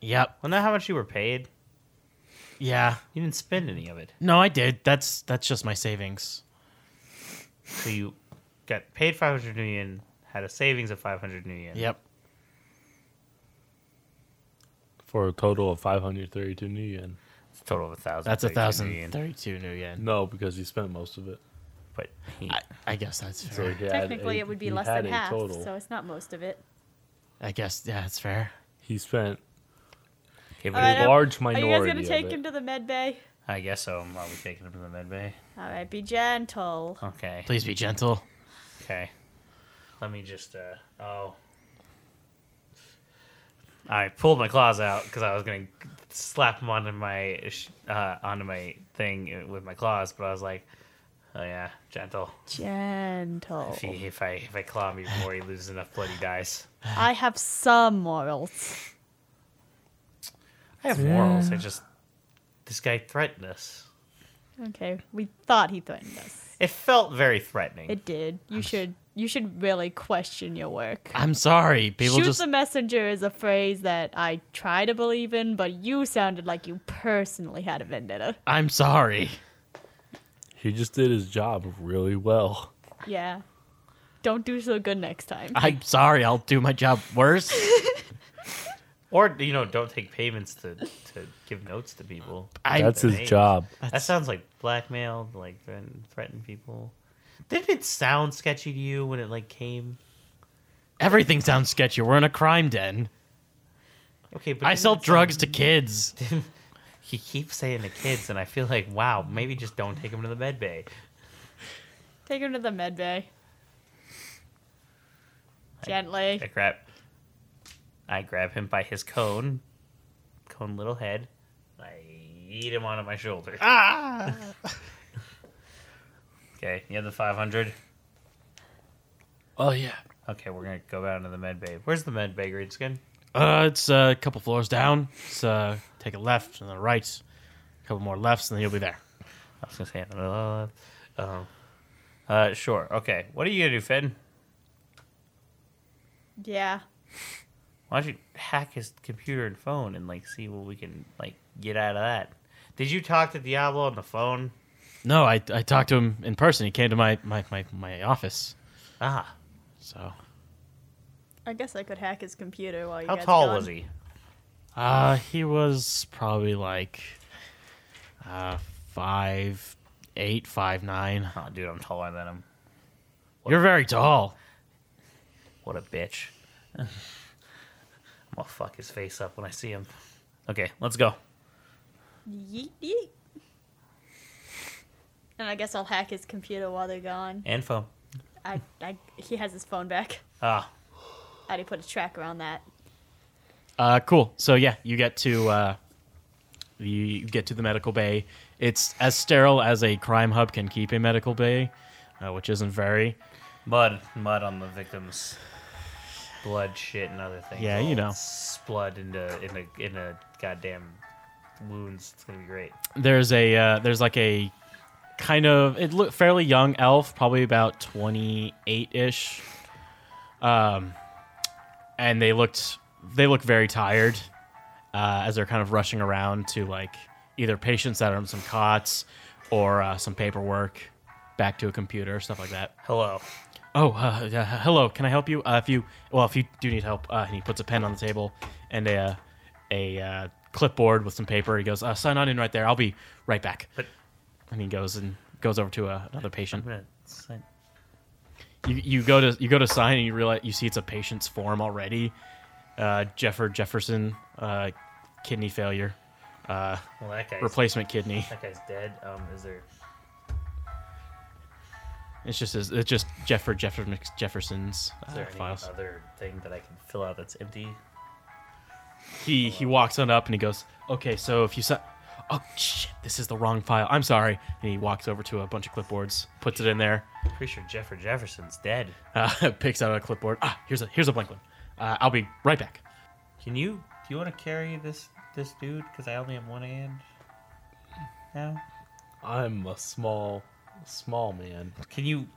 S1: Yep.
S5: Well, not how much you were paid.
S1: Yeah.
S5: You didn't spend any of it,
S1: No, I did. That's that's just my savings.
S5: so you got paid five hundred new yen. Had a savings of five hundred new yen.
S1: Yep.
S4: For a total of five hundred thirty-two new yen.
S5: It's a total of a thousand.
S1: That's a
S5: thirty-two new
S1: thousand
S5: yen.
S1: thirty-two new yen.
S4: No, because he spent most of it.
S5: But he,
S1: I, I guess that's
S4: So
S1: fair.
S4: he had
S3: Technically,
S4: a-
S3: it would be
S4: he
S3: less
S4: had
S3: than
S4: a
S3: half,
S4: total.
S3: so it's not most of it.
S1: I guess yeah, it's fair.
S4: He spent
S5: It
S7: right,
S5: was,
S7: I'm-
S4: large
S7: Are
S4: minority.
S7: you guys gonna
S4: of
S7: take
S4: it.
S7: him to the med bay?
S5: I guess so. Are we taking him to the med bay?
S7: All right, be gentle.
S5: Okay.
S1: Please be gentle.
S5: Okay. Let me just. uh Oh. I pulled my claws out because I was gonna slap them onto my sh- uh, onto my thing with my claws, but I was like, "Oh yeah, gentle.
S7: Gentle.
S5: If, he, if I if I claw him even more, he loses enough blood, he dies.
S7: I have some morals.
S5: I have morals. I just this guy threatened us.
S7: Okay, we thought he threatened us.
S5: It felt very threatening.
S7: It did. You should. You should really question your work.
S5: Ah,
S1: I'm sorry. People
S7: Shoot
S1: just
S7: the messenger is a phrase that I try to believe in, but you sounded like you personally had a vendetta.
S1: I'm sorry.
S4: He just did his job really well.
S7: Yeah. Don't do so good next time.
S5: Ah.
S1: I'm sorry. I'll do my job worse.
S5: or you know, don't take payments to to give notes to people.
S1: I,
S4: That's his
S5: amazed.
S4: job.
S5: That sounds like blackmail, like threaten, threaten people. Didn't it sound sketchy to you when it like came?
S1: everything sounds sketchy. We're in a crime den.
S5: Okay, but
S1: I
S5: didn't
S1: sell
S5: it sound-
S7: um,
S1: drugs to kids.
S5: He keeps saying to kids, and I feel like, wow, maybe just don't take him to the med bay.
S7: Take him to the med bay.
S5: I
S7: Gently.
S5: grab, I grab him by his cone, cone little head. and I eat him onto my shoulder. Ah. okay, you have the five hundred.
S1: Oh yeah.
S5: Okay, we're gonna go down to the med bay. Where's the med bay, Greenskin?
S1: Uh, it's uh, a couple floors down. It's uh, take a left and then a right, a couple more lefts, and then you'll be there.
S5: I was gonna say, uh, um, uh, sure. Okay, what are you gonna do, Finn?
S7: Yeah.
S5: Why don't you hack his computer and phone and like see what we can like get out of that? Did you talk to Diablo on the phone?
S1: No, I, I talked to him in person. He came to my my, my, my office.
S5: Ah,
S1: So
S7: I guess I could hack his computer while you
S5: how
S7: guys
S5: tall
S7: gone.
S5: was he?
S1: uh, he was probably like uh, five eight, five nine.
S5: Oh, dude, I'm taller than him.
S1: You're very tall.
S5: What a bitch. I'm gonna fuck his face up when I see him. Okay, let's go.
S7: Yeet yeet. And I guess I'll hack his computer while they're gone.
S5: And phone.
S7: I, I, he has his phone back.
S5: Ah,
S7: How'd he put a tracker on that?
S1: Uh, cool. So yeah, you get to uh, you, you get to the medical bay. It's as sterile as a crime hub can keep a medical bay, uh, which isn't very.
S5: mud, mud on the victims. Blood, shit, and other things.
S1: Yeah, you
S5: All
S1: know.
S5: Splud into in a in a goddamn wounds. It's gonna be great.
S1: there's a uh, there's like a kind of it look fairly young elf, probably about twenty eight ish. Um, and they looked they look very tired uh, as they're kind of rushing around to like either patients that are on some cots or uh, some paperwork back to a computer stuff like that.
S5: Hello.
S1: Oh, uh, uh, hello. Can I help you? Uh, if you well, if you do need help, uh, and he puts a pen on the table and a a uh, clipboard with some paper. He goes, uh, "Sign on in right there. I'll be right back."
S5: But-
S1: and he goes and goes over to uh, another patient.
S5: I'm gonna sign-
S1: You, you go to you go to sign and you realize you see it's a patient's form already. Uh, Jeffer Jefferson, uh, kidney failure, uh,
S5: Well, that guy's
S1: replacement kidney.
S5: that guy's dead. Um, is there?
S1: It's just it's just Jeffer Jeffer Jefferson's
S5: Is
S1: uh,
S5: there any
S1: files.
S5: other thing that I can fill out that's empty?
S1: he he walks on up and he goes, "Okay, so if you sign, oh shit, this is the wrong file. I'm sorry." And he walks over to a bunch of clipboards, puts it in there,
S5: Pretty sure Jeffrey Jefferson's dead.
S1: uh, picks out a clipboard. Ah, here's a here's a blank one. Uh, I'll be right back.
S5: Can you? Do you want to carry this this dude? Because I only have one hand. Now,
S4: I'm a small, small man.
S5: can you?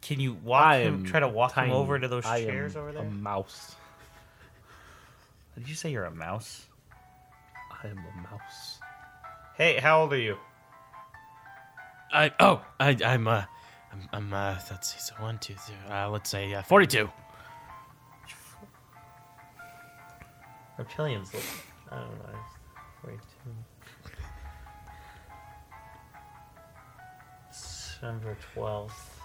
S5: Can you walk
S4: I
S5: him?
S4: am
S5: Try to walk
S4: tiny.
S5: him over to those
S4: I am um,
S5: chairs over there.
S4: A mouse.
S5: Did you say you're a mouse?
S4: I am a mouse.
S5: Hey, how old are you?
S1: I oh I I'm uh I'm, I'm uh let's see so one two three uh, let's say uh, forty two.
S5: Reptilians look. I don't know. it's Forty-two. December twelfth.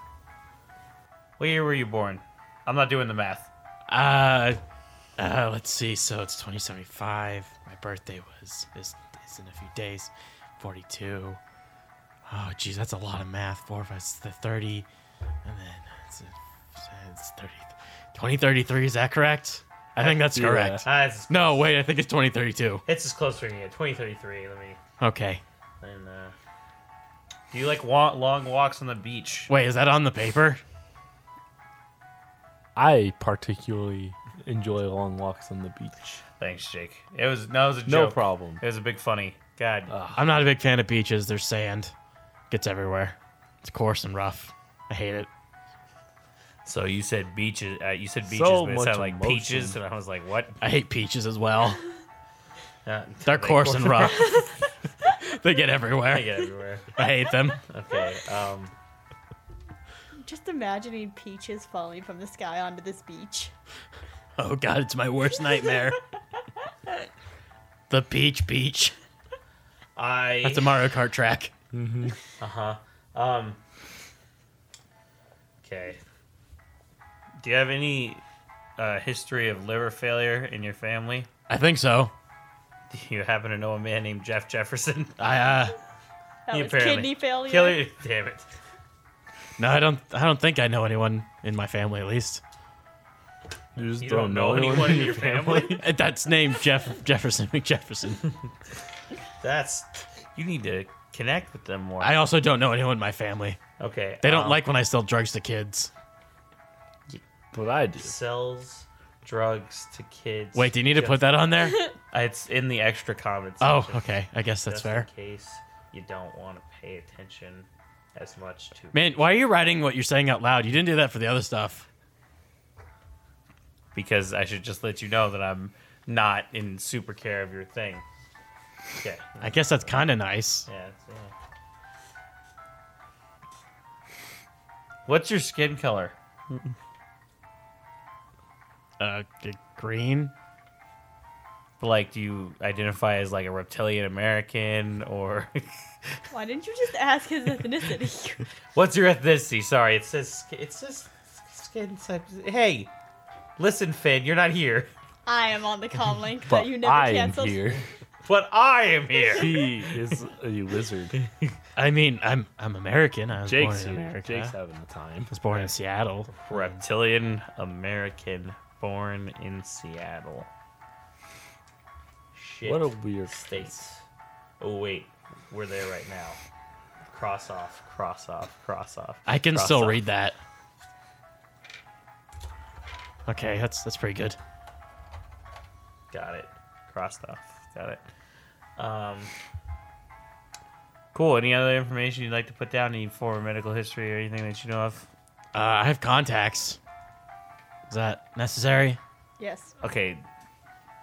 S5: What year were you born? I'm not doing the math.
S1: Uh, Uh, let's see. So it's 2075. My birthday was is, is in a few days. 42. Oh, geez, that's a lot of math. Four, five, s- the 30, and then it's, it's 30. 2033. Is that correct? I think that's
S4: Yeah.
S1: correct.
S5: Ah, it's,
S1: No, wait. I think it's 2032.
S5: it's as close as we can get. 2033. Let me.
S1: Okay.
S5: And, uh, do you like wa- long walks on the beach?
S1: Wait, is that on the paper?
S4: I particularly enjoy long walks on the beach.
S5: Thanks, Jake. It was no, it was a joke.
S4: No problem.
S5: It was a big funny. God,
S1: I'm not a big fan of beaches. There's sand. Gets everywhere. It's coarse and rough. I hate it.
S5: So you said beaches. Uh, you said beaches,
S4: So
S5: but it
S4: much
S5: sounded like peaches,
S4: emotion.
S5: and I was like, what?
S1: I hate peaches as well.
S5: Uh,
S1: They're coarse and rough. they get everywhere.
S5: I get everywhere.
S1: I hate them.
S5: Okay. Um,
S7: Just imagining peaches falling from the sky onto this beach.
S1: Oh god, it's my worst nightmare. the peach peach.
S5: I.
S1: That's a Mario Kart track.
S5: um. Okay. Do you have any uh, history of liver failure in your family?
S1: I think so.
S5: Do you happen to know a man named Jeff Jefferson?
S1: I uh
S7: That
S5: He
S7: was
S5: apparently-
S7: kidney failure.
S5: Killer. Damn it.
S1: no, I don't I don't think I know anyone in my family at least.
S4: You just
S5: You don't know anyone in your family?
S1: Uh, That's named Jeff Jefferson McJefferson.
S5: That's. You need to connect with them more.
S1: I also don't know anyone in my family.
S5: okay.
S1: They don't
S5: um,
S1: like when I sell drugs to kids.
S4: But I do.
S5: sells drugs to kids.
S1: Wait, do you need to put that on there?
S5: Uh, It's in the extra comments.
S1: Oh, okay. I guess that's
S5: just
S1: fair.
S5: In case you don't want to pay attention as much to
S1: Man, why are you writing what you're saying out loud? You didn't do that for the other stuff.
S5: because I should just let you know that I'm not in super care of your thing. Okay.
S1: I guess that's kind of nice.
S5: Yeah. it's- yeah. What's your skin color?
S1: Uh, g- green?
S5: Like, do you identify as like a reptilian American or
S7: Why didn't you just ask his ethnicity?
S5: what's your ethnicity? Sorry, it says sk- it says skin type. Hey, listen, Finn, you're not here,
S7: I am on the comm link
S4: But
S7: that you never
S4: I
S7: canceled.
S4: am here.
S5: but I am here.
S4: He is a lizard.
S1: I mean, I'm I'm American. I was
S4: Jake's
S1: born in
S4: here.
S1: America.
S4: Jake's having a time.
S1: I was born in Seattle.
S5: Reptilian American born in Seattle. Shit.
S4: What a weird
S5: states. Oh wait, we're there right now. Cross off, cross off, cross off.
S1: I can
S5: cross
S1: still
S5: off.
S1: read that. Okay, that's that's pretty good.
S5: Got it. Crossed off. Got it. Um Cool. Any other information you'd like to put down? Any former medical history or anything that you know of?
S1: Uh, I have contacts. Is that necessary?
S7: Yes.
S5: Okay.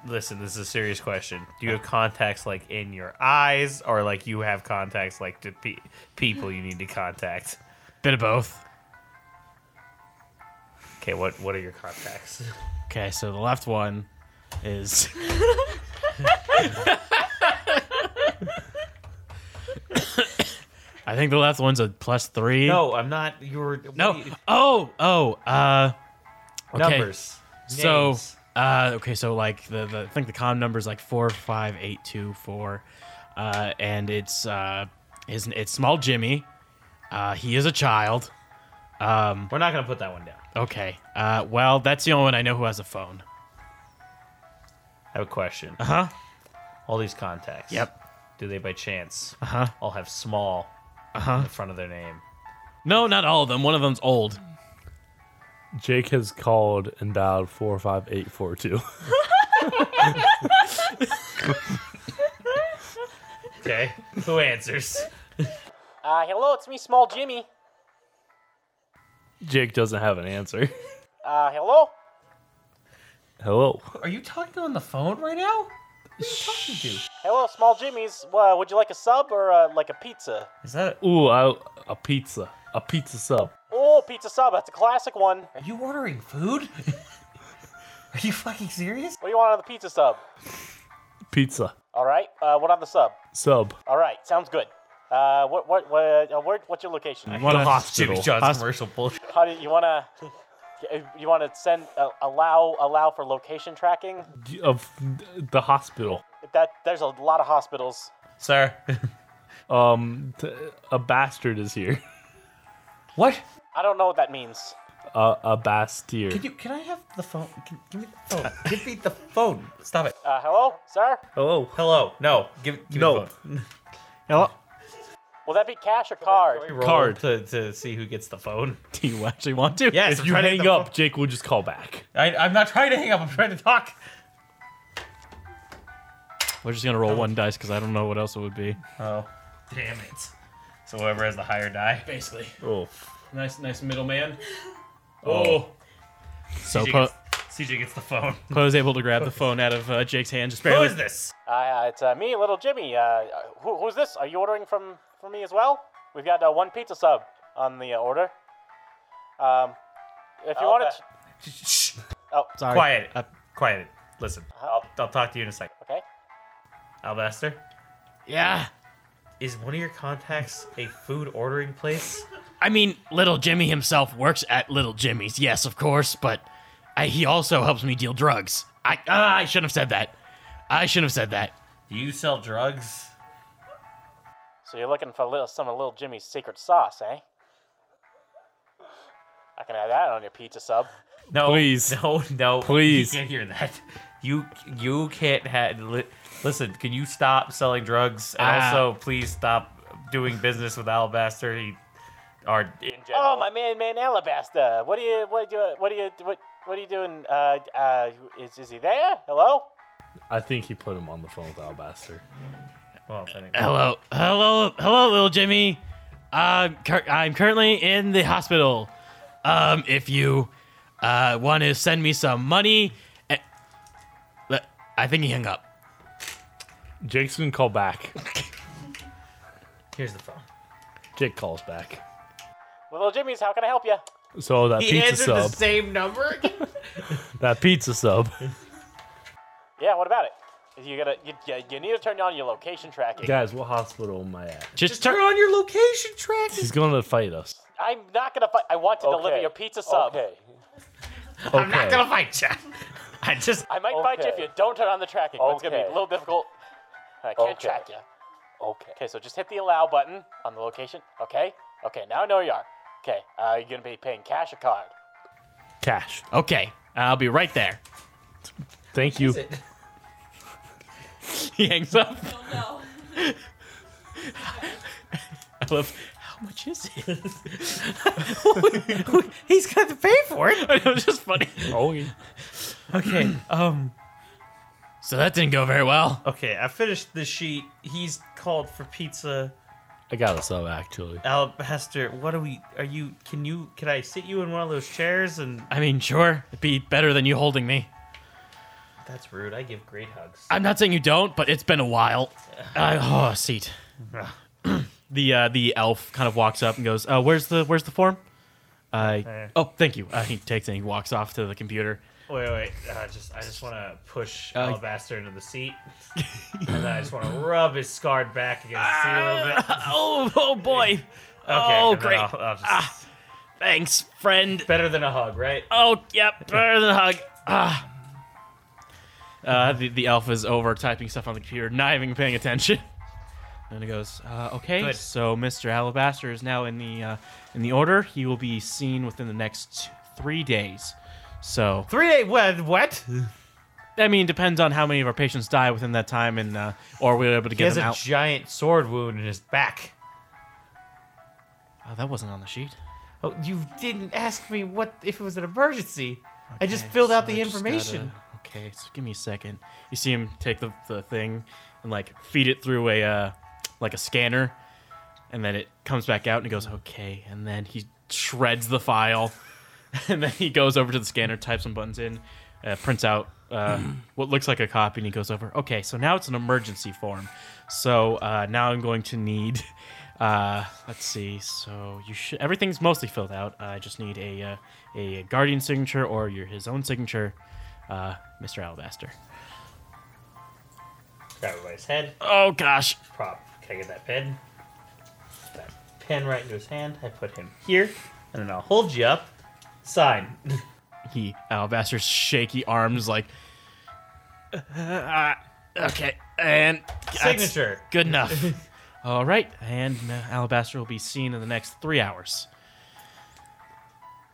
S5: Listen, this is a serious question. Do you have contacts like in your eyes, or like you have contacts like to pe- people you need to contact?
S1: Bit of both.
S5: Okay, what what are your contacts?
S1: Okay, so the left one is. I think the left one's a plus three.
S5: No, I'm not. You were
S1: No.
S5: what do you-
S1: Oh. Oh. Uh. okay.
S5: numbers.
S1: So,
S5: names.
S1: uh, okay, so like the, the I think the com number is like four five eight two four, uh, and it's uh, his, it's small Jimmy. Uh, he is a child.
S5: we're not gonna put that one down.
S1: Okay. Uh, well, that's the only one I know who has a phone.
S5: I have a question.
S1: Uh huh.
S5: All these contacts.
S1: Yep.
S5: Do they by chance
S1: Uh huh.
S5: all have small
S1: Uh-huh.
S5: in the front of their name?
S1: No, not all of them. One of them's old.
S4: Jake has called and dialed 45842.
S5: Okay. Who answers?
S8: Uh, hello, it's me, Small Jimmy.
S4: Jake doesn't have an answer.
S8: Uh, hello?
S4: Hello.
S5: Are you talking on the phone right now?
S8: Hello, Oh, Small Jimmy's. Uh, would you like a sub or uh, like a pizza?
S5: Is that
S4: Ooh, I, a pizza. A pizza sub.
S8: Oh, pizza sub. That's a classic one.
S5: are you ordering food? are you fucking serious?
S8: What do you want on the pizza sub?
S4: Pizza.
S8: All right. Uh, what on the sub?
S4: Sub.
S8: All right. Sounds good. Uh, what,
S5: Mm-hmm.
S8: what, what, uh, where, what's your location?
S1: Wanna-
S5: Jimmy John's commercial bullshit.
S8: How do you, you wanna? Uh, You want to send uh, allow allow for location tracking?
S4: of the hospital.
S8: That there's a lot of hospitals.
S5: Sir.
S4: Um, t- a bastard is here.
S5: What?
S8: I don't know what that means.
S4: A a bastard.
S5: Could you, can I have the phone? Can, give me the phone. give me the phone. Stop it.
S8: Uh, hello, sir.
S4: Hello.
S5: Hello. No. Give, give
S4: No.
S5: me the phone.
S1: Hello?
S8: Will that be cash or card?
S5: Roll
S1: Card.
S5: To, to see who gets the phone.
S1: Do you actually want to?
S5: Yes,
S4: If
S5: I'm
S4: you
S5: trying to
S4: hang
S5: get the Oh,
S4: up, Jake will just call back.
S5: I, I'm not trying to hang up. I'm trying to talk.
S1: We're just gonna roll one dice because I don't know what else it would be.
S5: Oh, damn it. So whoever has the higher die.
S1: Basically,
S4: Oh,
S1: nice, nice middleman. Oh, so
S5: CJ,
S1: Po-
S5: gets, CJ gets the phone.
S1: Poe's able to grab the phone out of uh, Jake's hand. Just
S5: Who
S1: barely.
S5: is this?
S8: Uh, uh, it's uh, me, little Jimmy. Uh, Uh, who, who's this? Are you ordering from for me as well? We've got uh, one pizza sub on the uh, order. Um, if you want it,
S5: Shh.
S8: oh,
S1: Sorry.
S5: Quiet.
S1: Uh,
S5: Quiet it. Listen, I'll, I'll talk to you in a second.
S8: okay.
S5: Albaster,
S1: yeah.
S5: is one of your contacts a food ordering place?
S1: I mean, Little Jimmy himself works at Little Jimmy's, yes, of course, but I, he also helps me deal drugs. I ah, I shouldn't have said that. I shouldn't have said that.
S5: Do you sell drugs?
S8: So you're looking for little, some of little Jimmy's secret sauce, eh? I can add that on your pizza sub.
S5: No.
S4: Please.
S5: No, no.
S4: Please.
S5: You can't hear that. You you can't have. Li- listen, can you stop selling drugs? And
S1: Ah.
S5: also, please stop doing business with Alabaster. He, or in general.
S8: Oh, my man, man, Alabaster. What are you? What do you? What do you? What? What are you doing? Uh, uh, is is he there? Hello?
S4: I think he put him on the phone with Alabaster.
S5: Well, anyway.
S1: Hello, hello, hello, little Jimmy. I'm cur- I'm currently in the hospital. Um, if you uh, want to send me some money, eh, le- I think he hung up.
S4: Jake's gonna call back.
S5: Here's the phone.
S4: Jake calls back.
S8: Little Jimmy's. How can I help you?
S4: So that pizza sub.
S5: same number.
S4: that pizza sub.
S8: Yeah. What about it? You gotta. You, you- you need to turn on your location tracking.
S4: Guys, what hospital am I at?
S1: Just, turn
S5: on your location track.
S4: He's gonna fight us.
S8: I'm not gonna. Fi- I want to deliver
S9: Okay.
S8: your pizza sub.
S9: Okay.
S4: Okay.
S5: I'm not gonna fight you. I just
S8: I might fight you if
S9: Okay.
S8: you don't turn on the tracking. but It's gonna be a
S9: Okay.
S8: little difficult. I can't
S9: Okay.
S8: track you.
S9: Okay.
S8: Okay, so just hit the allow button on the location. Okay. Okay. Now I know where you are. Okay. Uh, are you gonna be paying cash or card?
S4: Cash.
S1: okay, I'll be right there.
S4: Thank you.
S1: He hangs up.
S3: Oh,
S1: I love. How much is it?
S5: he's got to pay for it.
S1: I know, it's just funny.
S4: Oh, yeah.
S5: Okay. Um.
S1: So that didn't go very well.
S5: Okay. I finished the sheet. He's called for pizza.
S4: I got a sub actually.
S5: Alabaster, what do we? Are you? Can you? Can I sit you in one of those chairs? And
S1: I mean, sure, it'd be better than you holding me.
S5: that's rude. I give great hugs.
S1: I'm not saying you don't, but it's been a while. Uh, oh, seat. the uh, the elf kind of walks up and goes, uh, "Where's the where's the form?" Uh, oh, thank you. Uh, he takes it. and He walks off to the computer.
S5: Wait, wait. Uh, just, I just want to push
S1: Oh,
S5: Alabaster into the seat, and then I just want to rub his scarred back against the seat a little bit. Okay.
S1: Oh, oh boy. oh,
S5: and then
S1: great.
S5: I'll- I'll just-
S1: Ah. Thanks, friend.
S5: Better than a hug, right?
S1: Oh, yep. Better than a hug. Ah. Uh, the, the elf is over typing stuff on the computer, not even paying attention. And he goes, uh, okay,
S5: Good.
S1: so Mr. Alabaster is now in the uh, in the order. He will be seen within the next three days. So,
S5: Three day. What? What?
S1: I mean, depends on how many of our patients die within that time, and uh, or we're able to
S5: He
S1: get
S5: has
S1: them
S5: a
S1: out.
S5: giant sword wound in his back.
S1: oh, that wasn't on the sheet.
S5: Oh, you didn't ask me what if it was an emergency. I just
S1: Okay,
S5: filled out
S1: so
S5: the
S1: I just
S5: information.
S1: gotta- okay, so give me a second. You see him take the, the thing and like feed it through a uh, like a scanner, and then it comes back out and he goes okay, and then he shreds the file, and then he goes over to the scanner, types some buttons in, uh, prints out uh, what looks like a copy, and he goes over. Okay, so now it's an emergency form. So uh, now I'm going to need. Uh, let's see. So you should everything's mostly filled out. I just need a uh, a guardian signature or your his own signature, uh, Mr. Alabaster.
S5: Grab everybody's head.
S1: Oh gosh.
S5: Prop. Can I get that pen? That pen right into his hand. I put him here, and then I'll hold you up. Sign.
S1: he Alabaster's shaky arms like. "Uh, okay, and that's
S5: Signature.
S1: good enough. All right, and uh, Alabaster will be seen in the next three hours.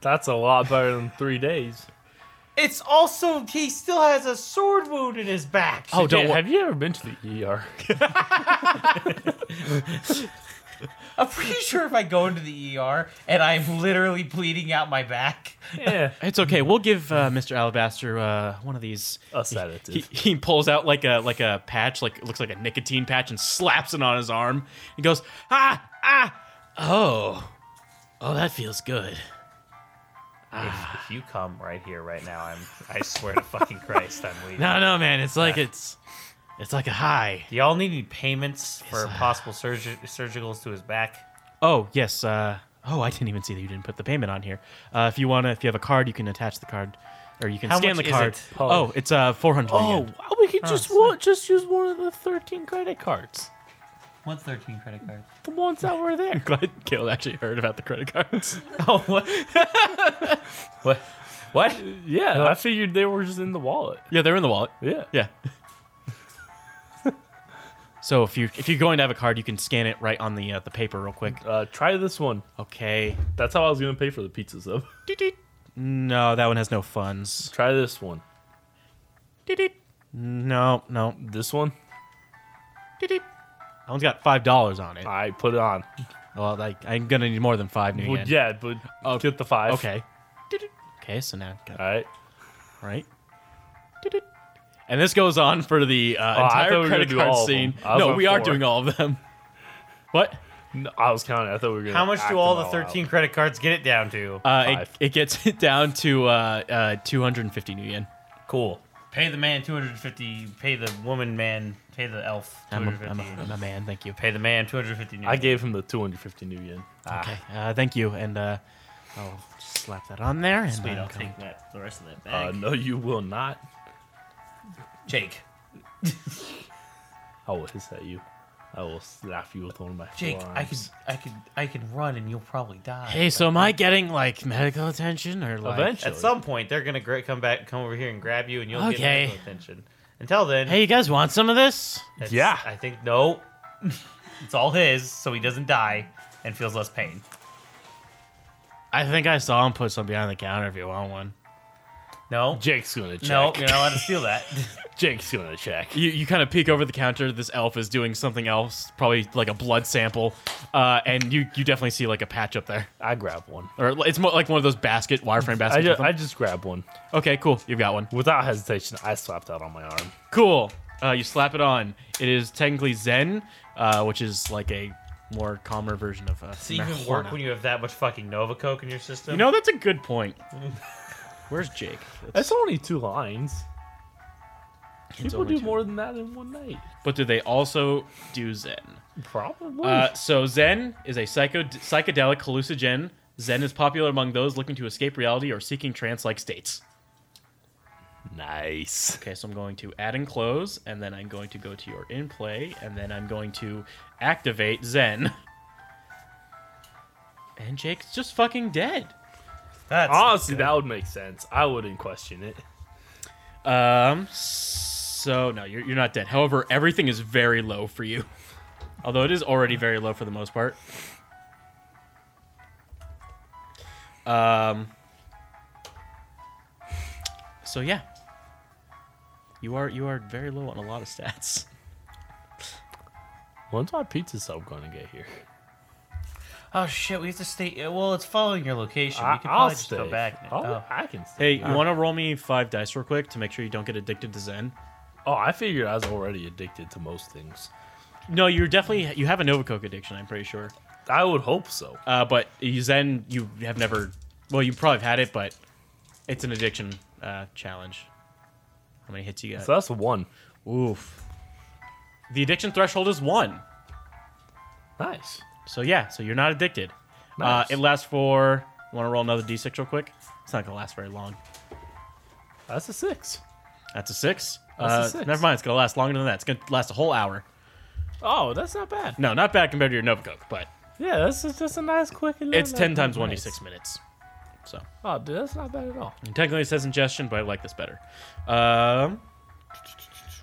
S4: That's a lot better than three days.
S5: It's also he still has a sword wound in his back.
S1: Oh, don't
S4: Yeah,
S1: wo-
S4: have you ever been to the ER?
S5: I'm pretty sure if I go into the ER and I'm literally bleeding out my back.
S4: yeah,
S1: It's okay. We'll give uh, Mr. Alabaster uh, one of these.
S4: a sedative.
S1: He, he pulls out like a like a patch, like looks like a nicotine patch, and slaps it on his arm. He goes, ah ah, oh, oh, that feels good.
S5: If, if you come right here, right now, I'm. I swear to fucking Christ, I'm leaving.
S1: No no man, it's like it's it's like a high.
S5: Do y'all need any payments for possible surgi- surgicals to his back?
S1: Oh yes. Uh, oh, I didn't even see that you didn't put the payment on here. Uh, if you wanna, if you have a card, you can attach the card, or you can
S5: How
S1: scan
S5: much
S1: the
S5: is
S1: card.
S5: it?
S1: Oh, it's uh four hundred.
S4: oh, wow, we could just one, just use one of the thirteen credit cards,
S5: What's 13 credit cards?
S4: the ones that were there.
S1: glad Gil actually heard about the credit cards.
S5: Oh, what? what? What?
S4: Yeah, I figured they were just in the wallet.
S1: yeah, they're in the wallet.
S4: Yeah,
S1: Yeah. so if you if you're going to have a card, you can scan it right on the uh, the paper real quick.
S4: Uh, try this one.
S1: Okay.
S4: That's how I was gonna pay for the pizzas though.
S1: No, that one has no funds.
S4: try this one.
S1: No, no.
S4: This one.
S1: That one's got five dollars on it.
S4: I put it on.
S1: Well, like I'm gonna need more than five new
S4: Well,
S1: yen.
S4: yeah, but
S1: Oh,
S4: get the five.
S1: Okay. Okay, so now got
S4: All right.
S1: right? And this goes on for the uh,
S4: Oh, I
S1: entire
S4: thought we were
S1: credit
S4: gonna do
S1: card
S4: all of
S1: scene.
S4: them. I was
S1: No,
S4: on
S1: we are
S4: four.
S1: doing all of them. What?
S4: No, I was counting. I thought we were gonna.
S5: How much
S4: act
S5: do all
S4: them
S5: the 13
S4: out.
S5: credit cards get it down to?
S1: Uh, it,
S4: Five.
S1: it gets it down to uh, uh, 250 new yen.
S5: cool. Pay the man 250. Pay the woman man. Pay the elf
S1: I'm a,
S5: 250.
S1: I'm, a, I'm a man. Thank you.
S5: pay the man 250. new
S4: I gave him the 250 new yen.
S1: Okay. Uh, thank you. And uh, I'll just slap that on there. And
S5: Sweet,
S1: I'm
S5: I'll
S1: going-
S5: take that. The rest of that
S4: Uh,
S5: bag.
S4: no, you will not.
S5: Jake.
S4: I will hiss at you. I will slap you with one of my
S5: Jake, I could,
S4: forearms.
S5: I could, I could run, and you'll probably die.
S1: Hey, so am I getting like medical attention or like?
S4: Eventually.
S5: At some point, they're gonna gra- come back, come over here, and grab you, and you'll get
S1: Okay.
S5: medical attention. Until then,
S1: Hey, you guys want some of this?
S5: that's-
S4: yeah.
S5: I think no, it's all his, so he doesn't die and feels less pain.
S1: I think I saw him put some behind the counter. If you want one,
S5: No,
S4: Jake's gonna check.
S5: no, you're not allowed to steal that.
S4: Jake's gonna check.
S1: you, you kind of peek over the counter. This elf is doing something else, probably like a blood sample, uh, and you you definitely see like a patch up there,
S4: I grab one.
S1: or it's more like one of those basket wireframe
S4: I
S1: baskets. with
S4: just,
S1: them.
S4: I just grab one
S1: okay, cool. You've got one.
S4: without hesitation. I slapped that on my arm.
S1: Cool. Uh, you slap it on. It is technically Zen, uh, which is like a more calmer version of uh,
S5: Does it even work when you have that much fucking Nova Coke in your system?
S1: You know, that's a good point. Where's Jake?
S4: That's only two lines. People
S1: only
S4: do
S1: two.
S4: more than that in one night.
S1: But do they also do Zen?
S4: Probably.
S1: Uh, so Zen is a psycho psychedelic hallucinogen. Zen is popular among those looking to escape reality or seeking trance-like states.
S4: nice.
S1: Okay, so I'm going to add and close, and then I'm going to go to your in play, and then I'm going to activate Zen. And Jake's just fucking dead.
S5: That's
S4: Honestly, that would make sense. I wouldn't question it.
S1: Um. So no, you're, you're not dead. However, everything is very low for you. Although it is already very low for the most part. Um. So yeah. You are you are very low on a lot of stats.
S4: When's my pizza sub gonna get here?
S5: Oh shit, we have to stay. uh, Well, it's following your location.
S4: I,
S5: we can
S4: I'll
S5: probably
S4: stay.
S5: just go back.
S4: I'll-
S5: Oh.
S4: I can stay. Uh,
S1: Hey, you want to roll me five dice real quick to make sure you don't get addicted to Zen?
S4: Oh, I figured I was already addicted to most things.
S1: No, you're definitely you have a Nova Coke addiction. I'm pretty sure.
S4: I would hope so.
S1: Uh, but Zen, you have never. Well, you probably have had it, but it's an addiction uh, challenge. How many hits you got?
S4: So that's one.
S1: Oof. The addiction threshold is one.
S4: Nice.
S1: So yeah, so you're not addicted.
S4: Nice.
S1: Uh, it lasts for. Want to roll another d6 real quick? It's not gonna last very long.
S4: That's a six.
S1: That's a six.
S4: That's a
S1: uh,
S4: six.
S1: Never mind. It's gonna last longer than that. It's gonna last a whole hour.
S4: Oh, that's not bad.
S1: No, not bad compared to your Nova Coke, but
S4: Yeah, that's just, that's a nice quick.
S1: it's ten times one d6 minutes. So
S4: Oh, dude, that's not bad at all.
S1: and technically it says ingestion, but I like this better. Um,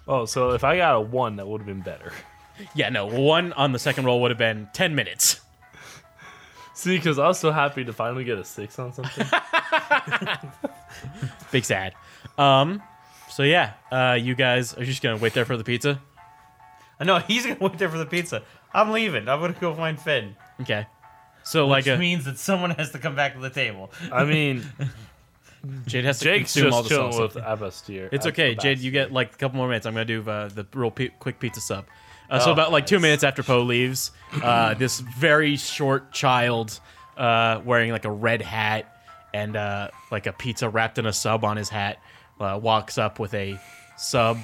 S4: Oh, so if I got a one, that would have been better.
S1: yeah, no, one on the second roll would have been ten minutes.
S4: See, because I was so happy to finally get a six on something.
S1: Big sad. Um, so yeah, uh, you guys are just gonna wait there for the pizza.
S5: I know he's gonna wait there for the pizza. I'm leaving. I'm gonna go find Finn,
S1: Okay. So like uh,
S5: which
S1: a,
S5: means that someone has to come back to the table.
S4: I mean,
S1: Jade has to
S4: Jake's
S1: consume all
S4: just
S1: the
S4: chilling
S1: sauce.
S4: with Abastier.
S1: It's okay, Jade. You get like a couple more minutes. I'm gonna do uh, the real pi quick pizza sub. Uh,
S4: Oh.
S1: so about like two minutes after Poe leaves, uh, this very short child uh, wearing like a red hat and uh, like a pizza wrapped in a sub on his hat uh, walks up with a sub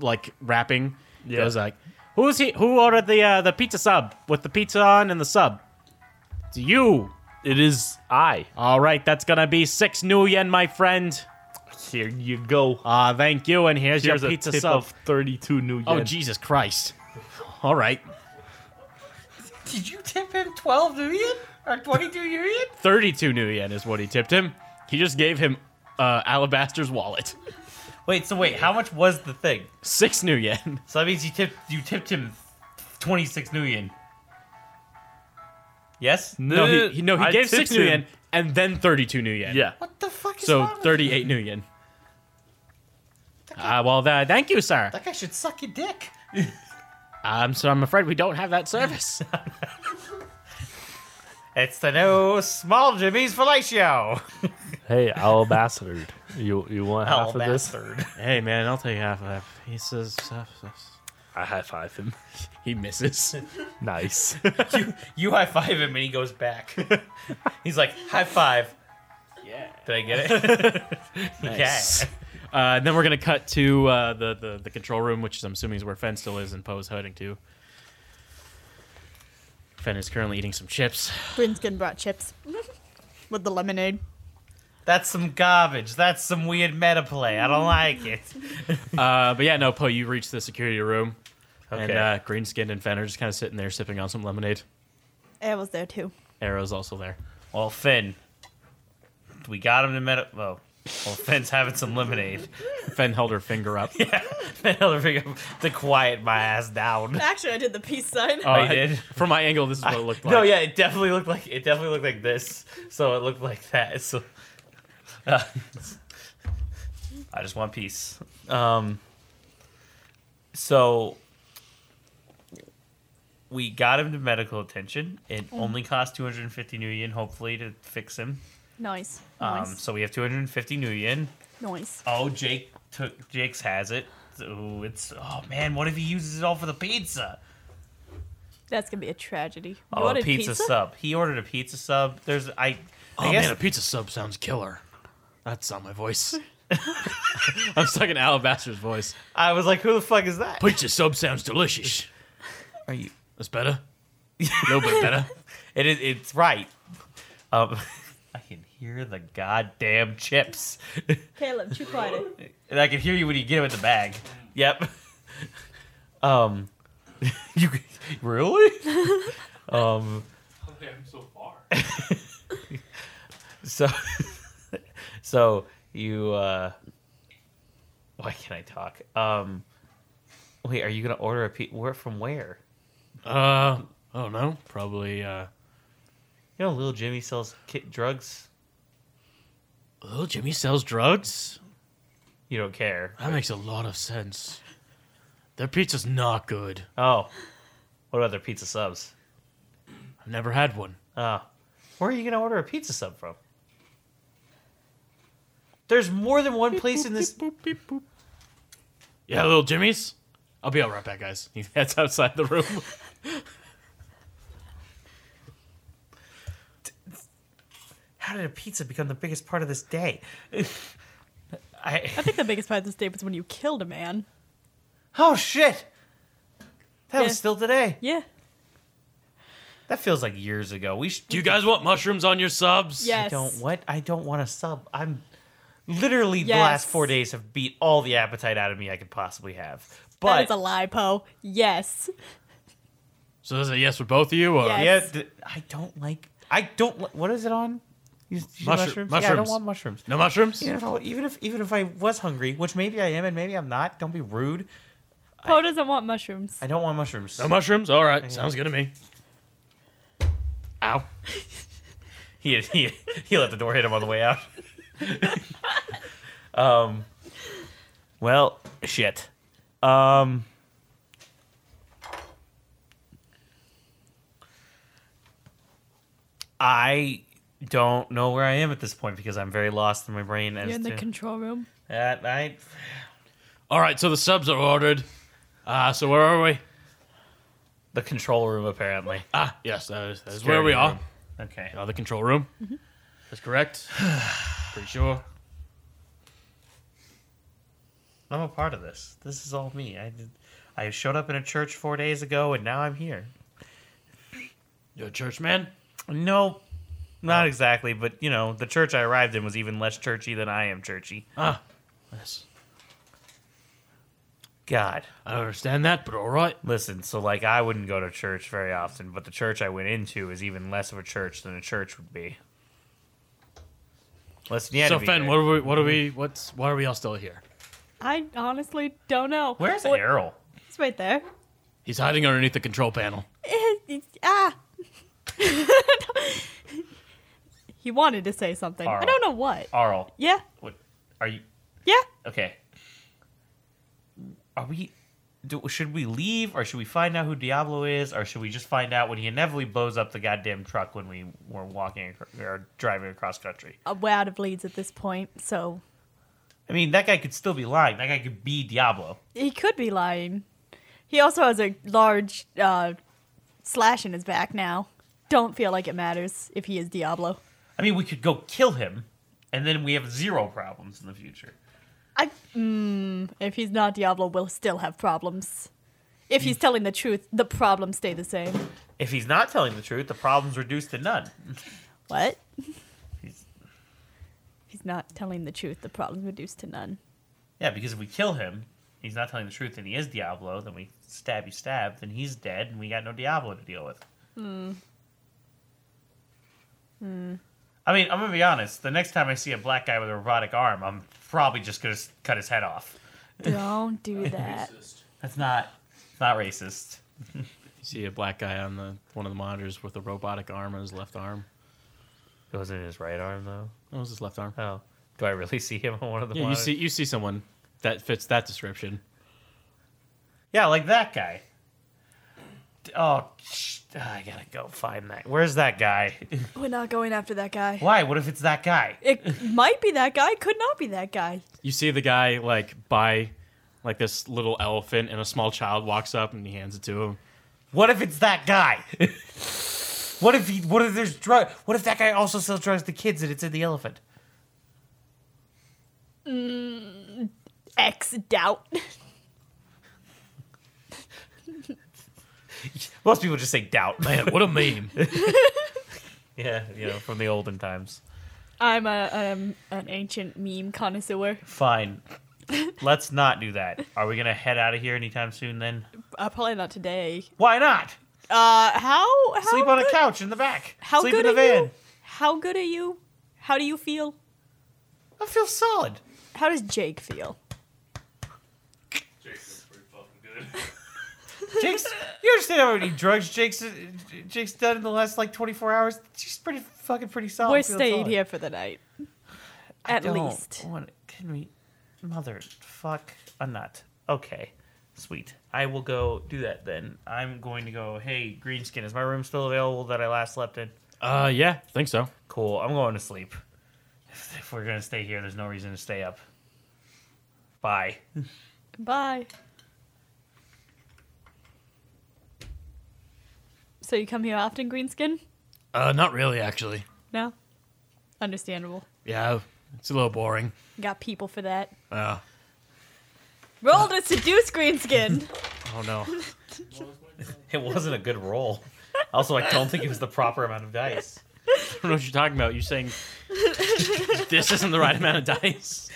S1: like wrapping. Yeah.
S4: Yeah.
S1: Goes like, "Who's he? Who ordered the uh, the pizza sub with the pizza on and the sub? It's you.
S4: It is I.
S1: All right, that's gonna be six new yen, my friend."
S4: Here you go.
S1: Ah, thank you, and here's,
S4: Here's
S1: your
S4: a
S1: pizza
S4: tip
S1: sub.
S4: of thirty-two new yen.
S1: oh, Jesus Christ. All right.
S5: Did you tip him 12 million or 22 million?
S1: 32 new yen is what he tipped him. He just gave him uh, Alabaster's wallet.
S5: Wait, so wait, how much was the thing?
S1: Six new yen.
S5: So that means you tipped you tipped him 26 million. Yes?
S1: No, he, he- no, he
S4: Uh, I
S1: gave six
S4: tipped
S1: new
S4: him.
S1: yen and then 32 new yen.
S4: Yeah.
S5: What the fuck is
S1: So
S5: wrong with-
S1: 38 new yen. Ah, well, uh, thank you, sir.
S5: That guy should suck your dick.
S1: Um, so I'm afraid we don't have that service.
S5: It's the new Small Jimmy's Fellatio.
S4: Hey, Alabaster, you you want half of this?
S1: hey, man, I'll take half of that. He says,
S4: I high five him.
S1: he misses.
S4: Nice.
S5: you, you high five him and he goes back. He's like, high five. Yeah. Did I get it?
S1: Nice.
S5: Yeah.
S1: Uh, then we're gonna cut to uh, the, the the control room, which I'm assuming is where Fen still is and Poe's hiding too. Fen is currently eating some chips.
S3: Brinskin brought chips with the lemonade.
S5: That's some garbage. That's some weird meta play. I don't like it.
S1: Uh, but yeah, no, Poe, you reach the security room, and
S5: Okay.
S1: uh, Greenskin and Fen are just kind of sitting there sipping on some lemonade.
S3: I was there too.
S1: Arrow's also there.
S5: Well, Finn, we got him to meta. Oh, well, Finn's having some lemonade.
S1: Fen held her finger up.
S5: Finn held a finger up to quiet my ass down.
S3: Actually, I did the peace sign.
S1: Uh,
S5: Oh, he did?
S1: From my angle, this is what it looked like.
S5: No, yeah, it definitely looked like it definitely looked like this. So it looked like that. So uh, I just want peace. Um, so we got him to medical attention. It only cost 250 new yen, hopefully, to fix him.
S3: Nice.
S5: Um,
S3: Nice.
S5: So we have 250 new yen.
S3: nice.
S5: Oh, Jake took Jake's has it. So it's oh man, what if he uses it all for the pizza?
S3: That's going to be a tragedy.
S5: Oh, a pizza, sub. He ordered a pizza sub. There's I. I
S1: Oh
S5: guess
S1: man, a pizza sub sounds killer. That's not my voice. I'm stuck in Alabaster's voice.
S5: I was like, who the fuck is that?
S1: Pizza sub sounds delicious.
S5: Are you?
S1: That's better. A little bit better.
S5: It is. It's right. Um, I can hear the goddamn chips,
S3: Caleb, chew quieter.
S5: and I can hear you when you get them in the bag. Yep. Um, you really? um. so so you uh why can't i talk um wait are you gonna order a pizza where from where
S1: Uh, I don't know. Probably, uh,
S5: you know little jimmy sells kit drugs
S1: little Jimmy sells drugs?
S5: you don't care
S1: That makes a lot of sense. Their pizza's not good.
S5: oh what about their pizza subs
S1: I've never had one.
S5: oh where are you gonna order a pizza sub from there's more than one place in this
S1: Yeah, little Jimmy's? I'll be all right back, guys. He heads outside the room.
S5: how did a pizza become the biggest part of this day I,
S3: I think the biggest part of this day was when you killed a man.
S5: oh shit that
S3: Yeah.
S5: was still today
S3: Yeah.
S5: that feels like years ago we should
S1: Do you guys want mushrooms on your subs?
S3: Yes.
S5: I don't what? I don't want a sub. I'm literally the
S3: Yes.
S5: last four days have beat all the appetite out of me I could possibly have.
S3: That
S5: But
S3: is a lie, Poe. Yes.
S1: So is it yes for both of you? Or
S3: Yes.
S5: yeah, th- I don't like. I don't. li- What is it on?
S10: You, you
S5: Mushroom-
S10: mushrooms? Yeah, I
S5: mushrooms.
S10: don't want mushrooms.
S1: No mushrooms?
S10: Even if, I, even if even if I was hungry, which maybe I am and maybe I'm not, don't be rude.
S3: Poe doesn't want mushrooms.
S10: I don't want mushrooms.
S1: No mushrooms? All right. Sounds good to me.
S5: Ow. he, he, he let the door hit him on the way out.
S10: Um. Well, shit. Um.
S5: I don't know where I am at this point because I'm very lost in my brain. As
S3: You're in the
S5: to-
S3: control room.
S5: At night.
S1: All right, so the subs are ordered. Uh, so where are we?
S5: The control room, apparently.
S1: Ah, yes, that is, that is where we
S5: Security
S1: are.
S5: Okay.
S1: Uh, the control room. That's correct. Pretty sure.
S5: I'm a part of this. This is all me. I did, I showed up in a church four days ago, and now I'm here.
S1: You're a churchman?
S5: No,
S1: Oh.
S5: not exactly, but you know, the church I arrived in was even less churchy than I am churchy.
S1: Ah, yes.
S5: God,
S1: I don't understand that, but all right.
S5: listen. So like, I wouldn't go to church very often, but the church I went into is even less of a church than a church would be. Listen, yeah.
S1: so, Fen, what are we? What are we? What's? Why are we all still here?
S3: I honestly don't know.
S5: Where's
S3: What-
S5: Errol?
S3: It's right there.
S1: He's hiding underneath the control panel.
S3: ah. he wanted to say something. I
S5: Arl.
S3: don't know what.
S5: Arl,
S3: Yeah.
S5: what, are you
S3: Yeah.
S5: okay? Are we? Do, should we leave, or should we find out who Diablo is, or should we just find out when he inevitably blows up the goddamn truck when we were walking acro- or driving across country?
S3: Uh, We're out of leads at this point, so
S5: I mean, that guy could still be lying. That guy could be Diablo.
S3: he could be lying. He also has a large uh, slash in his back now. Don't feel like it matters if he is Diablo.
S5: I mean, we could go kill him, and then we have zero problems in the future.
S3: I mm, if he's not Diablo, we'll still have problems. If he's telling the truth, the problems stay the same.
S5: If he's not telling the truth, the problem's reduced to none.
S3: What?
S5: He's-
S3: If he's not telling the truth, the problems reduced to none.
S5: Yeah, because if we kill him, he's not telling the truth, and he is Diablo. Then we stabby stab, then he's dead, and we got no Diablo to deal with. Hmm. Hmm. I mean, I'm gonna be honest. The next time I see a black guy with a robotic arm, I'm probably just gonna s- cut his head off.
S3: Don't do that.
S5: That's not, it's not racist.
S1: You see a black guy on the one of the monitors with a robotic arm on his left arm.
S5: It was in his right arm though.
S1: That was his left arm.
S5: Oh, do I really see him on one of the?
S1: Yeah, you
S5: monitors?
S1: see, you see someone that fits that description.
S5: Yeah, like that guy. D- Oh, sh- I gotta go find that. Where's that guy?
S11: We're not going after that guy.
S5: Why? What if it's that guy?
S3: It might be that guy, could not be that guy.
S1: You see the guy like by, like this little elephant, and a small child walks up and he hands it to him.
S5: What if it's that guy? what if he? What if there's drug? What if that guy also sells drugs to kids and it's in the elephant?
S3: X doubt.
S5: Most people just say doubt.
S1: Man, what a meme!
S5: yeah, you know, from the olden times.
S3: I'm a um, an ancient meme connoisseur.
S5: Fine. Let's not do that. Are we gonna head out of here anytime soon? Then
S3: Uh, probably not today.
S5: why not?
S3: Uh, how, how
S5: Sleep on a
S3: good-
S5: couch in the back.
S3: How
S5: Sleep
S3: good
S5: in the
S3: are
S5: van.
S3: you? How good are you? How do you feel?
S5: I feel solid.
S3: How does Jake feel?
S5: Jake's. You understand how many drugs Jake's Jake's done in the last like 24 hours? She's pretty fucking pretty solid.
S3: We're
S5: feeling
S3: staying
S5: solid.
S3: here for the night.
S5: I
S3: At
S5: don't
S3: least.
S5: Want, can we? Mother fuck a nut. Okay, sweet. I will go do that then. I'm going to go. Hey, Greenskin, is my room still available that I last slept in?
S1: Uh, yeah, I think so.
S5: Cool. I'm going to sleep. If, if we're gonna stay here, there's no reason to stay up. Bye.
S3: Bye. So you come here often, Greenskin?
S1: Uh, not really, actually.
S3: No? Understandable.
S1: Yeah, it's a little boring.
S3: Got people for that.
S1: Uh,
S3: Roll to seduce Greenskin!
S1: oh no.
S5: It wasn't a good roll. Also, I don't think it was the proper amount of dice.
S1: I don't know what you're talking about. You're saying this isn't the right amount of dice.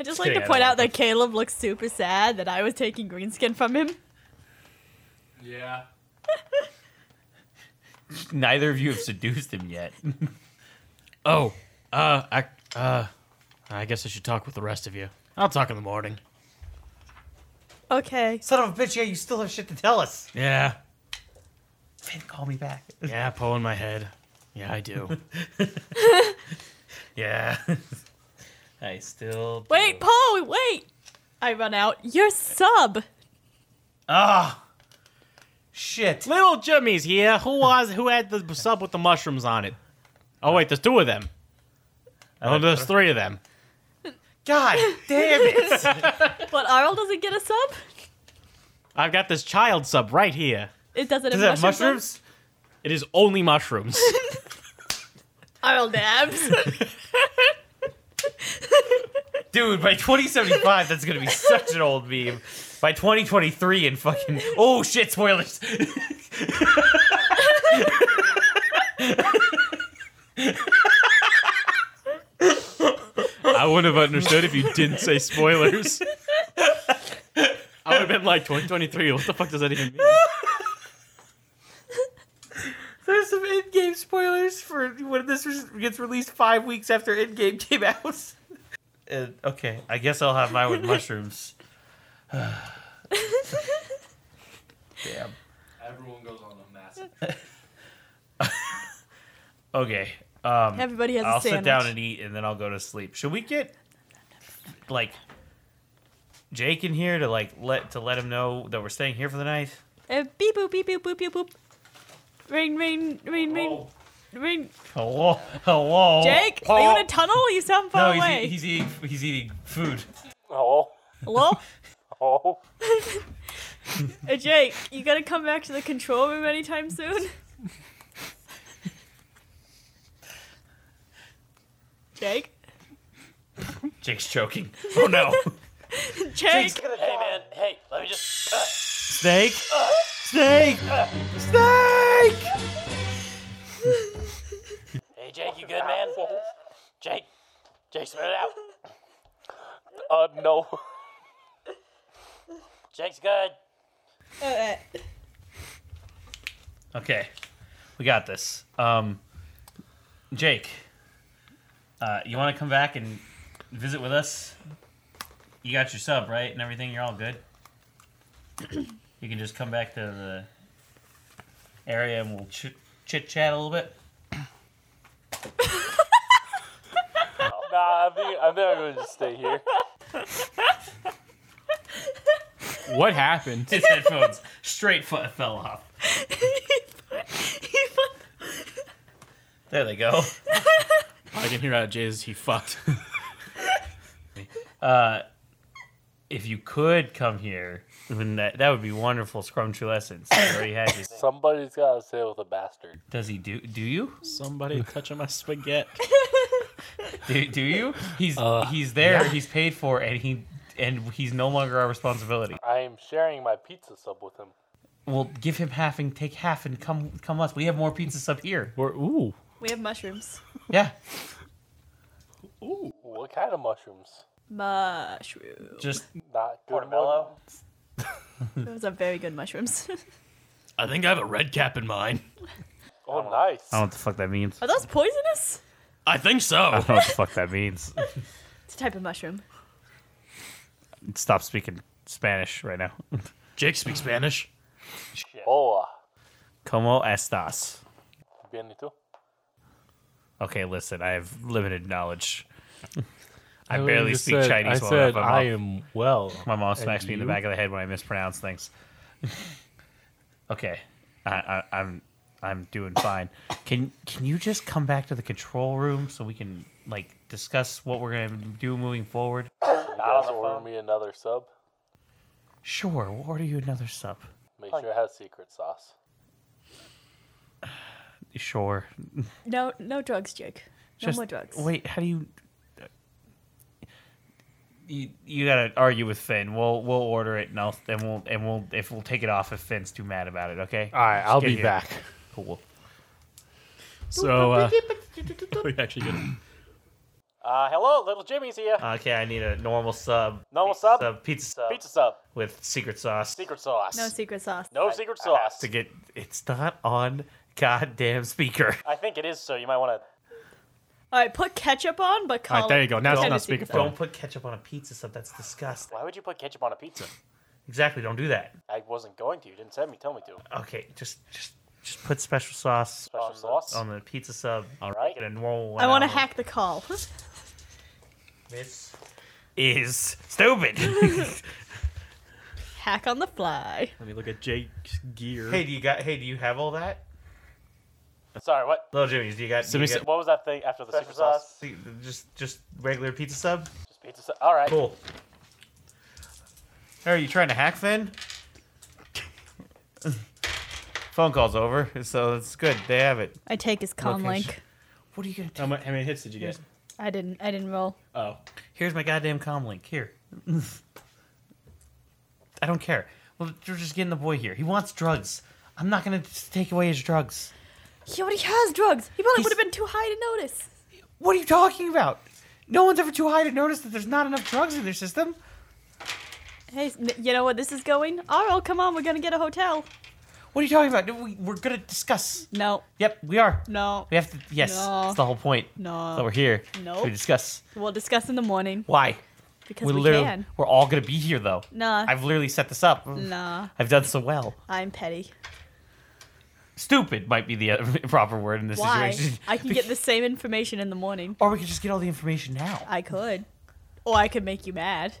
S3: I just like to
S5: kidding, I
S3: point
S5: don't
S3: out that Caleb looks super sad that I was taking Greenskin from him.
S1: Yeah.
S2: Neither of you have seduced him yet.
S1: Oh, uh, I, uh, I guess I should talk with the rest of you. I'll talk in the morning.
S12: Okay.
S5: Son of a bitch, yeah, you still have shit to tell us.
S1: Yeah,
S5: Finn, call me back.
S1: yeah, pulling my head. Yeah, I do.
S2: Yeah. I still.
S3: Wait, Poe, wait! I run out. Your sub!
S5: Ah, shit.
S1: Little Jimmy's here. Who was who had the sub with the mushrooms on it? Oh wait, there's two of them. Oh, there's three of them.
S5: God damn it.
S3: But Arl doesn't get a sub?
S1: I've got this child sub right here.
S3: It doesn't
S5: Does it
S3: have
S5: have
S3: mushrooms?
S5: mushrooms?
S1: It is only mushrooms.
S3: Arl dabs.
S2: Dude, by 2075, that's going to be such an old meme. By 2023, and fucking. Oh, shit, spoilers.
S1: I wouldn't have understood if you didn't say spoilers. I would have been like 2023. What the fuck does that even mean?
S2: There's some in-game spoilers for when this gets released five weeks after in-game came out.
S5: Uh, okay.
S2: I guess I'll have mine with mushrooms. Damn.
S13: Everyone goes on a massive.
S2: Okay. Um,
S3: Everybody has
S2: I'll
S3: a sandwich.
S2: sit down and eat, and then I'll go to sleep. Should we get like Jake in here to like let to let him know that we're staying here for the night?
S3: Uh, beep boop, beep boop, boop, boop, boop. Ring, ring, ring,
S2: Oh.
S3: ring, ring.
S2: Hello, hello.
S3: Jake, are you in a tunnel? You sound
S2: Oh. No,
S3: far
S2: he's,
S3: away.
S2: eat- he's eating. He's eating food.
S4: Oh,
S3: Hello?
S4: oh.
S3: Uh, Jake, you gotta come back to the control room anytime soon? Jake?
S2: Jake's choking. Oh no!
S3: Jake!
S4: Hey, man. Hey, let me just.
S2: Snake! Snake! Snake!
S4: Hey, Jake, you good, man? Jake, Jake, spit it out. Uh, no. Jake's good.
S2: Okay, we got this. Um, Jake, uh, you want to come back and visit with us? You got your sub right and everything. You're all good. you can just come back to the area and we'll ch- chit chat a little bit.
S4: Nah, I think I think I'm gonna just stay here.
S1: What happened?
S2: His headphones straight fu- fell off. There they go.
S1: I can hear out of Jay's he fucked.
S2: If you could come here, then that that would be wonderful. Scrumptious lessons. You already had this.
S4: Somebody's gotta stay with a bastard.
S2: Does he do? Do you?
S1: Somebody touching my spaghetti.
S2: Do, do you? He's
S4: Uh,
S2: he's there. He's paid for, and he and he's no longer our responsibility.
S4: I am sharing my pizza sub with him.
S2: Well, give him half and take half, and come come us. We have more pizzas up here.
S1: We're, ooh.
S12: We have mushrooms.
S2: Yeah,
S4: What kind of mushrooms?
S3: Mushroom.
S2: just
S4: Not good.
S5: Portobello?
S3: Those are very good mushrooms.
S1: I think I have a red cap in mine.
S4: one? Oh, nice.
S2: I don't know what the fuck that means.
S3: are those poisonous?
S1: I think so.
S2: I don't know what the fuck that means.
S3: It's a type of mushroom.
S2: Stop speaking Spanish right now.
S1: Jake speaks Spanish.
S4: Hola.
S2: Como estas?
S4: Bienito.
S2: Okay, listen, I have limited knowledge. I
S13: I
S2: barely
S13: just
S2: speak
S13: said-
S2: Chinese.
S13: I
S2: well
S13: said
S2: enough.
S13: I
S2: My mom-
S13: am well.
S2: My mom smacks
S13: and
S2: me in the
S13: you?
S2: back of the head when I mispronounce things. okay, I, I, I'm I'm doing fine. Can can you just come back to the control room so we can like discuss what we're gonna do moving forward?
S4: You guys order me another sub.
S2: Sure. We'll order you another sub.
S4: Make sure it has secret sauce.
S2: Sure.
S3: No, no drugs, Jake. No
S2: Just-
S3: more drugs.
S2: Wait, how do you? You, you gotta argue with Finn. We'll we'll order it and I'll and we'll and we'll if we'll take it off if Finn's too mad about it. Okay.
S13: All right, I'll
S2: Just
S13: be
S2: get here.
S13: back.
S2: Cool.
S1: So, uh, we actually get
S4: Uh, hello, little Jimmy's here.
S1: Uh,
S2: Okay, I need a normal sub.
S4: Normal
S2: pizza
S4: sub?
S2: Pizza sub.
S4: Pizza sub.
S2: with secret sauce.
S4: Secret sauce.
S3: No secret sauce.
S4: No secret sauce.
S2: to get it's not on goddamn speaker.
S14: I think it is, sir. You might want to.
S15: All right, put ketchup on, but
S1: All
S15: call
S1: right, there
S15: it
S1: you go. Now it's not
S15: Tennessee.
S1: speakerphone.
S2: Don't put ketchup on a pizza sub. That's disgusting.
S14: Why would you put ketchup on a pizza?
S2: Exactly. Don't do that.
S14: I wasn't going to. You didn't send me. Tell me to.
S2: Okay. Just just just put special sauce
S14: Special
S2: on,
S14: sauce?
S2: The,
S1: Um,
S2: on the pizza sub. All
S14: right.
S2: And a normal one.
S15: I want to
S2: out.
S15: hack the call.
S2: This is stupid.
S15: hack on the fly.
S1: Let me look at Jake's gear.
S5: Hey, do you got? Hey, do you have all that?
S14: Sorry, what?
S5: Little Jimmy's, do you got?
S1: So
S5: do you
S1: we
S5: got
S14: What was that thing after the
S5: special
S14: secret sauce?
S5: sauce? Just, just regular pizza sub.
S14: Just pizza. Sauce. All right.
S5: Cool. Hey, Are you trying to hack Finn? Phone call's over, so it's good. They have it.
S3: I take his comm
S5: Location.
S3: link.
S5: What are you gonna do?
S1: How many, how many hits did you get?
S3: I didn't. I didn't roll.
S1: Oh,
S5: Here's my goddamn comm link. Here. I don't care. Well, you're just getting the boy here. He wants drugs. I'm not gonna just take away his drugs.
S3: He already has drugs. He probably
S5: He's-
S3: would have been too high to notice.
S5: What are you talking about? No one's ever too high to notice that there's not enough drugs in their system.
S3: Hey, s- n- you know where this is going? Arl, come on. We're gonna get a hotel.
S5: What are you talking about? No, We, we're gonna discuss.
S3: No,
S5: Yep, we are.
S3: no,
S5: We have to. Yes,
S3: No.
S5: that's the whole point. So
S3: no.
S5: we're here.
S3: Nope.
S5: We discuss
S3: We'll discuss in the morning
S5: why.
S3: because
S5: we
S3: we,
S5: literally,
S3: can.
S5: we're all gonna be here though.
S3: Nah,
S5: I've literally set this up.
S3: nah.
S5: I've done so well.
S3: I'm petty.
S5: Stupid might be the uh, proper word in this
S3: Why?
S5: situation.
S3: I can get the same information in the morning.
S5: Or we could just get all the information now.
S3: I could, or I could make you mad,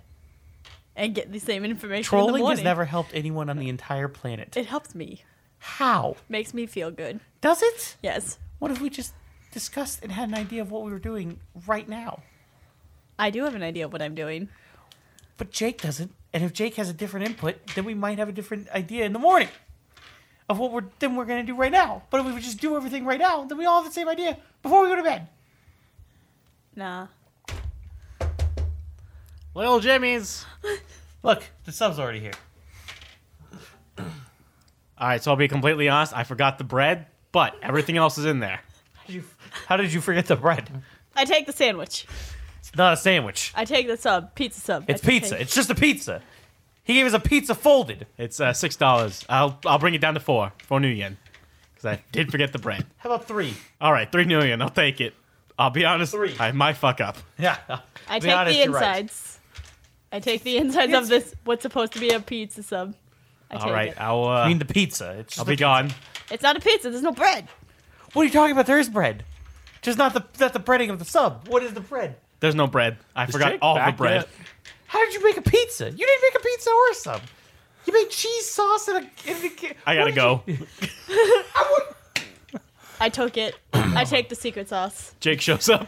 S3: and get the same information in the
S5: Trolling
S3: morning.
S5: has never helped anyone on the entire planet.
S3: It helps me.
S5: How
S3: Makes me feel good.
S5: does it?
S3: Yes,
S5: What if we just discussed and had an idea of what we were doing right now?
S3: I do have an idea of what I'm doing.
S5: But Jake doesn't. And if Jake has a different input, then we might have a different idea in the morning of what we're then we're gonna do right now. But if we would just do everything right now, then we all have the same idea before we go to bed.
S3: Nah.
S1: little Jimmy's.
S5: Look, the sub's already here.
S1: All right, so I'll be completely honest. I forgot the bread, but everything else is in there.
S5: How did you forget the bread?
S3: I take the sandwich.
S5: It's
S1: Uh,
S5: not a sandwich.
S3: I take the sub, pizza sub.
S5: It's
S3: I take-
S5: pizza. It's just a pizza. He gave us a pizza folded.
S1: It's uh, six dollars. I'll I'll bring it down to four for New Yen, because I did forget the bread.
S5: How about three?
S1: All right, three million. I'll take it. I'll be honest.
S5: Three.
S1: I might fuck up.
S5: Yeah.
S3: I take the insides. I take the insides of this what's supposed to be a pizza sub. I take
S1: All right,
S3: it.
S1: I'll
S5: I
S1: uh,
S5: mean the pizza. It's just
S1: I'll
S5: a-
S1: be gone.
S3: It's not a pizza. There's no bread.
S5: what are you talking about? There is bread. Just not the not the breading of the sub. What is the bread?
S1: There's no bread. I forgot
S4: Jake
S1: all the
S4: back
S1: bread.
S4: yet?
S5: How did you make a pizza? You didn't make a pizza or a sub. You made cheese sauce and a. And a
S1: I gotta go.
S3: I took it. I take the secret sauce.
S1: Jake shows up.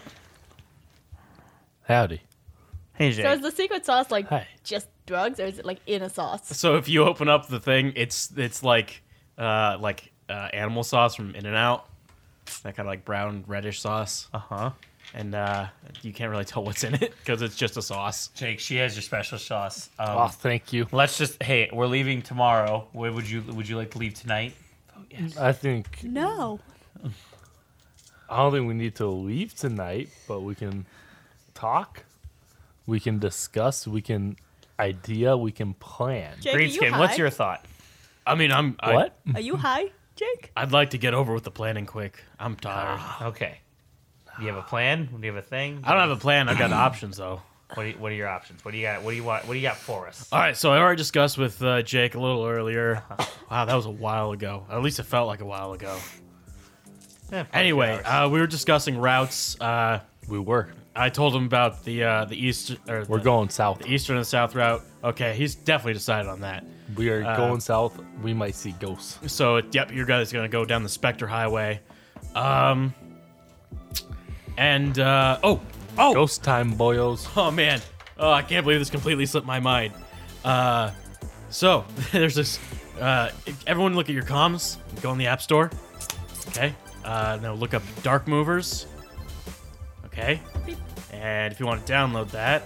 S4: Howdy.
S5: Hey Jay.
S3: So is the secret sauce like
S4: Hi.
S3: just drugs, or is it like in a sauce?
S1: So if you open up the thing, it's it's like uh, like uh, animal sauce from In and Out. That kind of like brown reddish sauce,
S4: Oh.
S5: uh
S2: Uh-huh.
S5: huh.
S1: and uh, you can't really tell what's in it because it's just a sauce.
S2: Jake, she has your special sauce. Um,
S4: Oh, thank you.
S2: Let's just. Hey, we're leaving tomorrow. Where would you Would you like to leave tonight?
S4: I think
S3: No.
S4: I don't think we need to leave tonight, but we can talk. We can discuss. We can idea. We can plan.
S3: Jake, are you
S2: Greenskin,
S3: high?
S2: what's your thought?
S1: I mean, I'm I-
S4: What?
S3: Are you high, Jake?
S1: I'd like to get over with the planning quick. I'm tired.
S4: Ah,
S2: Okay. Do you have a plan? Do you have a thing?
S1: I don't have a plan. I've got options though.
S2: What are, what are your options? What do you got? What do you want? What do you got for us?
S1: All right, so I already discussed with uh, Jake a little earlier. Wow, that was a while ago. At least it felt like a while ago. Anyway, uh, we were discussing routes. Uh,
S4: We were.
S1: I told him about the uh, the east. Or
S4: We're
S1: the,
S4: going south.
S1: the eastern and south route. Okay, he's definitely decided on that.
S4: We are
S1: Uh,
S4: going south. We might see ghosts.
S1: So, yep, your guy's gonna go down the Spectre Highway. Um, and uh, oh, oh,
S4: Ghost time, boyos.
S1: oh man, oh, I can't believe this completely slipped my mind. Uh, so there's this. Uh, everyone, look at your comms. Go in the App Store. Okay. Uh, now look up Dark Movers. Okay. And if you want to download that.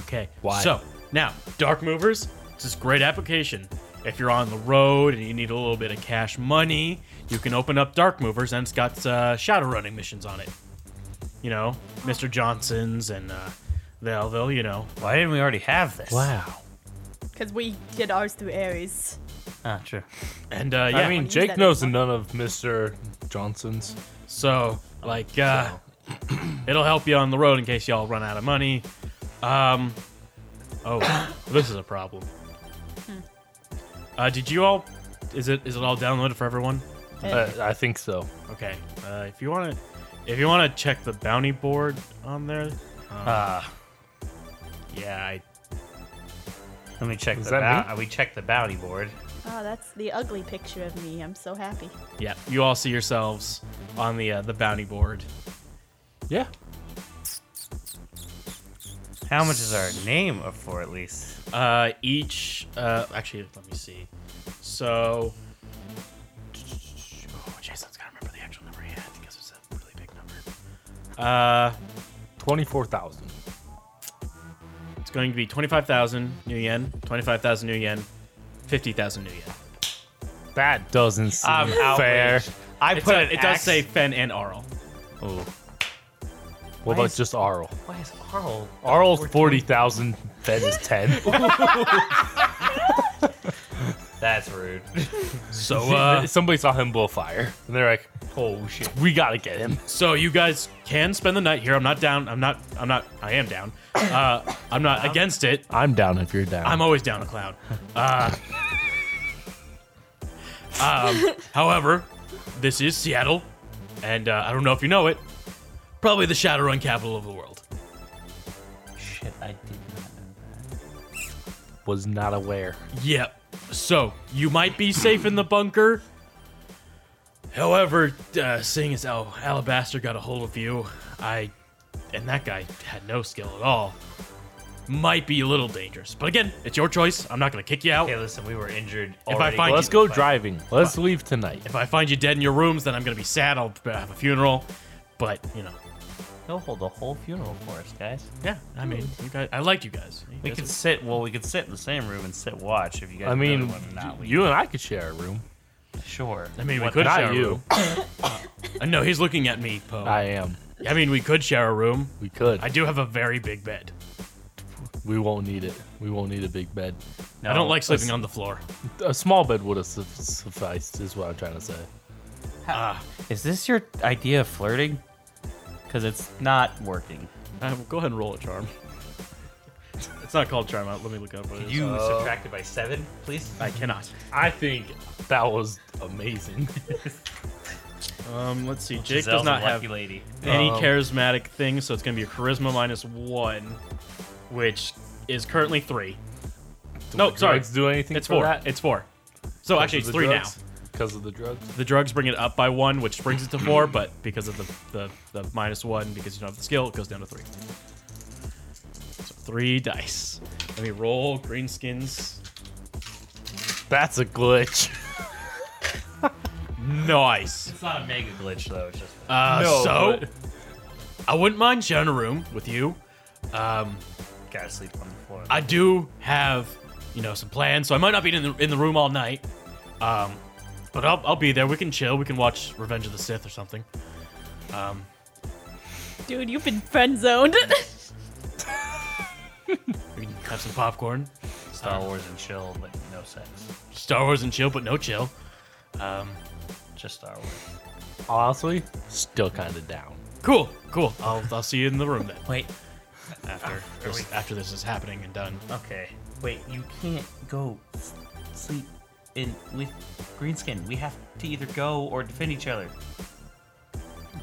S1: Okay.
S4: Why?
S1: So now Dark Movers. It's this great application. If you're on the road and you need a little bit of cash money, you can open up Dark Movers and it's got uh, shadow running missions on it. You know, Mr. Johnson's and uh, they'll they'll you know
S2: Why didn't we already have this?
S4: Wow.
S3: Because we did ours through Aries.
S5: Ah, true.
S1: And uh, yeah,
S4: I mean, Jake knows none of Mr. Johnson's.
S1: So, like, uh, it'll help you on the road in case y'all run out of money. Um, oh, this is a problem. Uh, did you all? Is it is it all downloaded for everyone?
S4: Uh, I think so.
S1: Okay. Uh, if you want to, if you want to check the bounty board on there,
S5: Uh,
S1: yeah, I,
S5: let me check
S4: Is
S5: the
S4: that
S5: bou- uh, we checked the bounty board.
S7: Oh, that's the ugly picture of me. I'm so happy.
S1: yeah, you all see yourselves on the uh, the bounty board.
S4: Yeah.
S5: How much is our name up for at least?
S1: Uh, each, uh, actually, let me see. So, oh, Jason's gotta remember the actual number he had because it's a really big number. Uh,
S4: 24,000.
S1: it's going to be 25,000 new yen, 25,000 new yen, 50,000 new yen.
S4: That doesn't seem
S5: I'm
S4: fair.
S5: outraged. Um, I
S1: It
S5: put
S1: does-
S5: an
S1: it does
S5: axe-
S1: say Fen and Arl.
S4: What about just Arl?
S5: Why is Arl?
S4: Arl's 40,000. Fed is 10.
S5: That's rude.
S1: So, uh,
S4: Somebody saw him blow fire. And they're like,
S5: oh shit.
S4: we gotta get him.
S1: so you guys can spend the night here. I'm not down. I'm not. I'm not. I am down. Uh, I'm not against it.
S4: I'm down if you're down.
S1: I'm always down a clown. Uh, um, however, this is Seattle, and uh, I don't know if you know it, probably the Shadowrun capital of the world.
S5: Shit, I did not know.
S4: was not aware.
S1: Yep. So you might be safe in the bunker. However, uh, seeing as how Alabaster got a hold of you, I and that guy had no skill at all, might be a little dangerous. But again, it's your choice. I'm not gonna kick you out.
S5: Hey, listen, we were injured.
S1: If I
S5: already.
S1: find
S4: Let's
S1: you-
S4: go driving. Let's leave tonight.
S1: If I find you dead in your rooms, then I'm gonna be sad. I'll have a funeral. But you know,
S5: He'll hold a whole funeral for us, guys.
S1: yeah. I mean, you guys. I liked you guys. You
S5: We
S1: guys
S5: could sit. Well, we could sit in the same room and sit watch if you guys.
S4: I mean,
S5: really want to not leave.
S4: you and I could share a room.
S5: sure.
S1: I mean, we
S4: But
S1: could
S4: not
S1: share a
S4: you.
S1: room. I know he's looking at me, Poe.
S4: I
S1: I,
S4: am.
S1: mean, we could share a room.
S4: Oh. We could.
S1: I do have a very big bed.
S4: we won't need it. We won't need a big bed.
S5: No,
S1: I don't like sleeping
S4: that's-
S1: on the floor.
S4: A small bed would have suff sufficed, is what I'm trying to say.
S5: Is this your idea of flirting? Because it's not working.
S1: Uh, go ahead and roll a charm. it's not called charm. Let me look up what it uh, is.
S5: You subtracted by seven, please.
S1: I cannot.
S4: I think that was amazing.
S1: Um, let's see. Jake
S5: Giselle's
S1: does not
S5: a lucky
S1: have
S5: lady.
S1: any
S4: Um,
S1: charismatic things, so it's going to be a charisma minus one, which is currently three. No,
S4: The
S1: sorry.
S4: drugs do anything
S1: It's
S4: for
S1: four.
S4: that?
S1: It's four. So actually, it's three now.
S4: Because of the drugs?
S1: The drugs bring it up by one, which brings it to four, but because of the, the, the minus one, because you don't have the skill, it goes down to three. So three dice. Let me roll greenskins.
S4: That's a glitch.
S1: Nice.
S5: It's not a mega glitch though. It's just
S1: Uh,
S4: No,
S1: so,
S4: but-
S1: I wouldn't mind sharing a room with you.
S5: gotta sleep on the floor.
S1: I do have, you know, some plans, so I might not be in the in the room all night. Um, but I'll, I'll be there. We can chill. We can watch Revenge of the Sith or something. Um,
S3: Dude, you've been friend zoned.
S1: we can have some popcorn,
S5: Star Wars and chill, but no sex.
S1: Star Wars and chill, but no chill. Um,
S5: Just Star Wars.
S4: Honestly, still kind of down.
S1: cool, cool. I'll I'll see you in the room then.
S5: Wait.
S1: After this, after this is happening and done.
S5: Okay. Wait. You can't go s- sleep in with Greenskin. We have to either go or defend each other.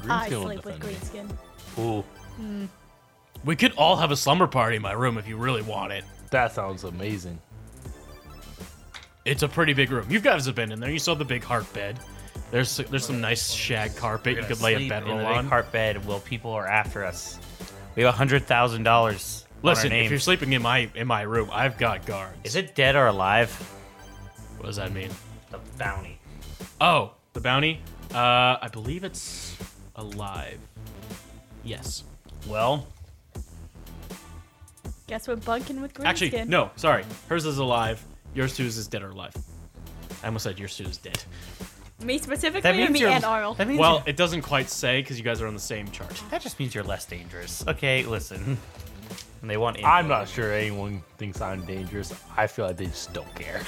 S7: I sleep with green skin.
S4: Ooh,
S1: We could all have a slumber party in my room if you really want it.
S4: that sounds amazing.
S1: It's a pretty big room. You guys have been in there. You saw the big heart bed. There's there's some nice shag carpet you could lay a
S5: Sleep
S1: bedroll
S5: in a big
S1: on.
S5: heart bed while people are after us. We have a hundred thousand dollars.
S1: Listen,
S5: on our
S1: if
S5: name.
S1: you're sleeping in my in my room, I've got guards.
S5: is it dead or alive?
S1: What does that mean?
S5: The bounty.
S1: Oh, the bounty. Uh, I believe it's alive. Yes.
S5: Well,
S7: Guess we're bunking with green
S1: Actually,
S7: skin.
S1: no. Sorry, hers is alive. Yours too is dead or alive. I almost said yours too is dead.
S7: Me specifically,
S5: that
S7: or
S5: means
S7: me
S5: you're.
S7: and Arl.
S5: That means
S1: Well, it doesn't quite say because you guys are on the same chart.
S5: That just means you're less dangerous. Okay, listen. And they want.
S4: I'm not sure anyone thinks I'm dangerous. I feel like they just don't care.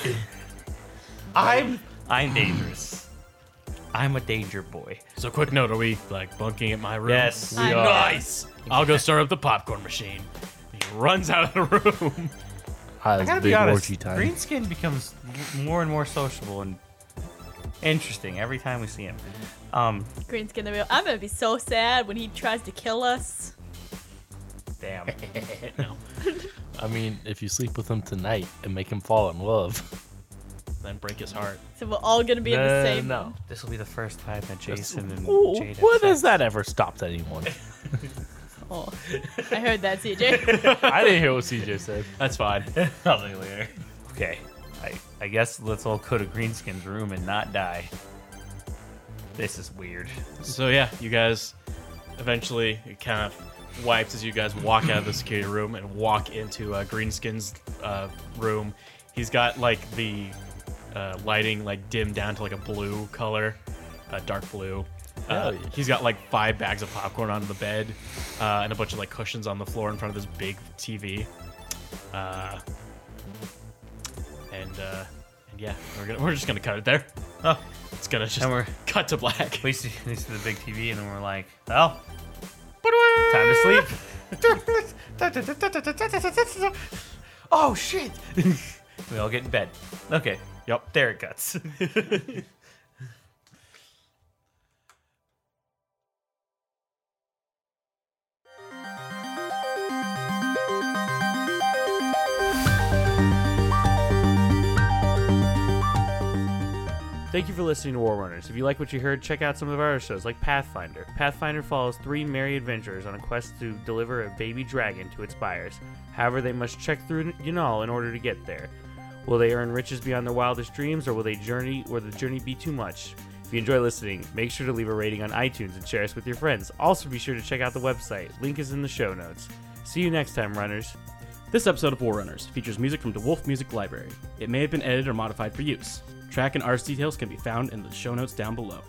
S5: I'm I'm dangerous. I'm a danger boy.
S1: So quick note: Are we like bunking at my room?
S5: Yes.
S1: we are. Nice. I'll go start up the popcorn machine. He runs out of the room.
S4: Ah,
S2: I
S4: it's
S2: gotta
S4: big
S2: be
S4: orgy
S2: honest.
S4: time.
S5: Greenskin becomes m- more and more sociable and interesting every time we see him. Um,
S3: Greenskin the real. I'm gonna be so sad when he tries to kill us.
S5: damn.
S4: I mean, if you sleep with him tonight and make him fall in love,
S1: Then break his heart.
S3: So we're all gonna be in
S5: Uh,
S3: the same.
S4: no.
S5: This will be the first time that Jason and
S4: Ooh,
S5: Jade. have
S4: when
S5: sex.
S4: has that ever stopped anyone?
S3: Oh, I heard that, CJ.
S4: I didn't hear what CJ said.
S1: That's fine.
S5: I'll tell you later. Okay. I, I guess let's all go to Greenskin's room and not die. This is weird.
S1: So yeah, you guys eventually it kind of wipes as you guys walk out of the security room and walk into uh, Greenskin's uh, room. He's got like the uh, lighting like dimmed down to like a blue color, uh, dark blue. Uh,
S4: Hell yeah.
S1: He's got like five bags of popcorn onto the bed uh, and a bunch of like cushions on the floor in front of this big TV. Uh, and uh, and yeah, we're gonna, we're just gonna cut it there.
S5: Oh,
S1: It's gonna just
S5: And we're-
S1: cut to black.
S5: we see, we see the big TV and then we're like, well, time to sleep.
S2: oh shit!
S5: We all get in bed. Okay.
S1: Yep.
S5: There it cuts.
S16: Thank you for listening to War Runners. If you like what you heard, check out some of our other shows like Pathfinder. Pathfinder follows three merry adventurers on a quest to deliver a baby dragon to its buyers. However, they must check through Yanal in order to get there. Will they earn riches beyond their wildest dreams, or will they journey or the journey be too much? If you enjoy listening, make sure to leave a rating on iTunes and share us with your friends. Also be sure to check out the website. Link is in the show notes. See you next time, runners.
S17: This episode of War Runners features music from the Wolf Music Library. It may have been edited or modified for use. Track and artist details can be found in the show notes down below.